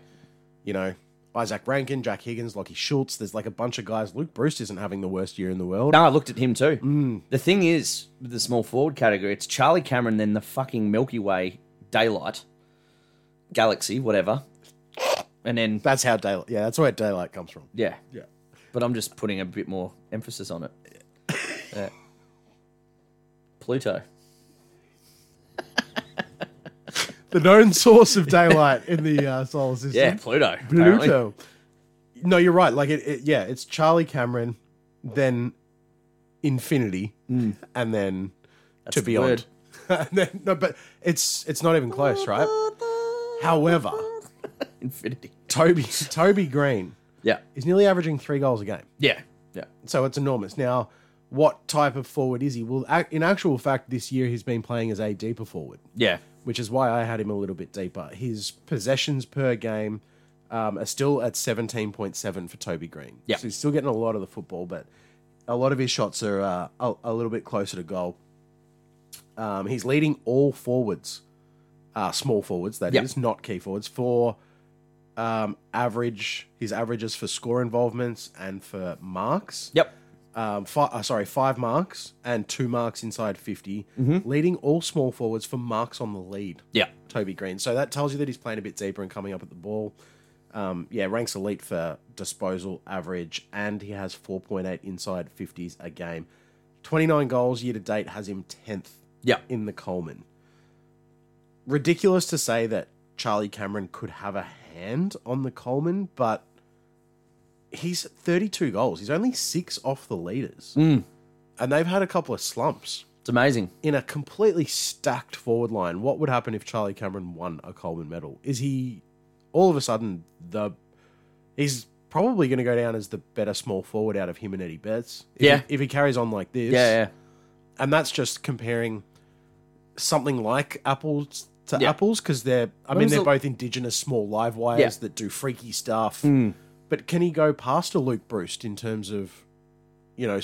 Speaker 1: you know, Isaac Rankin, Jack Higgins, Lockie Schultz. There's like a bunch of guys. Luke Bruce isn't having the worst year in the world.
Speaker 2: No, I looked at him too. The thing is, with the small forward category, it's Charlie Cameron, then the fucking Milky Way, Daylight, Galaxy, whatever. And then,
Speaker 1: That's how daylight. Yeah, that's where daylight comes from.
Speaker 2: yeah.
Speaker 1: Yeah.
Speaker 2: but I'm just putting a bit more emphasis (laughs) on it. Yeah. Pluto.
Speaker 1: The known (laughs) source of daylight in the uh, solar system.
Speaker 2: Yeah, Pluto. apparently.
Speaker 1: Pluto. No, you're right. Like it, it yeah, it's Charlie Cameron, then infinity,
Speaker 2: Mm.
Speaker 1: and then to
Speaker 2: the
Speaker 1: beyond. and then, no, but it's it's not even close, right? However,
Speaker 2: Infinity.
Speaker 1: Toby (laughs) Toby Green
Speaker 2: Yeah.
Speaker 1: is nearly averaging three goals a game,
Speaker 2: Yeah. Yeah.
Speaker 1: so it's enormous. Now, what type of forward is he? Well, ac- in actual fact, this year he's been playing as a deeper forward.
Speaker 2: Yeah.
Speaker 1: which is why I had him a little bit deeper. His possessions per game um, are still at 17.7 for Toby Green.
Speaker 2: Yeah.
Speaker 1: So he's still getting a lot of the football, but a lot of his shots are uh, a, a little bit closer to goal. Um, he's leading all forwards, uh, small forwards, that is
Speaker 2: Yeah.
Speaker 1: not key forwards, for um, average, his averages for score involvements and for marks
Speaker 2: Yep.
Speaker 1: um, fi uh, sorry, five marks and two marks inside 50,
Speaker 2: Mm-hmm.
Speaker 1: leading all small forwards for marks on the lead,
Speaker 2: Yeah.
Speaker 1: Toby Green. So that tells you that he's playing a bit deeper and coming up at the ball. Um, yeah, ranks elite for disposal average, and he has 4.8 inside 50s a game. 29 goals year to date has him 10th
Speaker 2: Yeah.
Speaker 1: in the Coleman. Ridiculous to say that Charlie Cameron could have a hand on the Coleman, but he's at 32 goals. He's only six off the leaders. And they've had a couple of slumps
Speaker 2: It's amazing.
Speaker 1: in a completely stacked forward line. What would happen if Charlie Cameron won a Coleman medal? Is he all of a sudden the. He's probably going to go down as the better small forward out of him and Eddie Betts. If he-
Speaker 2: Yeah.
Speaker 1: if he carries on like this
Speaker 2: Yeah. Yeah.
Speaker 1: and that's just comparing something like apples to
Speaker 2: Yeah.
Speaker 1: apples because they're I mean
Speaker 2: was
Speaker 1: they're
Speaker 2: the-
Speaker 1: both indigenous small live wires
Speaker 2: Yeah. Hmm.
Speaker 1: that do freaky stuff. But can he go past a Luke Bruce in terms of you know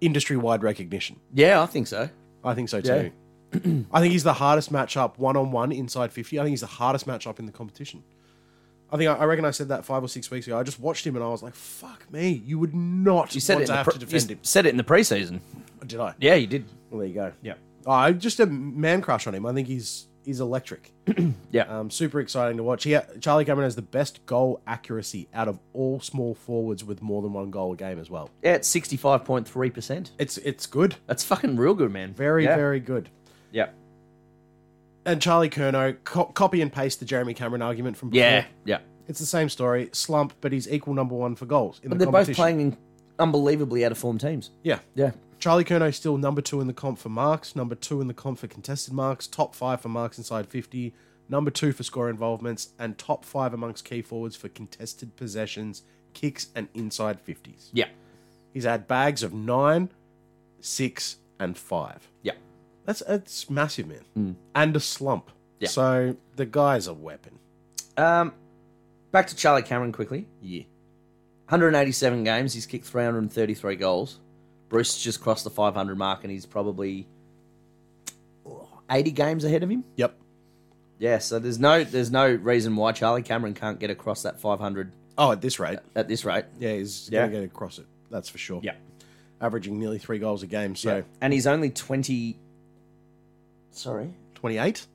Speaker 1: industry wide recognition?
Speaker 2: Yeah. I think so.
Speaker 1: I think so too. I think he's the hardest matchup one on one inside fifty. I think he's the hardest matchup in the competition. I think I, I reckon I said that five or six weeks ago. I just watched him and I was like, "Fuck me, you would not
Speaker 2: You said
Speaker 1: want
Speaker 2: it.
Speaker 1: to
Speaker 2: In the
Speaker 1: have
Speaker 2: pre-
Speaker 1: to
Speaker 2: you
Speaker 1: defend him."
Speaker 2: said it in the preseason.
Speaker 1: Did I?
Speaker 2: Yeah, you did.
Speaker 1: Well, there you go.
Speaker 2: Yeah.
Speaker 1: Oh, I just a man crush on him. I think he's he's electric.
Speaker 2: (clears throat) Yeah.
Speaker 1: Um, super exciting to watch. He, Charlie Cameron has the best goal accuracy out of all small forwards with more than one goal a game as well.
Speaker 2: yeah. It's sixty-five point three percent.
Speaker 1: It's it's good,
Speaker 2: That's fucking real good, man.
Speaker 1: very
Speaker 2: yeah.
Speaker 1: very good.
Speaker 2: Yeah.
Speaker 1: And Charlie Kerno co- copy and paste the Jeremy Cameron argument from before.
Speaker 2: Yeah. Yeah.
Speaker 1: It's the same story, slump, but he's equal number one for goals in
Speaker 2: But
Speaker 1: the
Speaker 2: they're both
Speaker 1: competition.
Speaker 2: playing in unbelievably out of form teams.
Speaker 1: Yeah.
Speaker 2: Yeah.
Speaker 1: Charlie Kerno still number two in the comp for marks, number two in the comp for contested marks, top five for marks inside 50, number two for score involvements, and top five amongst key forwards for contested possessions, kicks, and inside 50s.
Speaker 2: Yeah.
Speaker 1: He's had bags of nine, six, and five.
Speaker 2: Yeah.
Speaker 1: That's, that's massive, man. And a slump.
Speaker 2: Mm. Yeah.
Speaker 1: So the guy's a weapon.
Speaker 2: Um, back to Charlie Cameron quickly.
Speaker 1: Yeah.
Speaker 2: 187 games. He's kicked 333 goals. Bruce just crossed the 500 mark, and he's probably 80 games ahead of him.
Speaker 1: Yep.
Speaker 2: Yeah, so there's no there's no reason why Charlie Cameron can't get across that 500
Speaker 1: Oh, at this rate.
Speaker 2: at this rate.
Speaker 1: Yeah, he's
Speaker 2: Yeah.
Speaker 1: going to get across it. That's for sure. Averaging nearly three goals a game. So
Speaker 2: and he's only 20. Sorry.
Speaker 1: 28?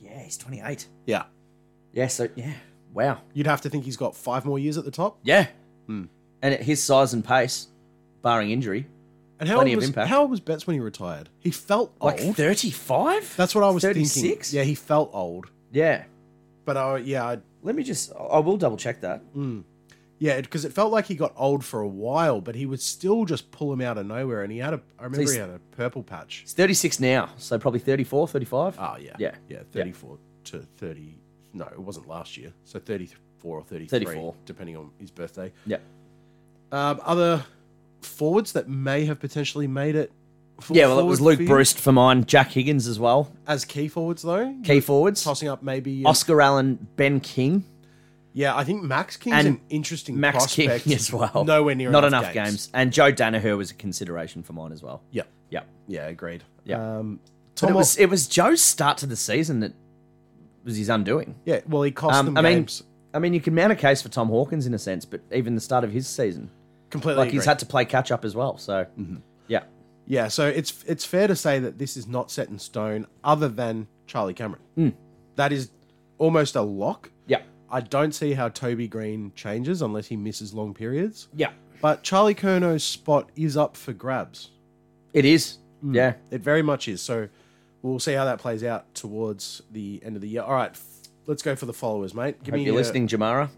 Speaker 2: Yeah, he's 28.
Speaker 1: Yeah.
Speaker 2: Yeah, so yeah, wow. Hmm.
Speaker 1: You'd have to think he's got five more years at the top.
Speaker 2: Yeah, and at his size and pace, barring injury,
Speaker 1: And how
Speaker 2: Plenty
Speaker 1: old
Speaker 2: of
Speaker 1: was,
Speaker 2: impact.
Speaker 1: How old was Betts when he retired? He felt
Speaker 2: like
Speaker 1: old.
Speaker 2: 35.
Speaker 1: That's what I was
Speaker 2: 36?
Speaker 1: thinking. Yeah, he felt old.
Speaker 2: yeah.
Speaker 1: But uh, yeah, I,
Speaker 2: Let me just. I will double check that.
Speaker 1: yeah, because it felt like he got old for a while, but he would still just pull him out of nowhere. And he had a, I remember
Speaker 2: he's-
Speaker 1: he had a purple patch.
Speaker 2: He's 36 now, so probably 34, 35.
Speaker 1: Oh yeah,
Speaker 2: Yeah.
Speaker 1: yeah, thirty-four to thirty. No, it wasn't last year. So thirty-four or thirty-three,
Speaker 2: 34.
Speaker 1: depending on his birthday.
Speaker 2: yeah.
Speaker 1: Um, other forwards that may have potentially made it. for-
Speaker 2: Yeah, well, it was
Speaker 1: forward
Speaker 2: Luke
Speaker 1: for you?
Speaker 2: Bruce for mine, Jack Higgins as well,
Speaker 1: as key forwards though.
Speaker 2: key forwards.
Speaker 1: tossing up maybe. uh,
Speaker 2: Oscar Allen, Ben King,
Speaker 1: yeah, I think Max King's
Speaker 2: And
Speaker 1: an interesting
Speaker 2: Max
Speaker 1: prospect.
Speaker 2: King (laughs) as well.
Speaker 1: Nowhere near
Speaker 2: Not
Speaker 1: enough
Speaker 2: enough
Speaker 1: games.
Speaker 2: games. And Joe Danaher was a consideration for mine as well.
Speaker 1: Yeah,
Speaker 2: Yeah.
Speaker 1: yeah, agreed.
Speaker 2: Yeah.
Speaker 1: Um,
Speaker 2: But
Speaker 1: Tom
Speaker 2: it was, it was Joe's start to the season that was his undoing.
Speaker 1: yeah, well, he cost
Speaker 2: Um,
Speaker 1: them
Speaker 2: I mean,
Speaker 1: games.
Speaker 2: I mean, you can mount a case for Tom Hawkins in a sense, but even the start of his season,
Speaker 1: Completely,
Speaker 2: like he's had to play catch up as well. So, yeah.
Speaker 1: Yeah, so it's it's fair to say that this is not set in stone, other than Charlie Cameron.
Speaker 2: Hmm.
Speaker 1: That is almost a lock.
Speaker 2: Yeah.
Speaker 1: I don't see how Toby Green changes unless he misses long periods.
Speaker 2: Yeah.
Speaker 1: But Charlie Kerno's spot is up for grabs.
Speaker 2: It is. Yeah.
Speaker 1: It very much is. So we'll see how that plays out towards the end of the year. All right, f- let's go for the followers, mate. Give
Speaker 2: Hope
Speaker 1: me
Speaker 2: you're
Speaker 1: your,
Speaker 2: listening, Jamara.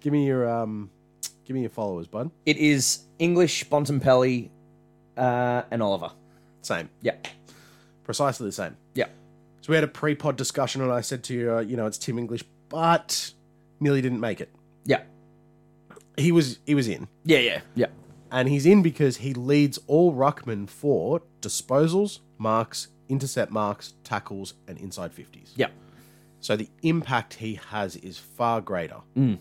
Speaker 1: Give me your um, give me your followers, bud.
Speaker 2: It is English, Bontempelli, uh, and Oliver.
Speaker 1: Same,
Speaker 2: Yeah.
Speaker 1: precisely the same.
Speaker 2: Yeah.
Speaker 1: So we had a pre-pod discussion, and I said to you, uh, you know, it's Tim English, but nearly didn't make it.
Speaker 2: Yeah.
Speaker 1: He was he was in,
Speaker 2: Yeah, yeah, yeah.
Speaker 1: and he's in because he leads all ruckmen for disposals, marks, intercept marks, tackles, and inside fifties.
Speaker 2: Yeah.
Speaker 1: So the impact he has is far greater.
Speaker 2: Mm.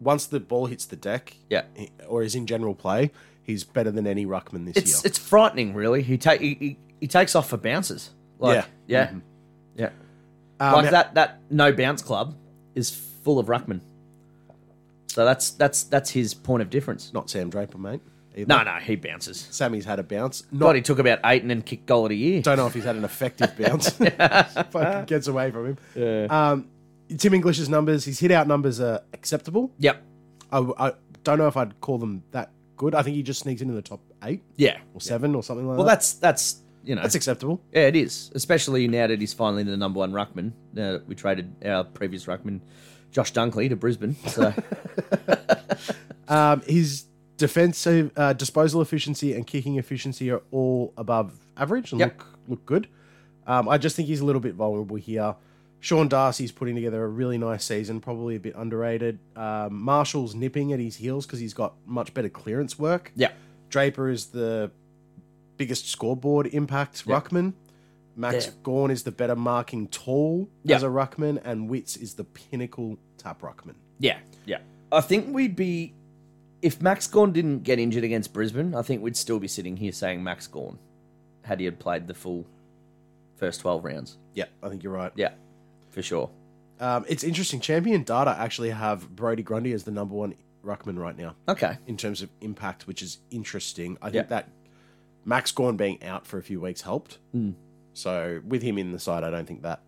Speaker 1: Once the ball hits the deck,
Speaker 2: Yeah.
Speaker 1: he- or is in general play, he's better than any ruckman this
Speaker 2: It's
Speaker 1: year.
Speaker 2: it's frightening, really. He take he, he, he takes off for bounces. Like, yeah. Mm-hmm. Yeah. Yeah.
Speaker 1: Um,
Speaker 2: like that that no bounce club is full of ruckman. So that's that's that's his point of difference.
Speaker 1: Not Sam Draper, mate. Either.
Speaker 2: No, no, he bounces.
Speaker 1: Sammy's had a bounce. Not.
Speaker 2: God, he took about eight and then kicked goal at a year.
Speaker 1: Don't know if he's had an effective
Speaker 2: (laughs)
Speaker 1: bounce. (laughs) Fucking gets away from him. Um, Tim English's numbers, his hit out numbers are acceptable.
Speaker 2: Yep.
Speaker 1: I, I don't know if I'd call them that good. I think he just sneaks into the top eight
Speaker 2: Yeah.
Speaker 1: or seven or something like
Speaker 2: Well,
Speaker 1: that.
Speaker 2: that's that's you know
Speaker 1: That's acceptable.
Speaker 2: Yeah, it is. Especially now that he's finally the number one ruckman. Now that we traded our previous ruckman, Josh Dunkley, to Brisbane. So
Speaker 1: Um, his defensive uh, disposal efficiency and kicking efficiency are all above average and
Speaker 2: Yep.
Speaker 1: look look good. Um, I just think he's a little bit vulnerable here. Sean Darcy's putting together a really nice season, probably a bit underrated. Um, Marshall's nipping at his heels because he's got much better clearance work.
Speaker 2: yeah,
Speaker 1: Draper is the biggest scoreboard impact ruckman. Max
Speaker 2: Yeah.
Speaker 1: Gorn is the better marking tool
Speaker 2: Yeah.
Speaker 1: as a ruckman, and Witz is the pinnacle tap ruckman.
Speaker 2: yeah, yeah. I think we'd be if Max Gorn didn't get injured against Brisbane. I think we'd still be sitting here saying Max Gorn had he had played the full first twelve rounds.
Speaker 1: Yeah, I think you're right.
Speaker 2: Yeah, for sure.
Speaker 1: Um, it's interesting. Champion Data actually have Brody Grundy as the number one ruckman right now
Speaker 2: Okay.
Speaker 1: in terms of impact, which is interesting. I
Speaker 2: Yeah.
Speaker 1: think that Max Gorn being out for a few weeks helped.
Speaker 2: Mm.
Speaker 1: So with him in the side, I don't think that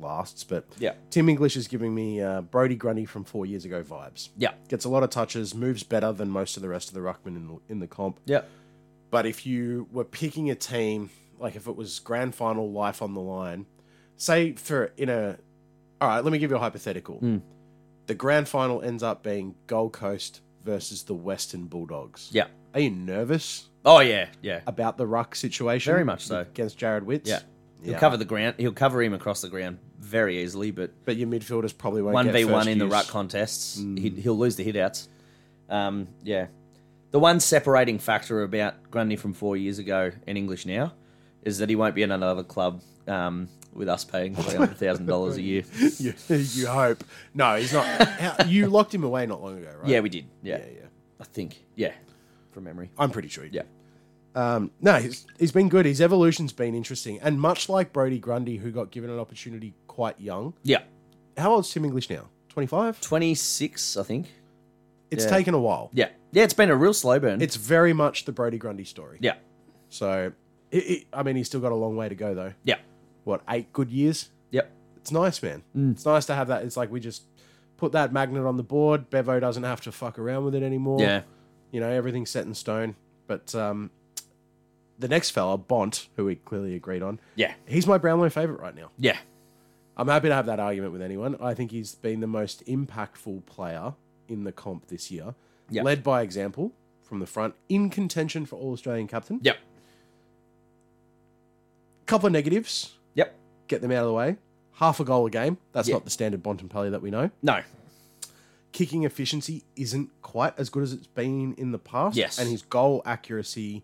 Speaker 1: lasts. But
Speaker 2: Yeah.
Speaker 1: Tim English is giving me uh, Brody Grundy from four years ago vibes.
Speaker 2: Yeah.
Speaker 1: Gets a lot of touches, moves better than most of the rest of the ruckman in the, in the comp.
Speaker 2: Yeah.
Speaker 1: But if you were picking a team, like if it was grand final life on the line, say for in a, all right, let me give you a hypothetical.
Speaker 2: Hmm.
Speaker 1: The grand final ends up being Gold Coast versus the Western Bulldogs.
Speaker 2: Yeah.
Speaker 1: Are you nervous
Speaker 2: Oh yeah. Yeah.
Speaker 1: about the ruck situation?
Speaker 2: Very much so.
Speaker 1: Against Jared Witts.
Speaker 2: Yeah. He'll
Speaker 1: Yeah.
Speaker 2: cover the ground. He'll cover him across the ground very easily, but
Speaker 1: But your midfielders probably won't
Speaker 2: one
Speaker 1: get
Speaker 2: v one
Speaker 1: first
Speaker 2: in the
Speaker 1: use.
Speaker 2: ruck
Speaker 1: (laughs)
Speaker 2: contests. He, he'll lose the hitouts. Um, yeah, the one separating factor about Grundy from four years ago and English now is that he won't be in another club um, with us paying three hundred thousand dollars a year.
Speaker 1: you, you hope. No, he's not. How- you locked him away not long ago, right?
Speaker 2: Yeah, we did. Yeah,
Speaker 1: Yeah, yeah.
Speaker 2: I think. Yeah, from memory.
Speaker 1: I'm pretty sure. He did.
Speaker 2: Yeah,
Speaker 1: Um, no, he's, he's been good. His evolution's been interesting. And much like Brody Grundy, who got given an opportunity quite young,
Speaker 2: yeah.
Speaker 1: how old's Tim English now? 25?
Speaker 2: Twenty six, I think.
Speaker 1: It's
Speaker 2: Yeah.
Speaker 1: taken a while.
Speaker 2: Yeah, yeah. It's been a real slow burn.
Speaker 1: It's very much the Brody Grundy story.
Speaker 2: yeah,
Speaker 1: So, it, it, I mean, he's still got a long way to go, though.
Speaker 2: yeah,
Speaker 1: What, eight good years?
Speaker 2: yep.
Speaker 1: It's nice, man.
Speaker 2: Mm.
Speaker 1: It's nice to have that. It's like we just put that magnet on the board. Bevo doesn't have to fuck around with it anymore.
Speaker 2: Yeah,
Speaker 1: You know, everything's set in stone. But um, the next fella, Bont, who we clearly agreed on,
Speaker 2: yeah,
Speaker 1: he's my Brownlow favourite right now.
Speaker 2: yeah,
Speaker 1: I'm happy to have that argument with anyone. I think he's been the most impactful player in the comp this year,
Speaker 2: Yeah.
Speaker 1: led by example from the front, in contention for All Australian captain.
Speaker 2: yep,
Speaker 1: Couple of negatives,
Speaker 2: yep.
Speaker 1: get them out of the way. Half a goal a game. That's
Speaker 2: Yeah.
Speaker 1: not the standard Bontempelli that we know.
Speaker 2: No,
Speaker 1: Kicking efficiency isn't quite as good as it's been in the past.
Speaker 2: Yes.
Speaker 1: and his goal accuracy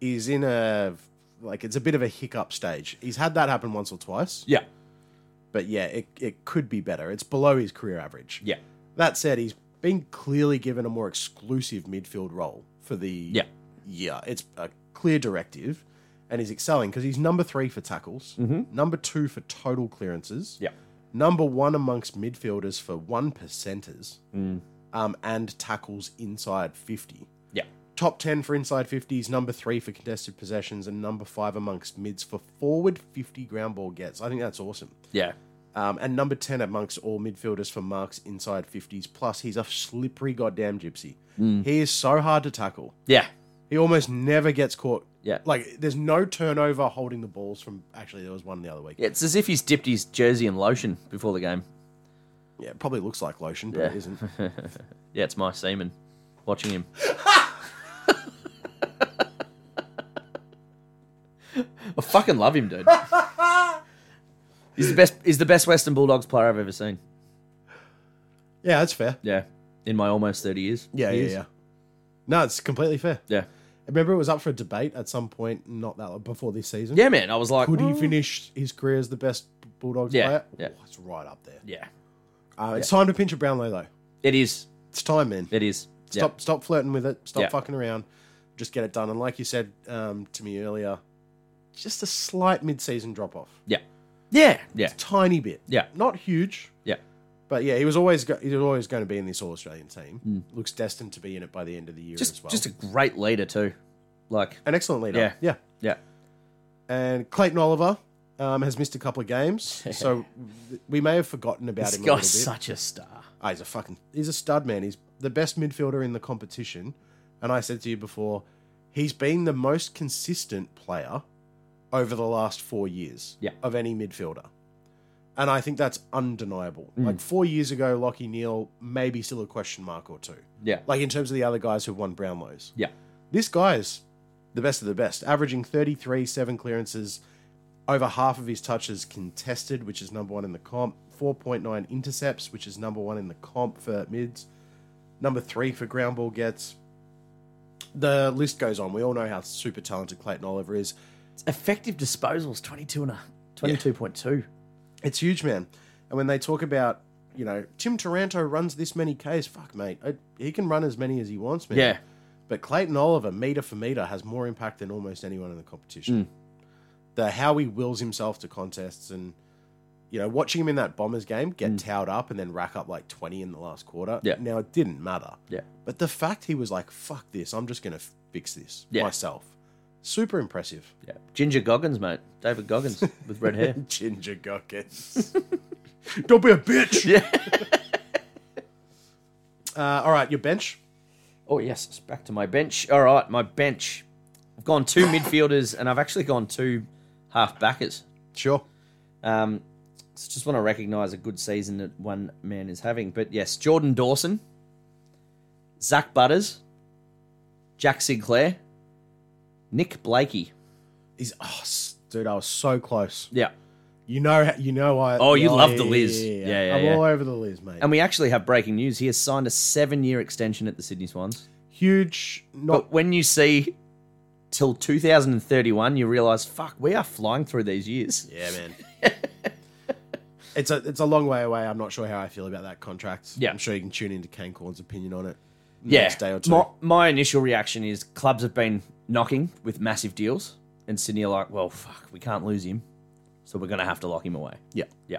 Speaker 1: is in a like it's a bit of a hiccup stage. He's had that happen once or twice,
Speaker 2: yeah,
Speaker 1: but yeah, it it could be better. It's below his career average.
Speaker 2: yeah,
Speaker 1: That said, he's been clearly given a more exclusive midfield role for the
Speaker 2: yeah,
Speaker 1: year. It's a clear directive, and he's excelling because he's number three for tackles, number two for total clearances,
Speaker 2: yeah,
Speaker 1: number one amongst midfielders for one percenters,
Speaker 2: Mm.
Speaker 1: um, and tackles inside fifty.
Speaker 2: yeah,
Speaker 1: Top ten for inside fifties, number three for contested possessions, and number five amongst mids for forward fifty ground ball gets. I think that's awesome.
Speaker 2: yeah.
Speaker 1: Um, and number 10 amongst all midfielders for marks inside 50s. Plus, he's a slippery goddamn gypsy. He is so hard to tackle.
Speaker 2: Mm. Yeah.
Speaker 1: He almost never gets caught.
Speaker 2: Yeah.
Speaker 1: Like, there's no turnover holding the balls from. Actually, there was one the other week.
Speaker 2: Yeah, it's as if he's dipped his jersey in lotion before the game.
Speaker 1: Yeah, it probably looks like lotion, but it
Speaker 2: Yeah. (laughs)
Speaker 1: isn't.
Speaker 2: Yeah, it's my semen watching (laughs) him. I fucking love him, dude. he's the best. He's the best Western Bulldogs player I've ever seen.
Speaker 1: Yeah, that's fair.
Speaker 2: Yeah, in my almost thirty years.
Speaker 1: Yeah,
Speaker 2: He
Speaker 1: yeah,
Speaker 2: is.
Speaker 1: yeah. No, it's completely fair.
Speaker 2: yeah,
Speaker 1: Remember, it was up for a debate at some point, not that long, before this season.
Speaker 2: yeah, man. I was like,
Speaker 1: Could he
Speaker 2: "Oh."
Speaker 1: finish his career as the best Bulldogs
Speaker 2: Yeah,
Speaker 1: player?
Speaker 2: yeah.
Speaker 1: Oh, it's right up there.
Speaker 2: Yeah,
Speaker 1: Uh, it's time to pinch a Brownlow, though.
Speaker 2: it is.
Speaker 1: It's time, man.
Speaker 2: It is. Yeah.
Speaker 1: Stop, stop flirting with it. Stop
Speaker 2: Yeah.
Speaker 1: fucking around. Just get it done. And like you said um, to me earlier, just a slight mid-season drop off,
Speaker 2: Yeah. Yeah. Yeah.
Speaker 1: tiny bit.
Speaker 2: Yeah.
Speaker 1: not huge,
Speaker 2: Yeah.
Speaker 1: but yeah, he was always go- he was always going to be in this All Australian team. Looks destined to be in it by the end of the year
Speaker 2: Hmm. Just,
Speaker 1: as well.
Speaker 2: just a great leader too. Like,
Speaker 1: an excellent leader.
Speaker 2: Yeah.
Speaker 1: yeah.
Speaker 2: yeah,
Speaker 1: And Clayton Oliver um, has missed a couple of
Speaker 2: (laughs)
Speaker 1: games, so th- we may have forgotten about
Speaker 2: this
Speaker 1: him a little
Speaker 2: guy's
Speaker 1: bit.
Speaker 2: such a star.
Speaker 1: Oh, he's a fucking he's a stud man. He's the best midfielder in the competition. And I said to you before, he's been the most consistent player over the last four years
Speaker 2: Yeah.
Speaker 1: of any midfielder. And I think that's undeniable. Like four years ago, Lockie Neal maybe still a question mark or two.
Speaker 2: Yeah.
Speaker 1: Like in terms of the other guys who've won Brownlows.
Speaker 2: Yeah.
Speaker 1: This guy's the best of the best, averaging 33, seven clearances, over half of his touches contested, which is number one in the comp, 4.9 intercepts, which is number one in the comp for mids, number three for ground ball gets. The list goes on. We all know how super talented Clayton Oliver is.
Speaker 2: Effective disposals, 22 and a 22.2.
Speaker 1: It's huge, man. And when they talk about, you know, Tim Taranto runs this many Ks, fuck, mate. I, he can run as many as he wants, man.
Speaker 2: Yeah.
Speaker 1: But Clayton Oliver, meter for meter, has more impact than almost anyone in the competition.
Speaker 2: Hmm.
Speaker 1: The how he wills himself to contests and you know, watching him in that bombers game get towed up and then rack up like twenty in the last quarter.
Speaker 2: Hmm. Yeah.
Speaker 1: Now it didn't matter.
Speaker 2: Yeah.
Speaker 1: But the fact he was like, fuck this, I'm just gonna fix this
Speaker 2: Yeah.
Speaker 1: myself. Super impressive.
Speaker 2: Yeah. Ginger Goggins, mate. David (laughs) Goggins with red hair.
Speaker 1: (laughs) Ginger Goggins. (laughs) Don't be a bitch.
Speaker 2: Yeah.
Speaker 1: Uh, all right, your bench.
Speaker 2: Oh, yes. It's back to my bench. All right. My bench. I've gone (laughs) two midfielders and I've actually gone two half backers.
Speaker 1: Sure.
Speaker 2: Um, so just want to recognise a good season that one man is having. But yes, Jordan Dawson, Zach Butters, Jack Sinclair, Nick Blakey.
Speaker 1: He's oh, s- dude, I was so close.
Speaker 2: Yeah.
Speaker 1: You know, you know, I.
Speaker 2: Oh, you love the Liz. Yeah, yeah,
Speaker 1: I'm
Speaker 2: yeah. Um,
Speaker 1: all over the Liz, mate.
Speaker 2: And we actually have breaking news. He has signed a seven year extension at the Sydney Swans.
Speaker 1: Huge. Not
Speaker 2: But when you see till 2031, you realize, fuck, we are flying through these
Speaker 1: (laughs)
Speaker 2: years.
Speaker 1: Yeah, man. it's a it's a long way away. I'm not sure how I feel about that contract.
Speaker 2: Yeah.
Speaker 1: I'm sure you can tune into Kane Corn's opinion on it.
Speaker 2: Yeah.
Speaker 1: Next day or two.
Speaker 2: My, my initial reaction is clubs have been knocking with massive deals, and Sydney are like, well, fuck, we can't lose him. So we're going to have to lock him away.
Speaker 1: yeah.
Speaker 2: Yeah.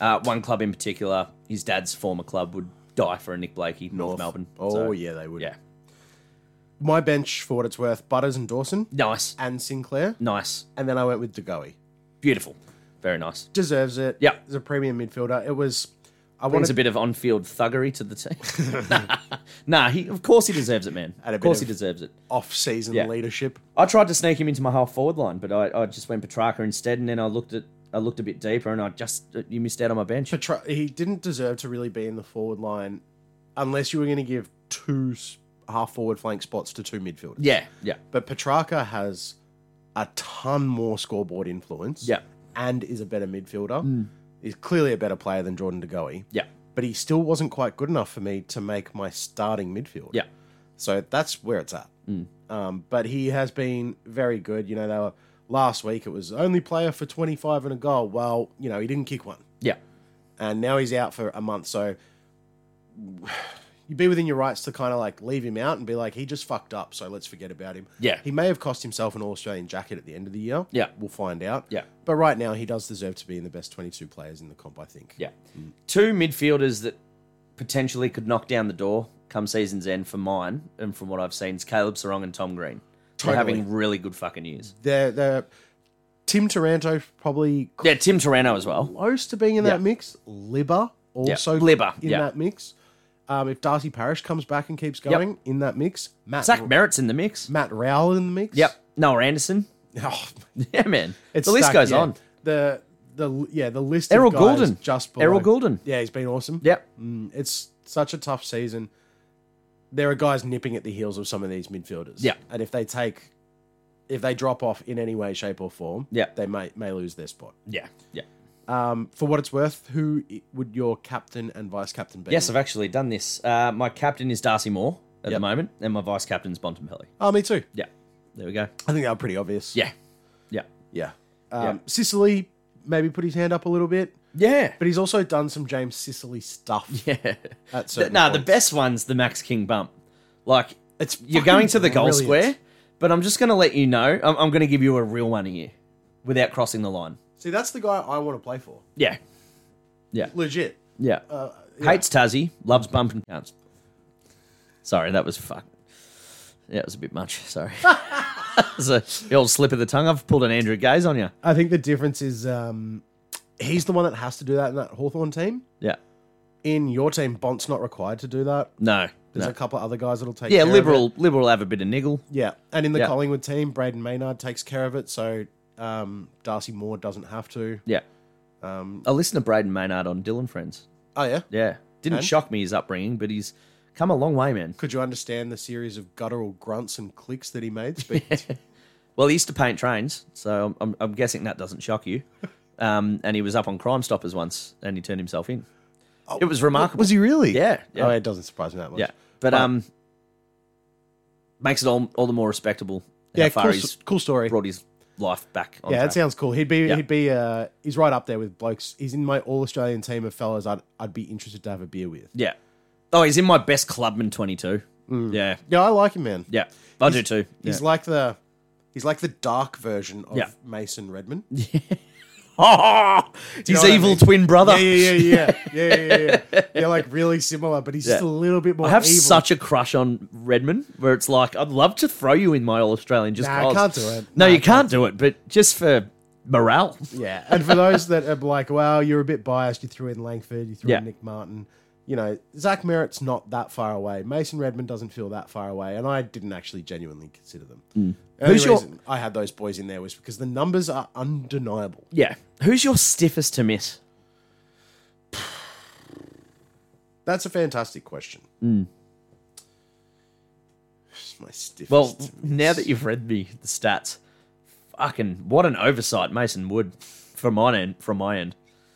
Speaker 2: Uh, one club in particular, his dad's former club, would die for a Nick Blakey, North, Melbourne.
Speaker 1: Oh
Speaker 2: So,
Speaker 1: yeah, they would.
Speaker 2: Yeah.
Speaker 1: My bench for what it's worth: Butters and Dawson
Speaker 2: Nice.
Speaker 1: and Sinclair,
Speaker 2: Nice.
Speaker 1: and then I went with Degoe.
Speaker 2: Beautiful. Very nice.
Speaker 1: Deserves it.
Speaker 2: Yeah.
Speaker 1: He's a premium midfielder. It was. I
Speaker 2: Brings
Speaker 1: wanted
Speaker 2: a bit of on-field thuggery to the team.
Speaker 1: (laughs)
Speaker 2: (laughs) nah, he of course he deserves it, man.
Speaker 1: And a
Speaker 2: Of course
Speaker 1: bit
Speaker 2: he deserves it.
Speaker 1: off-season
Speaker 2: Yeah.
Speaker 1: leadership.
Speaker 2: I tried to sneak him into my half forward line, but I, I just went Petrarca instead, and then I looked at I looked a bit deeper, and I just uh, you missed out on my bench.
Speaker 1: Petra- he didn't deserve to really be in the forward line, unless you were going to give two s- half-forward flank spots to two midfielders.
Speaker 2: yeah, yeah,
Speaker 1: But Petrarca has a ton more scoreboard influence.
Speaker 2: Yeah. Hmm.
Speaker 1: And is a better midfielder. He's clearly a better player than Jordan De Goey,
Speaker 2: yeah,
Speaker 1: But he still wasn't quite good enough for me to make my starting midfield.
Speaker 2: yeah, Hmm.
Speaker 1: So that's where it's at. Um, but he has been very good. You know, they were last week it was only player for 25 and a goal. Well, you know, he didn't kick one.
Speaker 2: yeah,
Speaker 1: And now he's out for a month. So (sighs) you'd be within your rights to kind of like leave him out and be like, he just fucked up. So let's forget about him.
Speaker 2: yeah,
Speaker 1: He may have cost himself an All Australian jacket at the end of the year.
Speaker 2: Yeah.
Speaker 1: We'll find out.
Speaker 2: Yeah.
Speaker 1: But right now, he does deserve to be in the best 22 players in the comp, I think.
Speaker 2: yeah. Two midfielders that potentially could knock down the door come season's end for mine, and from what I've seen, is Caleb Sarong and Tom Green. They're
Speaker 1: Totally.
Speaker 2: having really good fucking years.
Speaker 1: They're, they're, Tim Taranto probably
Speaker 2: Yeah, Tim Tarano as well.
Speaker 1: close to being in that
Speaker 2: Yeah.
Speaker 1: mix. Libba also
Speaker 2: Libba,
Speaker 1: in
Speaker 2: yeah.
Speaker 1: that mix. Um, if Darcy Parish comes back and keeps going in that mix, Matt
Speaker 2: Zach Merritt's in the mix.
Speaker 1: Matt Rowell in the mix.
Speaker 2: Yep. Noah Anderson.
Speaker 1: (laughs)
Speaker 2: (laughs)
Speaker 1: Oh,
Speaker 2: Yeah, man.
Speaker 1: it's
Speaker 2: the list
Speaker 1: stacked,
Speaker 2: goes
Speaker 1: yeah.
Speaker 2: on.
Speaker 1: The the yeah the list.
Speaker 2: Errol
Speaker 1: of guys
Speaker 2: Goulden.
Speaker 1: just below.
Speaker 2: Errol Goulden.
Speaker 1: Yeah, he's been awesome.
Speaker 2: Yep.
Speaker 1: Mm, it's such a tough season. There are guys nipping at the heels of some of these midfielders.
Speaker 2: Yeah.
Speaker 1: and if they take, if they drop off in any way, shape, or form,
Speaker 2: Yeah.
Speaker 1: they may may lose their spot.
Speaker 2: Yeah. Yeah.
Speaker 1: Um, for what it's worth, who i- would your captain and vice captain be?
Speaker 2: Yes, I've actually done this. Uh, my captain is Darcy Moore at
Speaker 1: Yep.
Speaker 2: the moment, and my vice captain's Bontempelli.
Speaker 1: oh, me too.
Speaker 2: Yeah. There we go.
Speaker 1: I think they were pretty obvious.
Speaker 2: Yeah. Yeah.
Speaker 1: yeah. Um, Sicily maybe put his hand up a little bit,
Speaker 2: Yeah.
Speaker 1: but he's also done some James Sicily stuff.
Speaker 2: (laughs) Yeah.
Speaker 1: At
Speaker 2: No,
Speaker 1: certain
Speaker 2: the
Speaker 1: points.
Speaker 2: best one's the Max King bump. Like
Speaker 1: It's
Speaker 2: you're
Speaker 1: fucking
Speaker 2: going to the goal
Speaker 1: brilliant.
Speaker 2: square, but I'm just going to let you know. I'm, I'm going to give you a real one here, without crossing the line.
Speaker 1: See, that's the guy I want to play for.
Speaker 2: Yeah.
Speaker 1: Legit.
Speaker 2: Yeah.
Speaker 1: Uh, yeah.
Speaker 2: Hates Tassie, loves bumping cunts. Sorry, that was fuck. Yeah, it was a bit much.
Speaker 1: (laughs)
Speaker 2: Sorry. it's a, the old slip of the tongue. I've pulled an Andrew Gaze on you.
Speaker 1: I think the difference is um, he's the one that has to do that in that Hawthorn team.
Speaker 2: Yeah.
Speaker 1: In your team, Bont's not required to do that.
Speaker 2: No.
Speaker 1: There's
Speaker 2: no.
Speaker 1: a couple of other guys that'll take
Speaker 2: Yeah,
Speaker 1: care of it.
Speaker 2: liberal. Liberal have a bit of niggle.
Speaker 1: Yeah. And in the
Speaker 2: Yeah.
Speaker 1: Collingwood team, Braden Maynard takes care of it, so um, Darcy Moore doesn't have to.
Speaker 2: Yeah. Um, I listened to Braden Maynard on Dylan Friends.
Speaker 1: Oh, yeah.
Speaker 2: Yeah. Didn't
Speaker 1: And?
Speaker 2: shock me his upbringing, but he's come a long way, man.
Speaker 1: Could you understand the series of guttural grunts and clicks that he made?
Speaker 2: (laughs)
Speaker 1: Speaking
Speaker 2: Well, he used to paint trains, so I'm, I'm, I'm guessing that doesn't
Speaker 1: (laughs)
Speaker 2: shock you. Um, and he was up on Crime Stoppers once, and he turned himself in. it was remarkable.
Speaker 1: Was he really?
Speaker 2: Yeah, yeah.
Speaker 1: Oh, it doesn't surprise me that much.
Speaker 2: yeah, but um, makes it all all the more respectable.
Speaker 1: Yeah,
Speaker 2: how far
Speaker 1: cool,
Speaker 2: he's
Speaker 1: s- cool story.
Speaker 2: brought his life back. On
Speaker 1: Yeah,
Speaker 2: track.
Speaker 1: that sounds cool. He'd be
Speaker 2: Yeah.
Speaker 1: he'd be uh he's right up there with blokes. He's in my all Australian team of fellas I'd I'd be interested to have a beer with.
Speaker 2: yeah. Oh, he's in my best clubman twenty two. Yeah,
Speaker 1: Yeah, I like him, man.
Speaker 2: yeah, I do too.
Speaker 1: Mm. He's
Speaker 2: Yeah.
Speaker 1: like the he's like the dark version of
Speaker 2: Yeah.
Speaker 1: Mason Redmond.
Speaker 2: (laughs) Oh,
Speaker 1: know
Speaker 2: his
Speaker 1: what I
Speaker 2: evil
Speaker 1: mean?
Speaker 2: twin brother.
Speaker 1: Yeah, yeah, yeah, yeah, yeah, yeah, yeah,
Speaker 2: (laughs)
Speaker 1: yeah. They're like really similar, but he's just a
Speaker 2: Yeah.
Speaker 1: little bit more.
Speaker 2: (laughs) I have
Speaker 1: evil.
Speaker 2: such a crush on Redmond, where it's like I'd love to throw you in my All Australian. Just
Speaker 1: Nah, I
Speaker 2: 'cause.
Speaker 1: can't do it. Nah,
Speaker 2: No,
Speaker 1: I
Speaker 2: you can't do it, but just for morale.
Speaker 1: yeah. And
Speaker 2: (laughs)
Speaker 1: for those that are like, well, you're a bit biased. You threw in Langford, you threw
Speaker 2: Yeah.
Speaker 1: in Nick Martin. You know, Zach Merritt's not that far away. Mason Redmond doesn't feel that far away, and I didn't actually genuinely consider them. The only
Speaker 2: Mm. Who's your-
Speaker 1: reason I had those boys in there was because the numbers are undeniable.
Speaker 2: Yeah. Who's your stiffest to miss?
Speaker 1: That's a fantastic question.
Speaker 2: Mm.
Speaker 1: My stiffest.
Speaker 2: Well, now that you've read me the stats, fucking what an oversight, Mason Wood, from my end. From my end,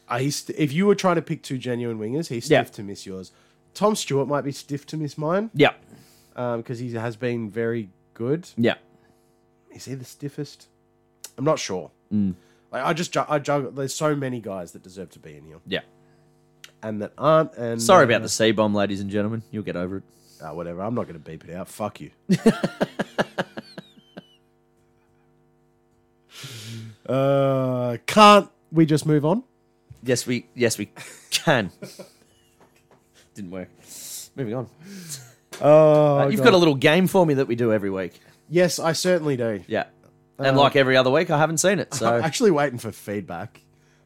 Speaker 1: I, he's st- if you were trying to pick two genuine wingers, he's stiff
Speaker 2: Yeah.
Speaker 1: to miss yours. Tom Stewart might be stiff to miss mine
Speaker 2: yeah,
Speaker 1: because he has been very good.
Speaker 2: yeah,
Speaker 1: is he the stiffest? I'm not sure.
Speaker 2: Mm.
Speaker 1: Like I just ju- I juggle. There's so many guys that deserve to be in here
Speaker 2: yeah.
Speaker 1: and that aren't. And
Speaker 2: Sorry about the C bomb, ladies and gentlemen. You'll get over it.
Speaker 1: Ah, whatever. I'm not going to beep it out. Fuck
Speaker 2: (laughs)
Speaker 1: you. uh, can't we just move on?
Speaker 2: Yes, we. Yes, we can. (laughs) Didn't work. Moving on.
Speaker 1: Oh,
Speaker 2: Uh, You've got a little game for me that we do every week.
Speaker 1: yes, I certainly do.
Speaker 2: Yeah. And like every other week, Um, (laughs) I haven't seen it.
Speaker 1: I'm
Speaker 2: So
Speaker 1: actually waiting for feedback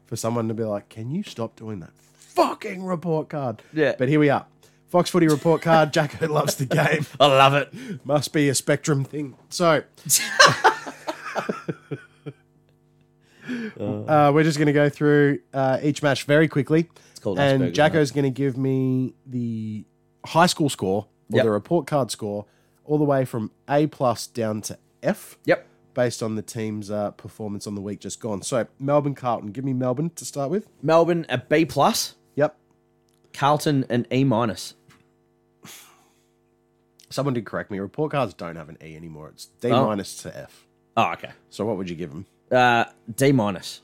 Speaker 1: for someone to be like, "Can you stop doing that fucking report card?"
Speaker 2: Yeah.
Speaker 1: But here we are. Fox Footy report card. Jacko loves the game.
Speaker 2: I love it.
Speaker 1: Must be a spectrum thing. So, (laughs) uh, we're just going to go through uh, each match very quickly. It's
Speaker 2: called
Speaker 1: and
Speaker 2: Asperger's,
Speaker 1: Jacko's going to give me the high school score or
Speaker 2: Yep.
Speaker 1: the report card score, all the way from A plus down to F,
Speaker 2: Yep.
Speaker 1: based on the team's uh, performance on the week just gone. So, Melbourne Carlton, give me Melbourne to start with.
Speaker 2: Melbourne a B plus,
Speaker 1: Yep,
Speaker 2: Carlton an E minus.
Speaker 1: someone did correct me. Report cards don't have an E anymore. It's D
Speaker 2: Oh.
Speaker 1: minus to F.
Speaker 2: Oh, okay.
Speaker 1: So, what would you give them?
Speaker 2: Uh, D minus.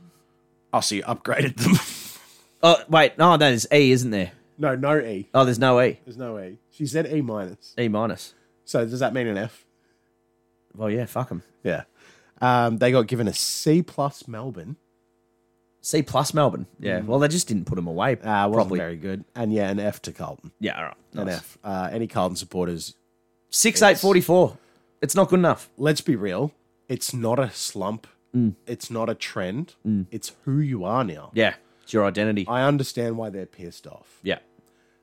Speaker 1: Oh, so you upgraded them. (laughs)
Speaker 2: Oh wait, no, that is E, isn't there?
Speaker 1: no, no E.
Speaker 2: Oh, there's no E.
Speaker 1: There's no E. She said E minus.
Speaker 2: E minus.
Speaker 1: So does that mean an F?
Speaker 2: Well, yeah, fuck them.
Speaker 1: Yeah. Um, they got given a C plus Melbourne.
Speaker 2: C plus Melbourne. Yeah. Well, they just didn't put them away
Speaker 1: Uh, Mm. wasn't
Speaker 2: properly.
Speaker 1: very good. And yeah, an F to Carlton.
Speaker 2: Yeah. All right.
Speaker 1: An
Speaker 2: Nice.
Speaker 1: F. Uh, any Carlton supporters?
Speaker 2: Six eight forty four. It's not good enough.
Speaker 1: Let's be real. It's not a slump It's not a trend. It's who you are now.
Speaker 2: Yeah, it's your identity.
Speaker 1: I understand why they're pissed off.
Speaker 2: yeah,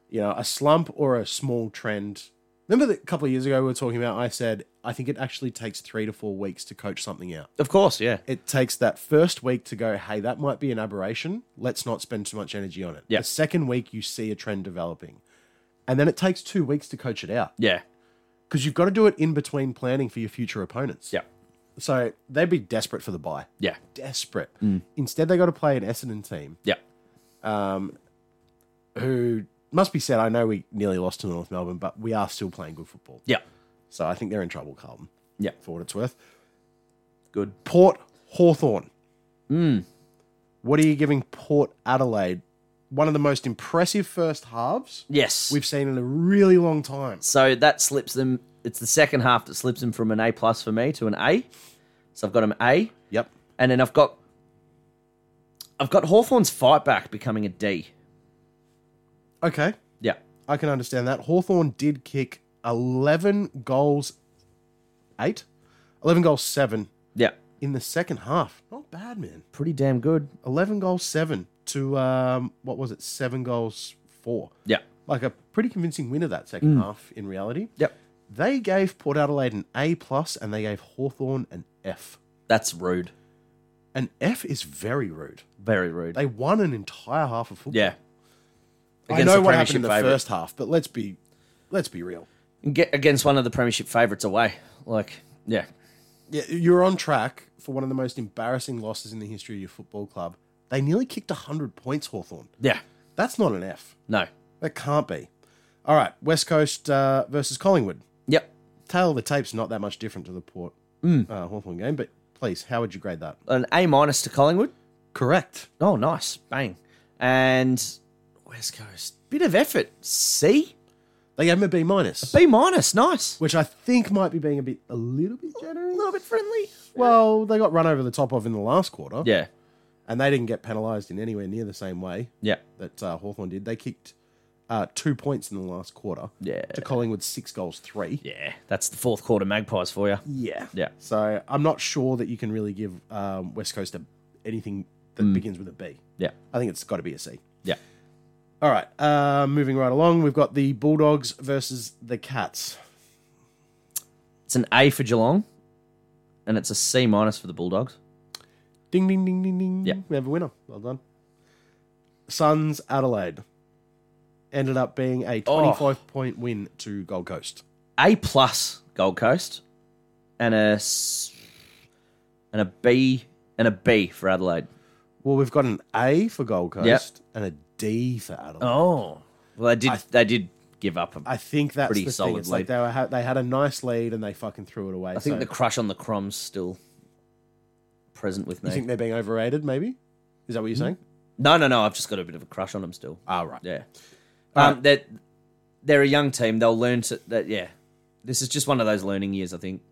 Speaker 1: You know, a slump or a small trend. Remember that a couple of years ago we were talking about, I said, I think it actually takes three to four weeks to coach something out.
Speaker 2: of course. Yeah,
Speaker 1: It takes that first week to go, hey, that might be an aberration. Let's not spend too much energy on it.
Speaker 2: Yeah.
Speaker 1: The second week, you see a trend developing. And then it takes two weeks to coach it out
Speaker 2: yeah,
Speaker 1: because you've got to do it in between planning for your future opponents.
Speaker 2: yeah,
Speaker 1: So they'd be desperate for the buy.
Speaker 2: yeah,
Speaker 1: Desperate.
Speaker 2: Mm.
Speaker 1: Instead, they got to play an Essendon team
Speaker 2: yeah.
Speaker 1: who must be said, I know we nearly lost to North Melbourne, but we are still playing good football.
Speaker 2: Yeah.
Speaker 1: So I think they're in trouble, Carlton.
Speaker 2: Yeah.
Speaker 1: For what it's worth.
Speaker 2: Good.
Speaker 1: Port Hawthorn. What are you giving Port Adelaide? One of the most impressive first halves
Speaker 2: Yes.
Speaker 1: we've seen in a really long time.
Speaker 2: so that slips them. It's the second half that slips them from an A plus for me to an A. So I've got them A,
Speaker 1: Yep.
Speaker 2: and then I've got I've got Hawthorn's fight back becoming a D.
Speaker 1: Okay.
Speaker 2: Yeah.
Speaker 1: I can understand that. Hawthorn did kick 11 goals, 8? 11 goals, 7
Speaker 2: Yeah.
Speaker 1: in the second half. Not bad, man.
Speaker 2: Pretty damn good.
Speaker 1: 11 goals, 7 to, um, what was it, 7 goals, 4.
Speaker 2: Yeah.
Speaker 1: Like a pretty convincing win of that second half in reality.
Speaker 2: Yep.
Speaker 1: They gave Port Adelaide an A plus and they gave Hawthorn an F.
Speaker 2: That's rude.
Speaker 1: An F is very rude.
Speaker 2: Very rude.
Speaker 1: They won an entire half of football.
Speaker 2: yeah.
Speaker 1: I know
Speaker 2: the
Speaker 1: what happened
Speaker 2: premiership
Speaker 1: in the
Speaker 2: favourite.
Speaker 1: first half, but let's be let's be real.
Speaker 2: Ge- against one of the premiership favourites away. Like, yeah,
Speaker 1: Yeah, you're on track for one of the most embarrassing losses in the history of your football club. They nearly kicked 100 points, Hawthorn.
Speaker 2: yeah,
Speaker 1: That's not an F.
Speaker 2: no,
Speaker 1: That can't be. All right, West Coast uh, versus Collingwood.
Speaker 2: yep.
Speaker 1: Tail of the tape's not that much different to the Port
Speaker 2: Hmm.
Speaker 1: uh, Hawthorn game, but please, how would you grade that?
Speaker 2: An A minus to Collingwood.
Speaker 1: Correct.
Speaker 2: Oh, nice, bang. And West Coast, bit of effort. C,
Speaker 1: They gave him a B minus.
Speaker 2: B minus, nice.
Speaker 1: which I think might be being a bit a little bit generous.
Speaker 2: A little bit friendly.
Speaker 1: Well, they got run over the top of in the last quarter,
Speaker 2: Yeah,
Speaker 1: and they didn't get penalised in anywhere near the same way
Speaker 2: yeah,
Speaker 1: that uh, Hawthorn did. They kicked uh, two points in the last quarter
Speaker 2: Yeah.
Speaker 1: to Collingwood's six goals, three.
Speaker 2: yeah. That's the fourth quarter Magpies for you.
Speaker 1: Yeah.
Speaker 2: Yeah.
Speaker 1: So I'm not sure that you can really give um, West Coast a, anything that
Speaker 2: Mm.
Speaker 1: begins with a B.
Speaker 2: Yeah,
Speaker 1: I think it's got to be a C.
Speaker 2: yeah.
Speaker 1: All right. Uh, moving right along, we've got the Bulldogs versus the Cats.
Speaker 2: It's an A for Geelong, and it's a C minus for the Bulldogs.
Speaker 1: Ding, ding, ding, ding, ding.
Speaker 2: Yeah.
Speaker 1: We have a winner. Well done. Suns Adelaide ended up being a
Speaker 2: Oh.
Speaker 1: 25 point win to Gold Coast.
Speaker 2: A plus Gold Coast, and a s- and a B and a B for Adelaide.
Speaker 1: Well, we've got an A for Gold Coast
Speaker 2: Yep.
Speaker 1: and a D for Adelaide.
Speaker 2: Oh, well, they did. they did give up. A, I
Speaker 1: I think that's
Speaker 2: Pretty
Speaker 1: the thing.
Speaker 2: solid
Speaker 1: It's like
Speaker 2: lead.
Speaker 1: they, were ha- they had a nice lead and they fucking threw it away. I
Speaker 2: think
Speaker 1: think
Speaker 2: the crush on the crumbs still present with
Speaker 1: you
Speaker 2: me.
Speaker 1: think they're being overrated, maybe? Is that what you're
Speaker 2: Mm-hmm.
Speaker 1: saying?
Speaker 2: no, no, no. I've just got a bit of a crush on them still.
Speaker 1: Ah, right.
Speaker 2: Yeah, um, they're they're a young team. They'll learn to that. Yeah, this is just one of those learning years. I think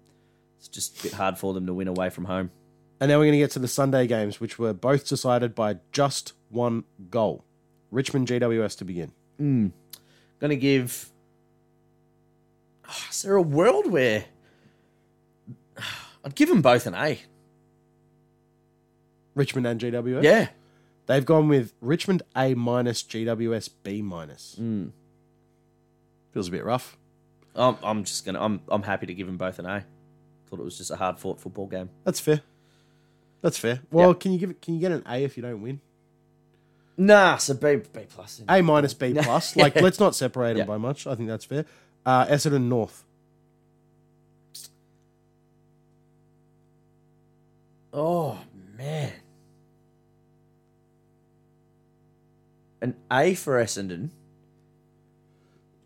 Speaker 2: it's just a bit hard for them to win away from home.
Speaker 1: And now we're going to get to the Sunday games, which were both decided by just one goal. Richmond GWS to begin.
Speaker 2: hmm, Gonna give. Oh, is there a world where (sighs) I'd give them both an A?
Speaker 1: Richmond and GWS?
Speaker 2: Yeah,
Speaker 1: They've gone with Richmond A minus, GWS B minus. Mm. Feels a bit rough.
Speaker 2: Hmm. I'm, I'm just gonna. I'm I'm happy to give them both an A. Thought it was just a hard fought football game.
Speaker 1: That's fair. That's fair. Well, can you give it? Can you get an A if you don't win?
Speaker 2: Nah, so B B plus.
Speaker 1: A minus, (laughs) B plus. Like, let's not separate them
Speaker 2: Yeah.
Speaker 1: by much. I think that's fair. Uh, Essendon North.
Speaker 2: Oh man, an A for Essendon.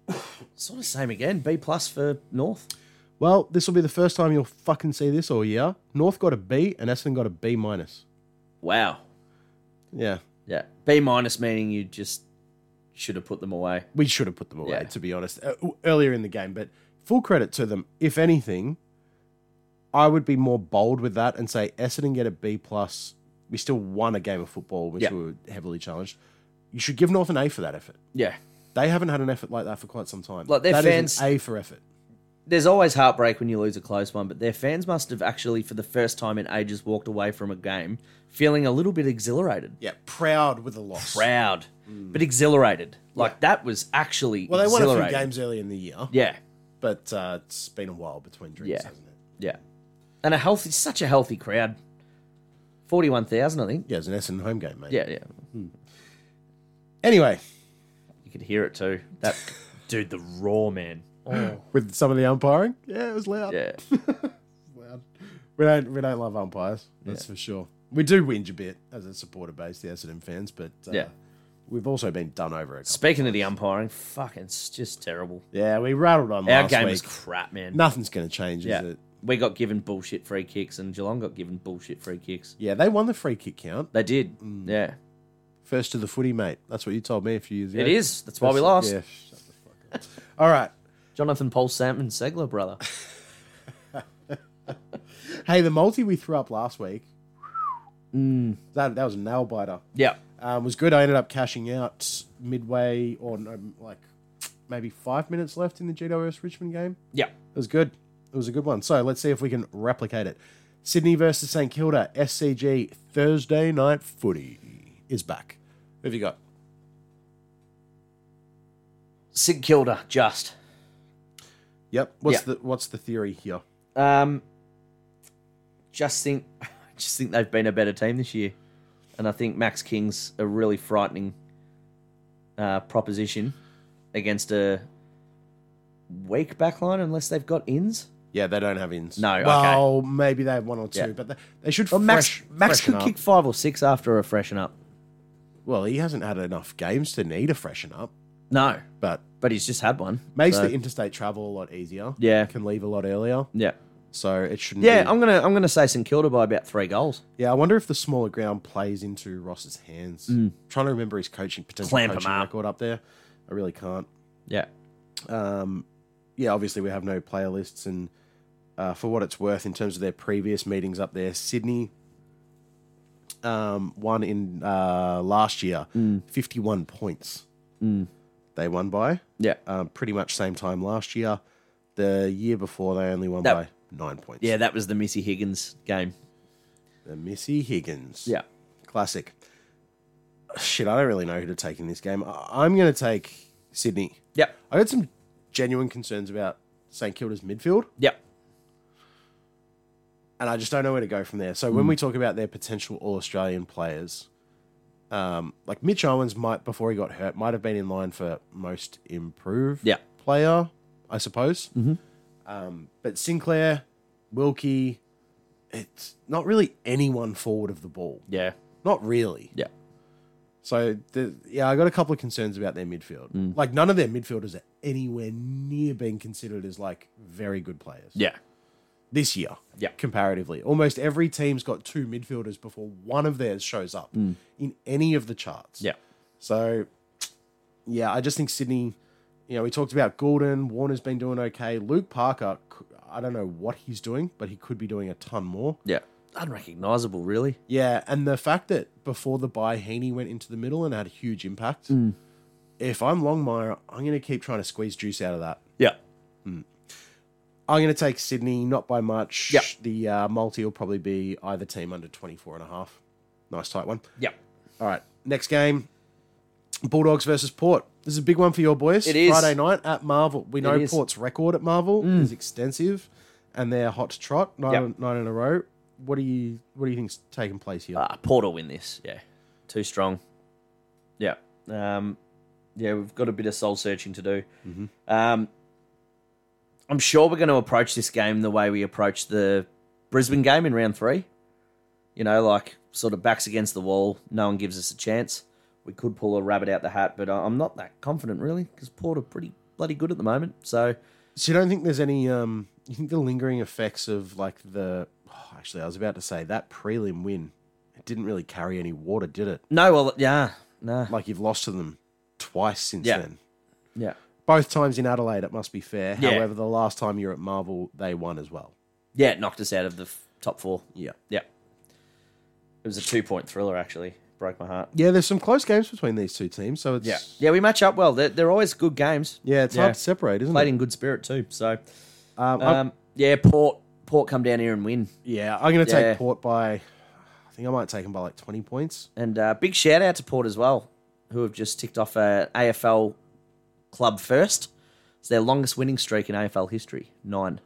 Speaker 2: (sighs) sort of same again. B plus for North.
Speaker 1: Well, this will be the first time you'll fucking see this all year. North got a B and Essendon got a B minus.
Speaker 2: Wow.
Speaker 1: Yeah,
Speaker 2: Yeah. B minus meaning you just should have put them away.
Speaker 1: we should have put them away
Speaker 2: Yeah.
Speaker 1: to be honest uh, earlier in the game. But full credit to them. If anything, I would be more bold with that and say Essendon get a B plus. We still won a game of football, which
Speaker 2: Yeah.
Speaker 1: we were heavily challenged. You should give North an A for that effort.
Speaker 2: Yeah.
Speaker 1: They haven't had an effort like that for quite some time.
Speaker 2: Like, their
Speaker 1: That is an
Speaker 2: fans-
Speaker 1: A for effort.
Speaker 2: there's always heartbreak when you lose a close one, but their fans must have actually, for the first time in ages, walked away from a game feeling a little bit exhilarated,
Speaker 1: Yeah, proud with a loss.
Speaker 2: proud, but exhilarated. Like that was actually
Speaker 1: Mm. Well, they won a few
Speaker 2: exhilarating.
Speaker 1: games early in the year,
Speaker 2: Yeah,
Speaker 1: but uh, it's been a while between drinks,
Speaker 2: Yeah.
Speaker 1: hasn't it?
Speaker 2: yeah, and a healthy, such a healthy crowd, forty-one thousand, I think.
Speaker 1: Yeah, it was an Essendon home game, mate.
Speaker 2: Yeah, yeah,
Speaker 1: Anyway,
Speaker 2: you could hear it too.
Speaker 1: (laughs)
Speaker 2: That dude, the raw man. Oh,
Speaker 1: with some of the umpiring, yeah, it was loud.
Speaker 2: yeah.
Speaker 1: loud. We don't we don't love umpires, that's for sure. We do whinge a bit as a supporter base, the Essendon fans, but uh,
Speaker 2: Yeah.
Speaker 1: we've also been done over. A couple.
Speaker 2: Speaking of the umpiring, fuck, it's just terrible.
Speaker 1: Yeah, we rattled on
Speaker 2: Our
Speaker 1: last
Speaker 2: game
Speaker 1: week.
Speaker 2: was crap, man.
Speaker 1: Nothing's going to change,
Speaker 2: yeah,
Speaker 1: is it?
Speaker 2: we got given bullshit free kicks, and Geelong got given bullshit free kicks.
Speaker 1: Yeah, they won the free kick count.
Speaker 2: They did. Yeah,
Speaker 1: First to the footy, mate. That's what you told me a few years ago.
Speaker 2: it is. That's why we lost.
Speaker 1: Yeah, shut the fuck up. (laughs) All right.
Speaker 2: Jonathan Paul Salmon Segler, (laughs) brother.
Speaker 1: Hey, the multi we threw up last week.
Speaker 2: Mm.
Speaker 1: That, that was a nail biter.
Speaker 2: yeah,
Speaker 1: um, was good. I ended up cashing out midway or no, like maybe five minutes left in the GWS Richmond game.
Speaker 2: yeah.
Speaker 1: It was good. It was a good one. So let's see if we can replicate it. Sydney versus St Kilda SCG Thursday night footy is back. Who have you got?
Speaker 2: Sid Kilda, just.
Speaker 1: Yep. What's
Speaker 2: Yeah.
Speaker 1: the What's the theory here?
Speaker 2: Um, just think, (laughs) I just think they've been a better team this year, and I think Max King's a really frightening uh, proposition against a weak backline unless they've got ins.
Speaker 1: Yeah, they don't have ins.
Speaker 2: No, okay.
Speaker 1: Well, maybe they have one or two,
Speaker 2: Yeah.
Speaker 1: but they, they should.
Speaker 2: Well, Max
Speaker 1: fresh,
Speaker 2: Max
Speaker 1: freshen
Speaker 2: could
Speaker 1: up.
Speaker 2: kick five or six after a freshen up.
Speaker 1: Well, he hasn't had enough games to need a freshen up,
Speaker 2: No,
Speaker 1: but
Speaker 2: but he's just had one.
Speaker 1: makes
Speaker 2: So,
Speaker 1: the interstate travel a lot easier.
Speaker 2: Yeah.
Speaker 1: can leave a lot earlier,
Speaker 2: yeah.
Speaker 1: so it shouldn't.
Speaker 2: Yeah,
Speaker 1: be-
Speaker 2: I'm gonna I'm gonna say St Kilda by about three goals.
Speaker 1: Yeah, I wonder if the smaller ground plays into Ross's hands. Trying to remember his coaching potential
Speaker 2: Mm. Clamp him
Speaker 1: coaching
Speaker 2: up.
Speaker 1: record up there. I really can't.
Speaker 2: Yeah,
Speaker 1: Um, yeah, obviously we have no player lists, and uh, for what it's worth, in terms of their previous meetings up there, Sydney um, won in uh, last year,
Speaker 2: Mm.
Speaker 1: fifty-one points. They won by
Speaker 2: yeah,
Speaker 1: um, pretty much same time last year. The year before, they only won
Speaker 2: That-
Speaker 1: by nine points.
Speaker 2: yeah. That was the Missy Higgins game.
Speaker 1: the Missy Higgins. Classic. Shit, I don't really know who to take in this game. I- I'm going to take Sydney.
Speaker 2: yep,
Speaker 1: I had some genuine concerns about St Kilda's midfield,
Speaker 2: yep.
Speaker 1: and I just don't know where to go from there. So when we talk about their potential All Australian players, um, like Mitch Owens might before he got hurt might have been in line for most improved
Speaker 2: Yeah.
Speaker 1: player, I suppose. Um, but Sinclair, Wilkie, it's not really anyone forward of the ball.
Speaker 2: Yeah,
Speaker 1: Not really.
Speaker 2: yeah,
Speaker 1: So the, yeah, I got a couple of concerns about their midfield.
Speaker 2: Mm.
Speaker 1: Like none of their midfielders are anywhere near being considered as like very good players
Speaker 2: yeah,
Speaker 1: this year.
Speaker 2: Yeah.
Speaker 1: comparatively, almost every team's got two midfielders before one of theirs shows up in any of the charts.
Speaker 2: Mm. yeah,
Speaker 1: So yeah, I just think Sydney. You know, we talked about Gordon. Warner's been doing okay. Luke Parker, c- I don't know what he's doing, but he could be doing a ton more.
Speaker 2: yeah. Unrecognizable, really.
Speaker 1: Yeah, and the fact that before the buy, Heaney went into the middle and had a huge impact.
Speaker 2: Hmm.
Speaker 1: If I'm Longmire, I'm going to keep trying to squeeze juice out of that.
Speaker 2: Yeah,
Speaker 1: I'm going to take Sydney, not by much.
Speaker 2: Yep.
Speaker 1: The uh, multi will probably be either team under 24 and a half. Nice tight one.
Speaker 2: yeah.
Speaker 1: All right, next game. Bulldogs versus Port. This is a big one for your boys.
Speaker 2: It is.
Speaker 1: Friday night at Marvel. We know
Speaker 2: is. Hmm.
Speaker 1: Port's record at Marvel is extensive, and they're hot to trot nine,
Speaker 2: Yep.
Speaker 1: nine in a row. What do you What do you think's taking place here?
Speaker 2: Ah, Port will win this. Yeah, too strong. Yeah, um, yeah. We've got a bit of soul searching to do. Um, I'm sure we're going to approach this game the way we approached the Brisbane game in round three. You know, like sort of backs against the wall. No one gives us a chance. We could pull a rabbit out the hat, but I- I'm not that confident really because Port are pretty bloody good at the moment. So
Speaker 1: So you don't think there's any? Um, you think the lingering effects of like the? oh, actually, I was about to say that prelim win. It didn't really carry any water, did it?
Speaker 2: no, well, yeah, no,
Speaker 1: Like you've lost to them twice since
Speaker 2: Yeah.
Speaker 1: then.
Speaker 2: yeah,
Speaker 1: Both times in Adelaide, it must be fair.
Speaker 2: Yeah.
Speaker 1: However, the last time you're at Marvel, they won as well.
Speaker 2: yeah. It knocked us out of the f- top four.
Speaker 1: Yeah.
Speaker 2: Yeah. It was a two point thriller, actually. Broke my heart.
Speaker 1: Yeah, there's some close games between these two teams, so it's yeah, Mm.
Speaker 2: Yeah, we match up well. They're, they're always good games.
Speaker 1: yeah it's
Speaker 2: Yeah.
Speaker 1: hard to separate, isn't
Speaker 2: Played
Speaker 1: it?
Speaker 2: in good spirit, too. So,
Speaker 1: Um, I'm-
Speaker 2: Um, yeah, Port Port come down here and win.
Speaker 1: yeah, I'm going to
Speaker 2: yeah.
Speaker 1: take Port by. I think I might take him by like 20 points.
Speaker 2: And uh, big shout out to Port as well, who have just ticked off uh, a AFL club first. It's their longest winning streak in AFL history, nine.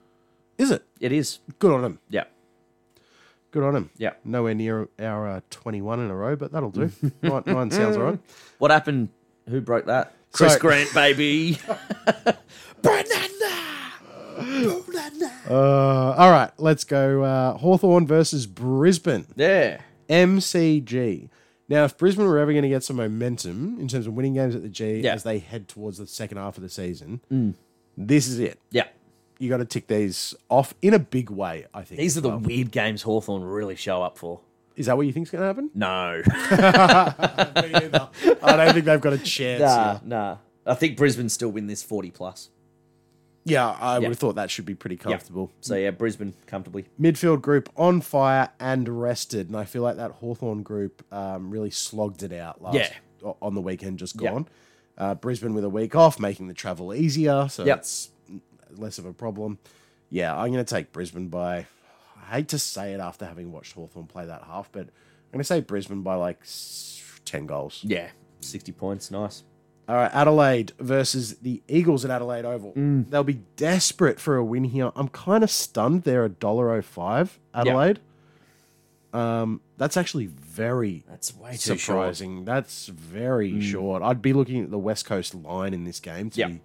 Speaker 1: Is it?
Speaker 2: It is.
Speaker 1: Good on him.
Speaker 2: Yeah.
Speaker 1: Good on him.
Speaker 2: Yeah.
Speaker 1: Nowhere near our uh, 21 in a row, but that'll
Speaker 2: (laughs)
Speaker 1: do. nine, nine sounds all right.
Speaker 2: What happened? Who broke that?
Speaker 1: So-
Speaker 2: Chris
Speaker 1: (laughs)
Speaker 2: Grant, baby.
Speaker 1: Uh, all right, let's go. Uh, Hawthorne versus Brisbane.
Speaker 2: yeah.
Speaker 1: MCG. Now, if Brisbane were ever going to get some momentum in terms of winning games at the G
Speaker 2: Yeah. Mm.
Speaker 1: as they head towards the second half of the season, this is it.
Speaker 2: Yeah.
Speaker 1: You got to tick these off in a big way, I think.
Speaker 2: These are the weird games Hawthorn really show up for.
Speaker 1: is that what you think's going to happen?
Speaker 2: No.
Speaker 1: I don't think they've
Speaker 2: (laughs)
Speaker 1: got a chance.
Speaker 2: nah, nah. I think Brisbane still win this 40 plus.
Speaker 1: Yeah, I would have thought that should be pretty comfortable.
Speaker 2: So, yeah, Brisbane comfortably.
Speaker 1: Midfield group on fire and rested. And I feel like that Hawthorn group um, really slogged it out last
Speaker 2: Yeah.
Speaker 1: o- on the weekend, just
Speaker 2: Yeah.
Speaker 1: gone. Uh, Brisbane with a week off, making the travel easier. So
Speaker 2: Yep.
Speaker 1: it's less of a problem. Yeah, I'm going to take Brisbane by. I hate to say it after having watched Hawthorn play that half, but I'm going to say Brisbane by like s- 10 goals.
Speaker 2: Yeah. 60 points. Nice.
Speaker 1: All right, Adelaide versus the Eagles at Adelaide Oval.
Speaker 2: Mm.
Speaker 1: They'll be desperate for a win here. I'm kind of stunned they're a dollar oh five Adelaide. Um, that's actually very
Speaker 2: That's way too short. Mm.
Speaker 1: surprising. That's very short. I'd be looking at the West Coast line in this game to
Speaker 2: Yeah.
Speaker 1: be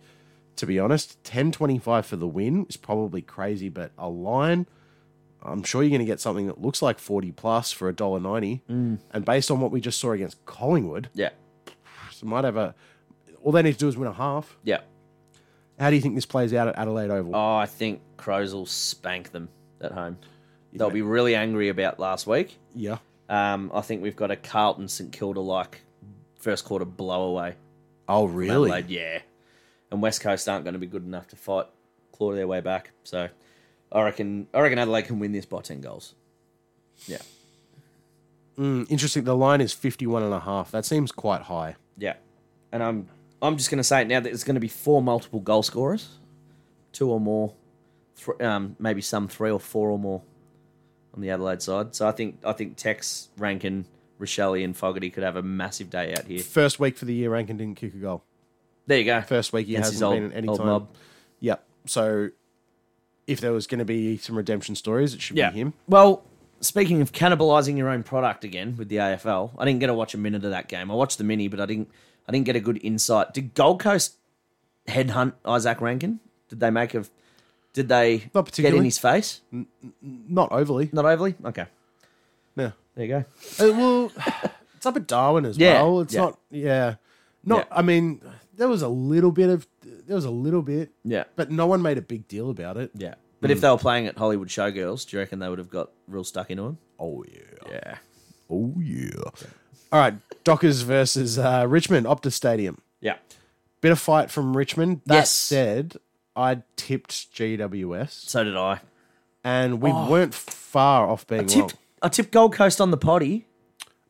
Speaker 1: to be honest. Ten twenty five for the win is probably crazy, but a line. I'm sure you're going to get something that looks like 40 plus for a dollar 90.
Speaker 2: Mm.
Speaker 1: And based on what we just saw against Collingwood,
Speaker 2: Yeah.
Speaker 1: so might have a. All they need to do is win a half.
Speaker 2: Yeah.
Speaker 1: How do you think this plays out at Adelaide Oval?
Speaker 2: Oh, I think Crows will spank them at home. They'll be really angry about last week.
Speaker 1: yeah,
Speaker 2: Um, I think we've got a Carlton St Kilda like first quarter blowaway.
Speaker 1: Oh, really?
Speaker 2: Adelaide, yeah. And West Coast aren't going to be good enough to fight, claw their way back. So I reckon I reckon Adelaide can win this by ten goals. Yeah,
Speaker 1: Mm, interesting. The line is 51 and a half. That seems quite high.
Speaker 2: yeah. And I'm I'm just going to say it now that it's going to be four multiple goal scorers, two or more, thr um, maybe some three or four or more on the Adelaide side. So I think I think Tex Rankin, Rochelle, and Fogarty could have a massive day out here.
Speaker 1: First week for the year, Rankin didn't kick a goal.
Speaker 2: There you go.
Speaker 1: First week he
Speaker 2: Against
Speaker 1: hasn't
Speaker 2: his old-
Speaker 1: been at any
Speaker 2: old
Speaker 1: time.
Speaker 2: mob.
Speaker 1: Yep. So if there was going to be some redemption stories, it should be him.
Speaker 2: Well, speaking of cannibalizing your own product again with the AFL, I didn't get to watch a minute of that game. I watched the mini, but I didn't. I didn't get a good insight. Did Gold Coast headhunt Isaac Rankin? Did they make a? Did they
Speaker 1: Not
Speaker 2: get in
Speaker 1: particularly.
Speaker 2: his face?
Speaker 1: Not overly.
Speaker 2: Not overly. Okay,
Speaker 1: No.
Speaker 2: there you go.
Speaker 1: Uh, well, (sighs) it's up at Darwin as
Speaker 2: Yeah,
Speaker 1: well. It's
Speaker 2: yeah.
Speaker 1: not. Yeah. Not.
Speaker 2: Yeah.
Speaker 1: I mean, there was a little bit of. There was a little bit.
Speaker 2: Yeah,
Speaker 1: But no one made a big deal about it.
Speaker 2: yeah. But if they were playing at Hollywood Showgirls, do you reckon they would have got real stuck into him?
Speaker 1: Oh yeah.
Speaker 2: Yeah.
Speaker 1: Oh yeah. All right, Dockers versus uh, Richmond Optus Stadium.
Speaker 2: Yeah.
Speaker 1: Bit of fight from Richmond. That
Speaker 2: Yes.
Speaker 1: said, I tipped GWS,
Speaker 2: So did I.
Speaker 1: and we
Speaker 2: Oh.
Speaker 1: weren't far off being wrong.
Speaker 2: Tipped, I tipped Gold Coast on the potty,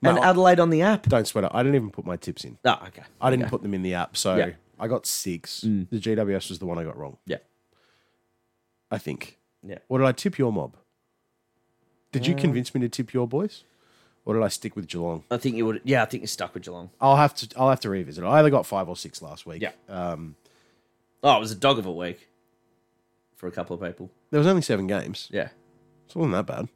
Speaker 2: and
Speaker 1: No.
Speaker 2: Adelaide on the app.
Speaker 1: Don't sweat it. I didn't even put my tips in.
Speaker 2: Oh, okay.
Speaker 1: I didn't put them in the app, so
Speaker 2: Yeah. Mm.
Speaker 1: I got six. The GWS was the one I got wrong.
Speaker 2: Yeah.
Speaker 1: I think.
Speaker 2: Yeah.
Speaker 1: What did I tip your mob? Did
Speaker 2: Uh,
Speaker 1: you convince me to tip your boys, or did I stick with Geelong?
Speaker 2: I think you would. Yeah, I think you're stuck with Geelong.
Speaker 1: I'll have to. I'll have to revisit. it. I either got five or six last week.
Speaker 2: Yeah.
Speaker 1: Um,
Speaker 2: Oh, it was a dog of a week for a couple of people.
Speaker 1: there was only seven games.
Speaker 2: Yeah,
Speaker 1: It wasn't that bad.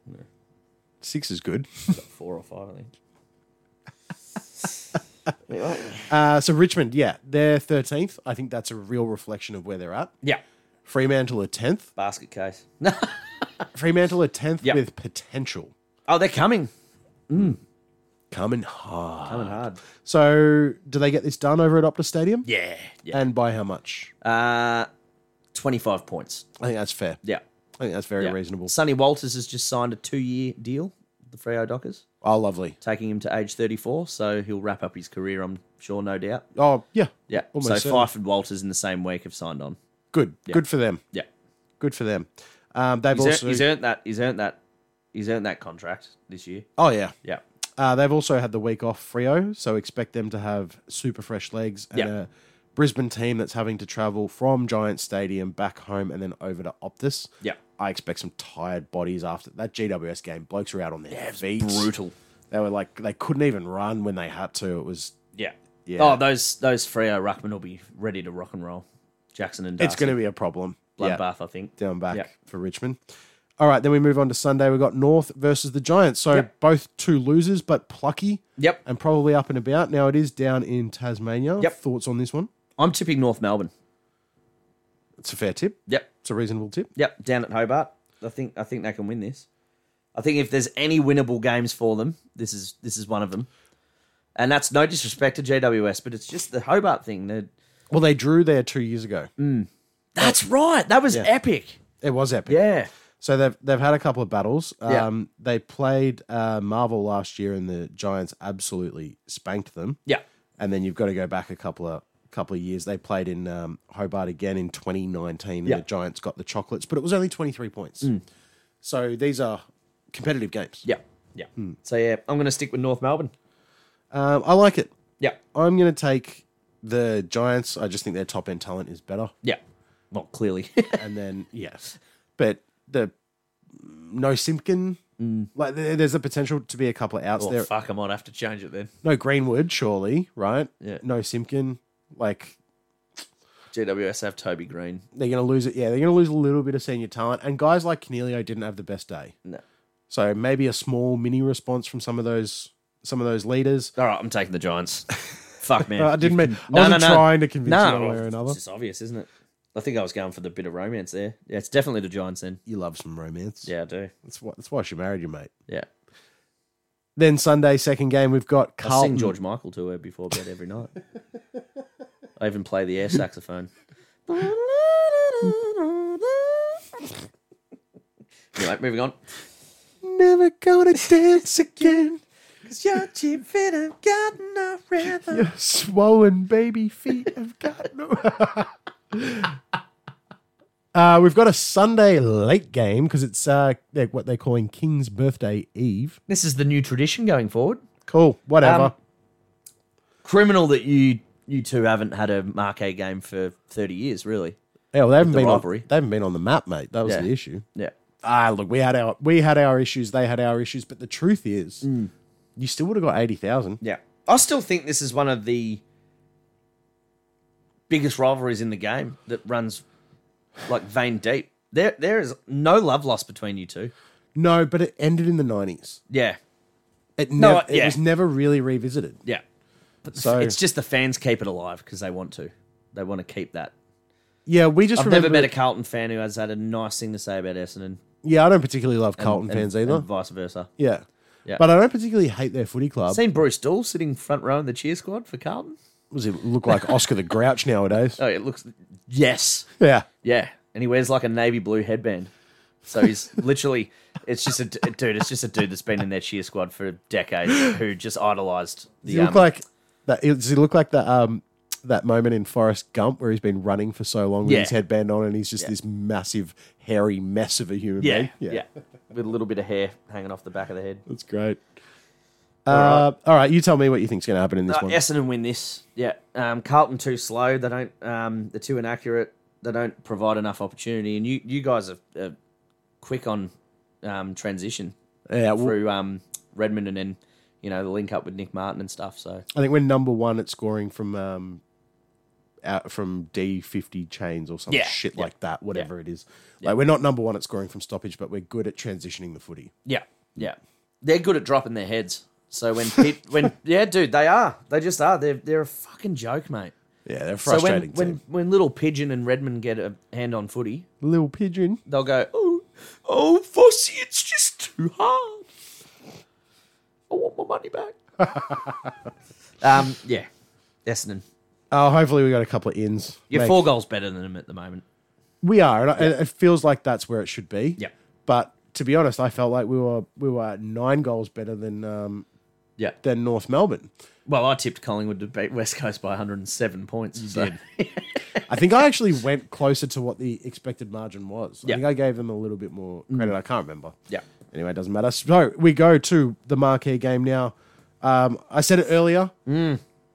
Speaker 1: Six is good.
Speaker 2: four or five, I think.
Speaker 1: (laughs) Uh, so Richmond, yeah, they're thirteenth. I think that's a real reflection of where they're at.
Speaker 2: (laughs) Yeah,
Speaker 1: Fremantle are tenth.
Speaker 2: basket case.
Speaker 1: Fremantle are tenth
Speaker 2: Yep.
Speaker 1: with potential
Speaker 2: oh, they're coming,
Speaker 1: coming hard.
Speaker 2: coming hard.
Speaker 1: So do they get this done over at Optus Stadium?
Speaker 2: Yeah, yeah.
Speaker 1: And by how much?
Speaker 2: Uh, twenty-five points.
Speaker 1: I think that's fair.
Speaker 2: Yeah,
Speaker 1: I think that's very
Speaker 2: yeah.
Speaker 1: reasonable.
Speaker 2: Sonny Walters has just signed a two-year deal. with The Freo Dockers
Speaker 1: Oh, lovely.
Speaker 2: taking him to age thirty-four, so he'll wrap up his career. I'm sure, no doubt.
Speaker 1: Oh, yeah.
Speaker 2: Yeah.
Speaker 1: Almost
Speaker 2: so
Speaker 1: certainly.
Speaker 2: Fife and Walters in the same week have signed on.
Speaker 1: Good. Good for them.
Speaker 2: Yeah.
Speaker 1: Good for them. Um, they've
Speaker 2: He's, earned,
Speaker 1: also.
Speaker 2: he's earned that. He's earned that. He's earned that contract this year.
Speaker 1: oh, yeah.
Speaker 2: Yeah.
Speaker 1: Uh, they've also had the week off Frio, so expect them to have super fresh legs and
Speaker 2: Yeah.
Speaker 1: a Brisbane team that's having to travel from Giant Stadium back home and then over to Optus.
Speaker 2: Yep.
Speaker 1: I expect some tired bodies after that GWS game. Blokes were out on their feet.
Speaker 2: Brutal.
Speaker 1: They were like they couldn't even run when they had to. It was
Speaker 2: Yeah.
Speaker 1: Yeah.
Speaker 2: Oh, those those Freo ruckmen will be ready to rock and roll. Jackson and Darcy.
Speaker 1: it's going to be a problem. Yeah.
Speaker 2: bloodbath, I think.
Speaker 1: down back
Speaker 2: Yeah.
Speaker 1: for Richmond. All right, then we move on to Sunday. We've got North versus the Giants. So
Speaker 2: Yep.
Speaker 1: both two losers, but plucky
Speaker 2: Yep.
Speaker 1: and probably up and about. Now it is down in Tasmania.
Speaker 2: Yep.
Speaker 1: Thoughts on this one?
Speaker 2: I'm tipping North Melbourne.
Speaker 1: It's a fair tip.
Speaker 2: Yep.
Speaker 1: It's a reasonable tip.
Speaker 2: Yep. Down at Hobart. I think I think they can win this. I think if there's any winnable games for them, this is this is one of them. And that's no disrespect to JWS, but it's just the Hobart thing. That
Speaker 1: Well, they drew there two years ago.
Speaker 2: that's right. That was epic.
Speaker 1: It was epic.
Speaker 2: Yeah.
Speaker 1: So they've they've had a couple of battles.
Speaker 2: Yeah.
Speaker 1: Um, They played uh, Marvel last year, and the Giants absolutely spanked them.
Speaker 2: Yeah.
Speaker 1: And then you've got to go back a couple of couple of years. They played in um, Hobart again in 2019, and
Speaker 2: Yeah.
Speaker 1: the Giants got the chocolates, but it was only 23 points. So these are competitive games.
Speaker 2: Yeah. Yeah.
Speaker 1: Hmm.
Speaker 2: So yeah, I'm going to stick with North Melbourne.
Speaker 1: Um, I like it.
Speaker 2: Yeah.
Speaker 1: I'm going to take the Giants. I just think their top end talent is better.
Speaker 2: Yeah. Well, (laughs) clearly.
Speaker 1: and then yes, (laughs) but the no Simpkin. Like there- there's a potential to be a couple of outs
Speaker 2: well,
Speaker 1: there.
Speaker 2: fuck, I might have to change it then.
Speaker 1: No Greenwood, surely, right?
Speaker 2: Yeah.
Speaker 1: No Simpkin. Like
Speaker 2: GWS have Toby Green.
Speaker 1: they're going to lose it. Yeah, they're going to lose a little bit of senior talent. And guys like Canelio didn't have the best day.
Speaker 2: No.
Speaker 1: So maybe a small mini response from some of those some of those leaders.
Speaker 2: All right, I'm taking the Giants. (laughs) Fuck man,
Speaker 1: Uh, I didn't
Speaker 2: You've-
Speaker 1: mean- I wasn't trying to convince you one way or
Speaker 2: well,
Speaker 1: another.
Speaker 2: It's just obvious, isn't it? I think I was going for the bit of romance there. Yeah, it's definitely the Giants then.
Speaker 1: You love some romance.
Speaker 2: Yeah, I do.
Speaker 1: That's why that's why she married you, mate.
Speaker 2: Yeah,
Speaker 1: Then Sunday, second game, we've got
Speaker 2: I sing
Speaker 1: Carlton.
Speaker 2: George Michael to her before bed every night. I even play the air saxophone. anyway, moving on.
Speaker 1: Never (laughs) gonna dance again.
Speaker 2: (laughs) Cause your cheap fit have gotten a rhythm.
Speaker 1: Your swollen baby feet have got no. (laughs) uh, we've got a Sunday late game because it's uh, they're, what they're calling King's Birthday Eve.
Speaker 2: This is the new tradition going forward.
Speaker 1: Cool, whatever.
Speaker 2: Um, Criminal that you you two haven't had a marquee game for thirty years, really.
Speaker 1: yeah, well, they haven't
Speaker 2: the
Speaker 1: been on,
Speaker 2: rivalry.
Speaker 1: they haven't been on the map, mate. That was
Speaker 2: Yeah.
Speaker 1: the issue.
Speaker 2: Yeah.
Speaker 1: Ah, look, we had our we had our issues. They had our issues, but the truth is,
Speaker 2: Hmm.
Speaker 1: you still would have got eighty thousand.
Speaker 2: Yeah. I still think this is one of the biggest rivalries in the game that runs like vein deep. There there is no love lost between you two.
Speaker 1: No, but it ended in the nineties.
Speaker 2: Yeah.
Speaker 1: It
Speaker 2: No,
Speaker 1: nev-
Speaker 2: I- yeah.
Speaker 1: it was never really revisited.
Speaker 2: Yeah. But the-
Speaker 1: So-
Speaker 2: it's just the fans keep it alive because they want to. They want to keep that.
Speaker 1: Yeah, we just
Speaker 2: I've
Speaker 1: remember.
Speaker 2: never met a Carlton fan who has had a nice thing to say about Essendon.
Speaker 1: yeah, I don't particularly love Carlton
Speaker 2: and-
Speaker 1: fans either.
Speaker 2: And vice versa.
Speaker 1: Yeah.
Speaker 2: Yeah.
Speaker 1: But I don't particularly hate their footy club.
Speaker 2: Seen Bruce Dool sitting front row in the cheer squad for Carlton?
Speaker 1: Does it look like Oscar the Grouch nowadays?
Speaker 2: Oh, it looks. Yes.
Speaker 1: Yeah.
Speaker 2: (laughs) Yeah, and he wears like a navy blue headband. So
Speaker 1: (laughs)
Speaker 2: he's literally, it's just a d- dude. It's just a dude that's been in their cheer squad for decades who just idolized
Speaker 1: Does
Speaker 2: the.
Speaker 1: he
Speaker 2: Um,
Speaker 1: look like that? Does he look like that? Um, that moment in Forrest Gump where he's been running for so long with
Speaker 2: Yeah.
Speaker 1: his headband on, and he's just this massive hairy mess of a human
Speaker 2: yeah,
Speaker 1: being.
Speaker 2: yeah, with a little bit of hair hanging off the back of the head.
Speaker 1: that's great. Uh, all right, you tell me what you think's going to happen in this
Speaker 2: Uh,
Speaker 1: one.
Speaker 2: Essendon win this. Yeah, um, Carlton too slow. They don't. Um, they're too inaccurate. They don't provide enough opportunity. And you, you guys are, are quick on um, transition
Speaker 1: Yeah, well,
Speaker 2: through um, Redmond and then you know the link up with Nick Martin and stuff. So
Speaker 1: I think we're number one at scoring from um, out from D fifty chains or some
Speaker 2: Yeah,
Speaker 1: shit
Speaker 2: yeah,
Speaker 1: like that. Whatever it is, like we're not number one at scoring from stoppage, but we're good at transitioning the footy.
Speaker 2: Yeah, yeah. They're good at dropping their heads. So (laughs) when Pete, when yeah, dude, they are. They just are. They're they're a fucking joke, mate.
Speaker 1: Yeah, they're a
Speaker 2: So when
Speaker 1: frustrating.
Speaker 2: when when little pigeon and Redmond get a hand on footy,
Speaker 1: team. little pigeon.
Speaker 2: they'll go, oh, oh, Fossy, it's just too hard. I want my money back. (laughs) um, yeah, Essendon.
Speaker 1: Oh, hopefully we got a couple of ins.
Speaker 2: You're
Speaker 1: Like,
Speaker 2: four goals better than them at the moment.
Speaker 1: We are, and I- and it feels like that's where it should be.
Speaker 2: Yeah.
Speaker 1: But to be honest, I felt like we were we were nine goals better than um,
Speaker 2: Yeah.
Speaker 1: than North Melbourne.
Speaker 2: Well, I tipped Collingwood to beat West Coast by 107 points. so- (laughs)
Speaker 1: I think I actually went closer to what the expected margin was. I
Speaker 2: Yeah. Mm.
Speaker 1: think I gave them a little bit more credit. I can't remember.
Speaker 2: Yeah.
Speaker 1: Anyway, it doesn't matter. So we go
Speaker 2: Mm.
Speaker 1: to the marquee game now. Um, I said it earlier.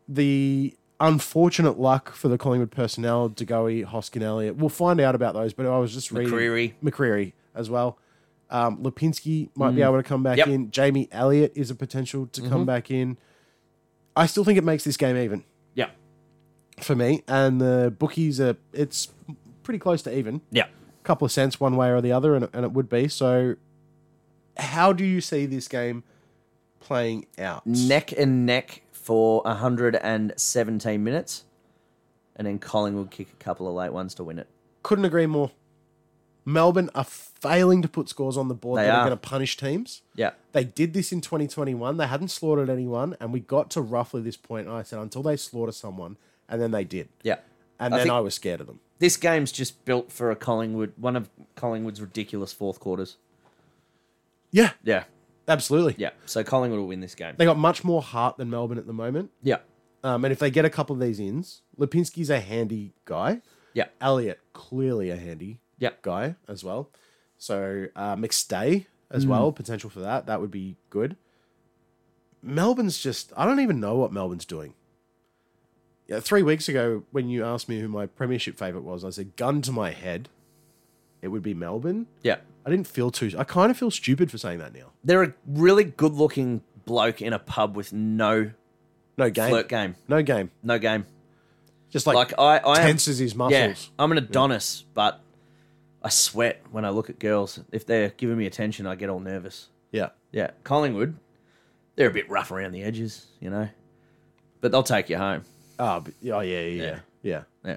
Speaker 1: The Unfortunate luck for the Collingwood personnel, Degoe, Hoskin, Elliott. We'll find out about those, but I was just reading
Speaker 2: McCreary.
Speaker 1: McCreary as well. Um, Lipinski might be able to come back
Speaker 2: Mm. Yep. Mm-hmm.
Speaker 1: in. Jamie Elliott is a potential to come back in. I still think it makes this game even
Speaker 2: Yeah.
Speaker 1: for me, and the bookies are it's pretty close to even.
Speaker 2: Yeah.
Speaker 1: couple of cents one way or the other, and, and it would be. So, how do you see this game playing out?
Speaker 2: Neck and neck for 117 minutes. And then Collingwood kick a couple of late ones to win it.
Speaker 1: Couldn't agree more. Melbourne are failing to put scores on the board
Speaker 2: They
Speaker 1: that are,
Speaker 2: are.
Speaker 1: going to punish teams.
Speaker 2: Yeah.
Speaker 1: They did this in 2021. They hadn't slaughtered anyone, and we got to roughly this point. And I said, until they slaughter someone, and then they did.
Speaker 2: Yeah.
Speaker 1: And
Speaker 2: I
Speaker 1: then
Speaker 2: think-
Speaker 1: I was scared of them.
Speaker 2: This game's just built for a Collingwood, one of Collingwood's ridiculous fourth quarters.
Speaker 1: Yeah,
Speaker 2: Yeah.
Speaker 1: absolutely.
Speaker 2: Yeah. So Collingwood will win this game.
Speaker 1: They got much more heart than Melbourne at the moment.
Speaker 2: Yeah.
Speaker 1: Um, and if they get a couple of these ins, Lipinski's a handy guy.
Speaker 2: Yeah.
Speaker 1: Elliot clearly a handy
Speaker 2: Yep.
Speaker 1: guy as well. So uh, McStay as well, potential for that. That would be good. Melbourne's just I don't even know what Melbourne's doing. Yeah, three weeks ago when you asked me who my premiership favourite was, I said gun to my head, it would be Melbourne.
Speaker 2: Yeah.
Speaker 1: I didn't feel too I kind of feel stupid for saying that now.
Speaker 2: They're a really good looking bloke in a pub with no
Speaker 1: No game.
Speaker 2: flirt game.
Speaker 1: No game.
Speaker 2: No game.
Speaker 1: Just like,
Speaker 2: Like I, I am,
Speaker 1: tenses his
Speaker 2: yeah,
Speaker 1: muscles.
Speaker 2: I'm an Adonis, but I sweat when I look at girls. If they're giving me attention, I get all nervous.
Speaker 1: Yeah.
Speaker 2: Yeah, Collingwood, they're a bit rough around the edges, you know, but they'll take you home.
Speaker 1: Oh, but- oh yeah, yeah, yeah.
Speaker 2: Yeah.
Speaker 1: Yeah.
Speaker 2: Yeah,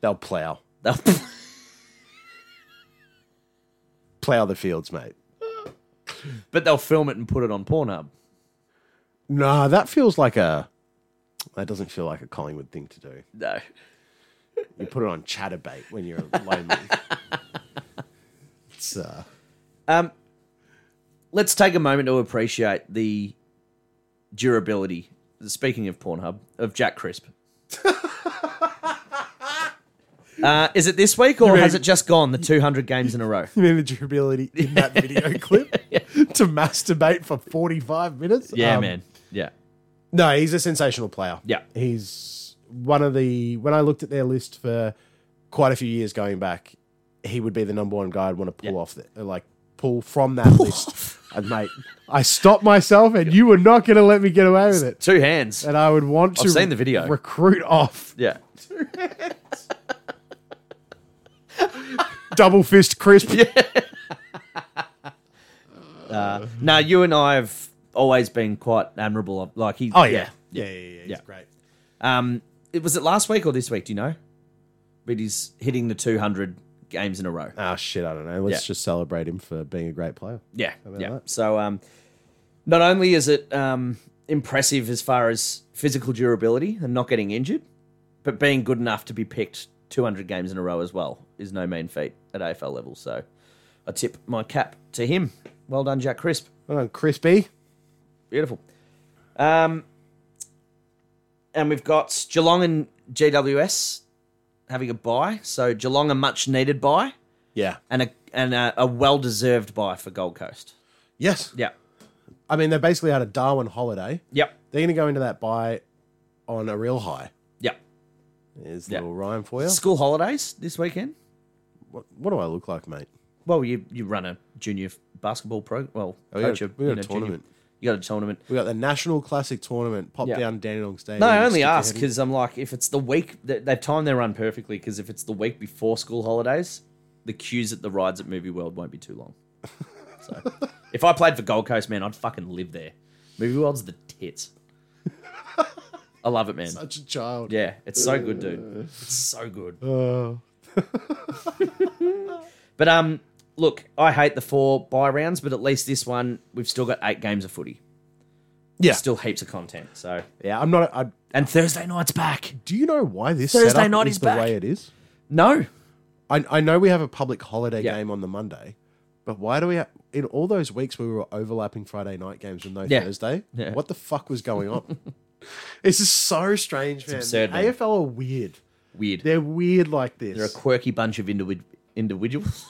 Speaker 1: They'll plough.
Speaker 2: they'll (laughs)
Speaker 1: Plough the fields, mate.
Speaker 2: but they'll film it and put it on Pornhub.
Speaker 1: No, that feels like a. That doesn't feel like a Collingwood thing to do.
Speaker 2: No,
Speaker 1: You put it on chatterbait when you're lonely. it's uh,
Speaker 2: Um, let's take a moment to appreciate the durability. Speaking of Pornhub, of Jack (laughs) Crisp. Uh, is it this week or has it just gone the 200 games in a row?
Speaker 1: you mean the durability in that video clip to masturbate for forty five minutes.
Speaker 2: Yeah,
Speaker 1: Um,
Speaker 2: man. Yeah.
Speaker 1: No, he's a sensational player.
Speaker 2: Yeah.
Speaker 1: he's one of the. When I looked at their list for quite a few years going back, he would be the number one guy I'd want to pull off, the, like pull from that list. And mate, I stopped myself, and you were not going to let me get away with it.
Speaker 2: Two hands.
Speaker 1: and I would want to
Speaker 2: seen the video.
Speaker 1: recruit off
Speaker 2: Yeah.
Speaker 1: double fist
Speaker 2: (laughs)
Speaker 1: crisp.
Speaker 2: No, you and I have always been quite admirable. of- Like he.
Speaker 1: Oh yeah. Yeah, yeah, yeah, yeah. It's
Speaker 2: Yeah.
Speaker 1: great.
Speaker 2: Um, it was it last week or this week? Do you know? But he's hitting the 200 games in a row.
Speaker 1: Ah shit, I don't know. Let's
Speaker 2: Yeah.
Speaker 1: just celebrate him for being a great player.
Speaker 2: Yeah, yeah.
Speaker 1: that?
Speaker 2: So, um, not only is it um, impressive as far as physical durability and not getting injured, but being good enough to be picked 200 games in a row as well is no mean feat at AFL level. So, I tip my cap to him. Well done, Jack Crisp.
Speaker 1: Well done, crispy.
Speaker 2: Beautiful. Um, and we've got Geelong and GWS having a buy. So Geelong a much needed buy
Speaker 1: Yeah.
Speaker 2: and a and a, a well deserved buy for Gold Coast.
Speaker 1: Yes.
Speaker 2: Yeah.
Speaker 1: I mean, they basically had a Darwin holiday.
Speaker 2: Yep.
Speaker 1: They're going to go into that buy on a real high.
Speaker 2: Yep.
Speaker 1: There's a
Speaker 2: Yeah.
Speaker 1: little rhyme for you.
Speaker 2: School holidays this weekend.
Speaker 1: What, what do I look like, mate?
Speaker 2: Well, you you run a junior f- basketball pro. Well,
Speaker 1: Oh, we
Speaker 2: coach
Speaker 1: got a-
Speaker 2: a-
Speaker 1: we got
Speaker 2: you
Speaker 1: a
Speaker 2: know, junior-
Speaker 1: tournament.
Speaker 2: you got a tournament.
Speaker 1: We got the National Classic Tournament. Pop
Speaker 2: Yeah.
Speaker 1: down Dandenong Stadium.
Speaker 2: No, I only
Speaker 1: stick your
Speaker 2: ask
Speaker 1: head in.
Speaker 2: because I'm like, if it's the week, they- they've timed their run perfectly. Because if it's the week before school holidays, the queues at the rides at Movie World won't be too long. So, if I played for Gold Coast, man, I'd fucking live there. Movie World's the tits. I love it, man.
Speaker 1: Such a child.
Speaker 2: Yeah, it's so good, dude. It's so good.
Speaker 1: Oh.
Speaker 2: But um, look, I hate the four buy rounds, but at least this one we've still got eight games of footy.
Speaker 1: yeah.
Speaker 2: Still heaps of content. So
Speaker 1: yeah. I'm not. I,
Speaker 2: and Thursday night's back.
Speaker 1: do you know why this
Speaker 2: Thursday
Speaker 1: setup
Speaker 2: night
Speaker 1: is
Speaker 2: is
Speaker 1: the
Speaker 2: back.
Speaker 1: way it is?
Speaker 2: No,
Speaker 1: I, I know we have a public holiday
Speaker 2: Yeah.
Speaker 1: game on the Monday, but why do we have in all those weeks where we were overlapping Friday night games with no
Speaker 2: Yeah.
Speaker 1: Thursday?
Speaker 2: Yeah.
Speaker 1: What the fuck was going on? (laughs) it's just so strange, man.
Speaker 2: absurd,
Speaker 1: The
Speaker 2: man.
Speaker 1: AFL are weird.
Speaker 2: weird.
Speaker 1: They're weird like this.
Speaker 2: They're a quirky bunch of individ-
Speaker 1: (laughs)
Speaker 2: individuals.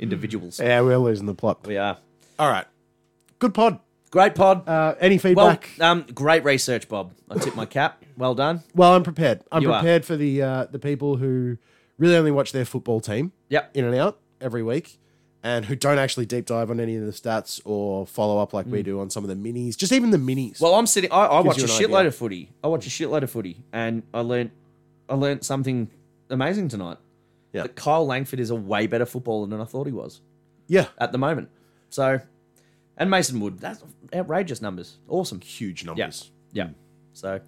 Speaker 2: individuals.
Speaker 1: yeah, we're losing the plot.
Speaker 2: We are.
Speaker 1: All right. Good pod.
Speaker 2: Great pod.
Speaker 1: Uh, any
Speaker 2: well,
Speaker 1: feedback? Well,
Speaker 2: um, great research, Bob. I tip my cap. Well done.
Speaker 1: I'm prepared. I'm
Speaker 2: You are.
Speaker 1: prepared for the uh, the people who really only watch their football team
Speaker 2: Yep.
Speaker 1: in and out every week, and who don't actually deep dive on any of the stats or follow up like
Speaker 2: Mm.
Speaker 1: we do on some of the minis, just even the minis.
Speaker 2: Well, I'm sitting. I, I watch
Speaker 1: you
Speaker 2: a
Speaker 1: an
Speaker 2: shitload
Speaker 1: idea.
Speaker 2: of footy. I watch a shitload of footy, and I learnt I learnt something amazing tonight.
Speaker 1: Yeah.
Speaker 2: That Kyle Langford is a way better footballer than I thought he was
Speaker 1: yeah,
Speaker 2: at the moment. So, and Mason Wood. That's outrageous numbers. Awesome.
Speaker 1: huge
Speaker 2: Yeah.
Speaker 1: numbers.
Speaker 2: Yeah. So,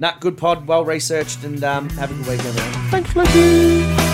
Speaker 2: nah, good pod. Well researched, and um, have a good weekend. everyone.
Speaker 1: Thanks, Matthew.